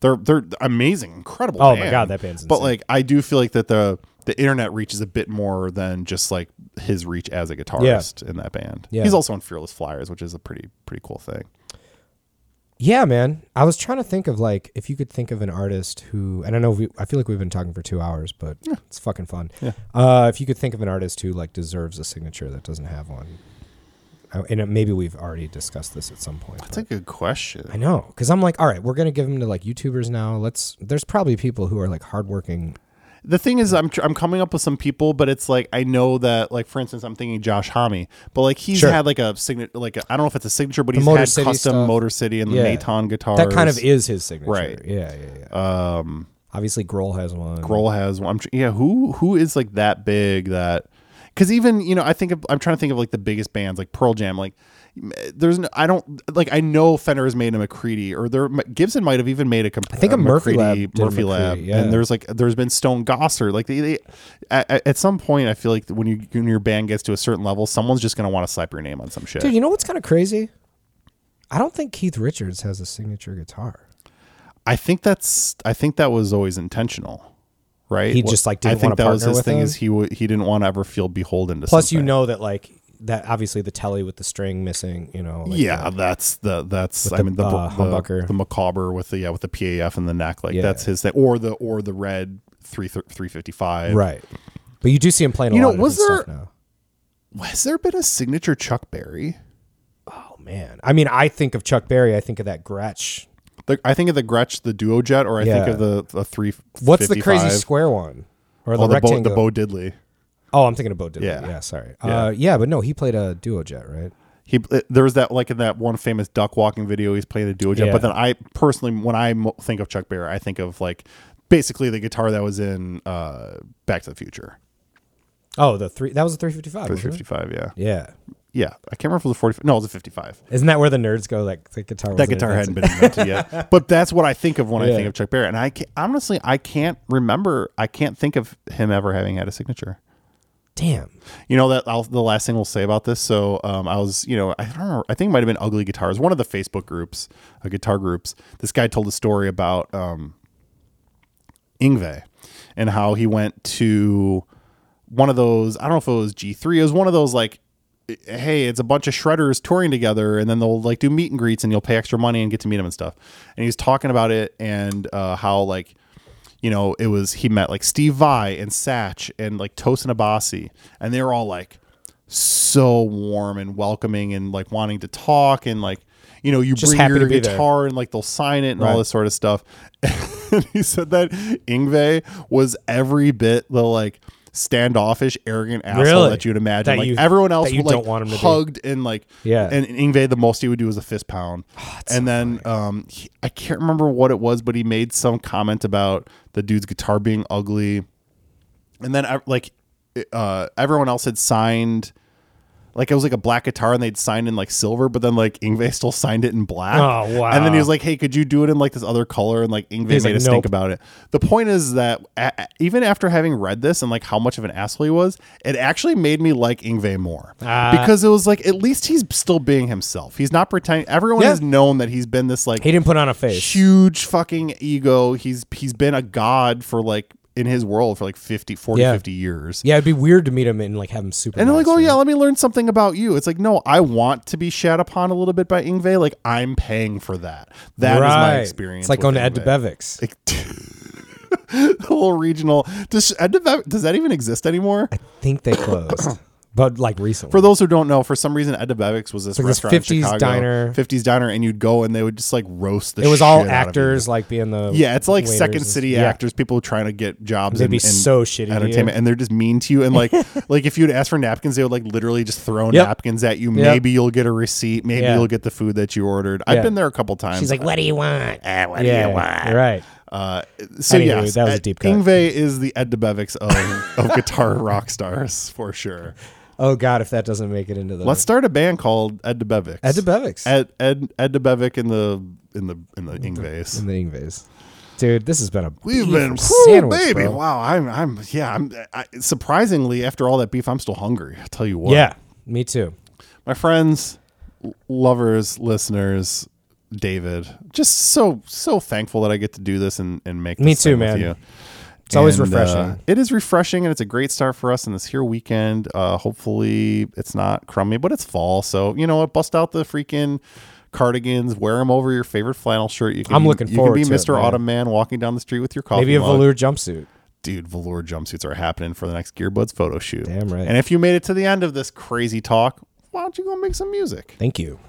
Speaker 2: they're they're amazing, incredible.
Speaker 1: Oh my
Speaker 2: band.
Speaker 1: God, that band's
Speaker 2: But
Speaker 1: insane.
Speaker 2: like, I do feel like that the. The internet reach is a bit more than just like his reach as a guitarist in that band.
Speaker 1: Yeah.
Speaker 2: He's also in Fearless Flyers, which is a pretty pretty cool thing.
Speaker 1: Yeah, man. I was trying to think of like if you could think of an artist who, and I know we, I feel like we've been talking for two hours, but it's fucking fun. Uh, if you could think of an artist who like deserves a signature that doesn't have one, I- and it, maybe we've already discussed this at some point. but-
Speaker 2: That's a good question.
Speaker 1: I know, because I'm like, all right, we're gonna give them to like YouTubers now. Let's. There's probably people who are like hardworking.
Speaker 2: The thing is, I'm tr- I'm coming up with some people, but it's like I know that like for instance, I'm thinking Josh Homme, but like he's
Speaker 1: Sure.
Speaker 2: had like a signature, like I I don't know if it's a signature, but he's
Speaker 1: Motor
Speaker 2: had
Speaker 1: City
Speaker 2: custom
Speaker 1: stuff.
Speaker 2: Motor City and the
Speaker 1: Yeah.
Speaker 2: Maton guitars.
Speaker 1: That kind of is his signature,
Speaker 2: Right.
Speaker 1: Yeah, yeah, yeah. Um, obviously Grohl has one.
Speaker 2: Grohl has one. I'm tr- yeah, who who is like that big that? Because even you know, I think of, I'm trying to think of like the biggest bands like Pearl Jam. Like There's no, I don't like. I know Fender has made a McCready, or there Gibson might have even made a. comp-
Speaker 1: I think a Murphy Lab did a
Speaker 2: Murphy Lab,
Speaker 1: McCready, yeah.
Speaker 2: and there's like there's been Stone Gosser. Like they, they at, at some point, I feel like when you when your band gets to a certain level, someone's just gonna want to slap your name on some shit.
Speaker 1: Dude, you know what's kind of crazy? I don't think Keith Richards has a signature guitar.
Speaker 2: I think that's I think that was always intentional, right?
Speaker 1: He
Speaker 2: What-
Speaker 1: just, like,
Speaker 2: I
Speaker 1: didn't
Speaker 2: think
Speaker 1: wanna
Speaker 2: that was
Speaker 1: partner
Speaker 2: his
Speaker 1: with
Speaker 2: thing
Speaker 1: him?
Speaker 2: is he w- he didn't want to ever feel beholden to.
Speaker 1: Plus, you
Speaker 2: something.
Speaker 1: know that like that obviously the telly with the string missing. You know, like,
Speaker 2: yeah,
Speaker 1: uh,
Speaker 2: that's the that's I
Speaker 1: the,
Speaker 2: mean the,
Speaker 1: uh,
Speaker 2: the
Speaker 1: humbucker.
Speaker 2: the macabre with the yeah with the PAF in the neck like
Speaker 1: Yeah.
Speaker 2: that's his thing or the or the red three three fifty five
Speaker 1: right. But you do see him playing. A
Speaker 2: You
Speaker 1: lot
Speaker 2: know,
Speaker 1: of
Speaker 2: was
Speaker 1: different
Speaker 2: there-
Speaker 1: stuff now.
Speaker 2: Has there been a signature Chuck Berry?
Speaker 1: Oh man, I mean, I think of Chuck Berry. I think of that Gretsch.
Speaker 2: The, I think of the Gretsch, the Duo Jet, or I think
Speaker 1: Yeah.
Speaker 2: of the the three.
Speaker 1: What's the crazy square one? Or the
Speaker 2: Oh, the Bo,
Speaker 1: rectangle?
Speaker 2: the Bo Diddley.
Speaker 1: oh, I'm thinking of Bo Diddley.
Speaker 2: Yeah.
Speaker 1: Yeah, sorry.
Speaker 2: Yeah.
Speaker 1: Uh, yeah, but no, he played a duo jet, right?
Speaker 2: He uh, there was that like in that one famous duck walking video. He's playing the Duo Jet,
Speaker 1: Yeah.
Speaker 2: but then I personally, when I mo- think of Chuck Berry, I think of like basically the guitar that was in uh Back to the Future,
Speaker 1: Oh, the three. That was a 355.
Speaker 2: the
Speaker 1: wasn't it?
Speaker 2: fifty five. Yeah,
Speaker 1: Yeah.
Speaker 2: yeah. I can't remember if it was a forty. No, it was a fifty five.
Speaker 1: Isn't that where the nerds go? Like the guitar.
Speaker 2: that
Speaker 1: wasn't
Speaker 2: guitar
Speaker 1: invented?
Speaker 2: hadn't been invented yet. But that's what I think of when I
Speaker 1: Yeah.
Speaker 2: think of Chuck Berry. And I ca honestly, I can't remember. I can't think of him ever having had a signature.
Speaker 1: Damn.
Speaker 2: You know that I'll, the last thing we'll say about this. So um, I was, you know, I don't remember. I think it might have been Ugly Guitars, one of the Facebook groups, uh, guitar groups. This guy told a story about um, Ingve and how he went to one of those. I don't know if it was G three. It was one of those like, hey, it's a bunch of shredders touring together, and then they'll like do meet and greets, and you'll pay extra money and get to meet them and stuff. And he was talking about it and uh, how like you know, it was he met like Steve Vai and Satch and like Tosin Abasi, and they were all like so warm and welcoming and like wanting to talk and like you know you
Speaker 1: Just
Speaker 2: bring
Speaker 1: happy
Speaker 2: your
Speaker 1: to be there.
Speaker 2: guitar and like they'll sign it and all
Speaker 1: Right.
Speaker 2: this sort of stuff. and he said that Ingve was every bit the like standoffish, arrogant asshole
Speaker 1: Really?
Speaker 2: that you'd imagine.
Speaker 1: That
Speaker 2: like
Speaker 1: you-
Speaker 2: everyone else
Speaker 1: that you
Speaker 2: would like
Speaker 1: don't want him to be.
Speaker 2: hugged and like
Speaker 1: Yeah. Oh,
Speaker 2: And Ingve the most he would do was a fist pound. and then um he, I can't remember what it was, but he made some comment about the dude's guitar being ugly. And then I- like uh everyone else had signed like it was like a black guitar and they'd signed in like silver, but then like Ingve still signed it in black.
Speaker 1: Oh, wow.
Speaker 2: And then he was like, "Hey, could you do it in like this other color?" And like Ingve made
Speaker 1: He's
Speaker 2: a
Speaker 1: like,
Speaker 2: stink
Speaker 1: "Nope."
Speaker 2: about it. The point is that a- a- even after having read this and like how much of an asshole he was, it actually made me like Ingve more
Speaker 1: Ah.
Speaker 2: because it was like at least he's still being himself. He's not pretending. Everyone
Speaker 1: Yeah.
Speaker 2: has known that he's been this like
Speaker 1: He didn't put on a face.
Speaker 2: huge fucking ego. He's he's been a god for like in his world for like 50 40
Speaker 1: Yeah.
Speaker 2: 50 years.
Speaker 1: Yeah, it'd be weird to meet him and like have him super.
Speaker 2: And they're like,
Speaker 1: nice,
Speaker 2: oh
Speaker 1: right?
Speaker 2: yeah, let me learn something about you. It's like, no, I want to be shat upon a little bit by Ingve. Like I'm paying for that. That is my
Speaker 1: Right.
Speaker 2: experience.
Speaker 1: It's like
Speaker 2: with
Speaker 1: going to Ed
Speaker 2: Yngwie.
Speaker 1: DeBevick's.
Speaker 2: Like, the whole regional. Does Ed DeBev- does that even exist anymore?
Speaker 1: think they closed, but like recently.
Speaker 2: For those who don't know, for some reason, Ed DeBevick's was this
Speaker 1: like this
Speaker 2: restaurant in
Speaker 1: 50s
Speaker 2: Chicago,
Speaker 1: diner.
Speaker 2: 50s diner, and you'd go and they would just like roast the.
Speaker 1: it was all
Speaker 2: shit out of
Speaker 1: actors like being the
Speaker 2: you. Yeah, it's like
Speaker 1: waiters
Speaker 2: Second
Speaker 1: and-
Speaker 2: City
Speaker 1: yeah.
Speaker 2: actors, people trying to get jobs.
Speaker 1: They'd
Speaker 2: in-
Speaker 1: be
Speaker 2: in
Speaker 1: so shitty to you.
Speaker 2: entertainment, and they're just mean to you. And like, like if you'd ask for napkins, they would like literally just throw
Speaker 1: Yep.
Speaker 2: napkins at you.
Speaker 1: Yep.
Speaker 2: Maybe you'll get a receipt. Maybe
Speaker 1: Yeah.
Speaker 2: you'll get the food that you ordered. I've
Speaker 1: Yeah.
Speaker 2: been there a couple times.
Speaker 4: She's like, what do you want?
Speaker 2: eh, what
Speaker 1: Yeah,
Speaker 2: do you want?
Speaker 1: you're right.
Speaker 2: Uh, so
Speaker 1: Anywho,
Speaker 2: yeah,
Speaker 1: that was a deep cut.
Speaker 2: Ingve is the Ed DeBevick's of, of guitar rock stars for sure.
Speaker 1: Oh god, if that doesn't make it into the
Speaker 2: Let's start a band called Ed DeBevick's.
Speaker 1: Ed DeBevick's
Speaker 2: Ed Ed Ed DeBevick in the in the in the Ingves.
Speaker 1: in the Ingves. Dude, this has been a
Speaker 2: We've
Speaker 1: beef
Speaker 2: been whew,
Speaker 1: sandwich,
Speaker 2: baby.
Speaker 1: bro.
Speaker 2: Wow, I'm I'm yeah. I'm I, surprisingly after all that beef, I'm still hungry. I'll tell you what.
Speaker 1: Yeah, me too.
Speaker 2: my friends, l- lovers, listeners, David, just so so thankful that I get to do this and and make. This
Speaker 1: Me too,
Speaker 2: thing with
Speaker 1: man.
Speaker 2: you.
Speaker 1: It's always
Speaker 2: And, uh,
Speaker 1: refreshing.
Speaker 2: it is refreshing, and it's a great start for us in this here weekend. Uh, hopefully, it's not crummy, but it's fall, so you know what? Bust out the freaking cardigans, wear them over your favorite flannel shirt. You can
Speaker 1: I'm
Speaker 2: be-
Speaker 1: looking
Speaker 2: you
Speaker 1: forward
Speaker 2: can
Speaker 1: to
Speaker 2: be
Speaker 1: it,
Speaker 2: Mr.
Speaker 1: man.
Speaker 2: Autumn Man walking down the street with your coffee.
Speaker 1: Maybe a
Speaker 2: mug
Speaker 1: velour jumpsuit.
Speaker 2: dude, velour jumpsuits are happening for the next Gearbuds photo shoot.
Speaker 1: Damn right.
Speaker 2: And if you made it to the end of this crazy talk, why don't you go make some music?
Speaker 1: Thank you.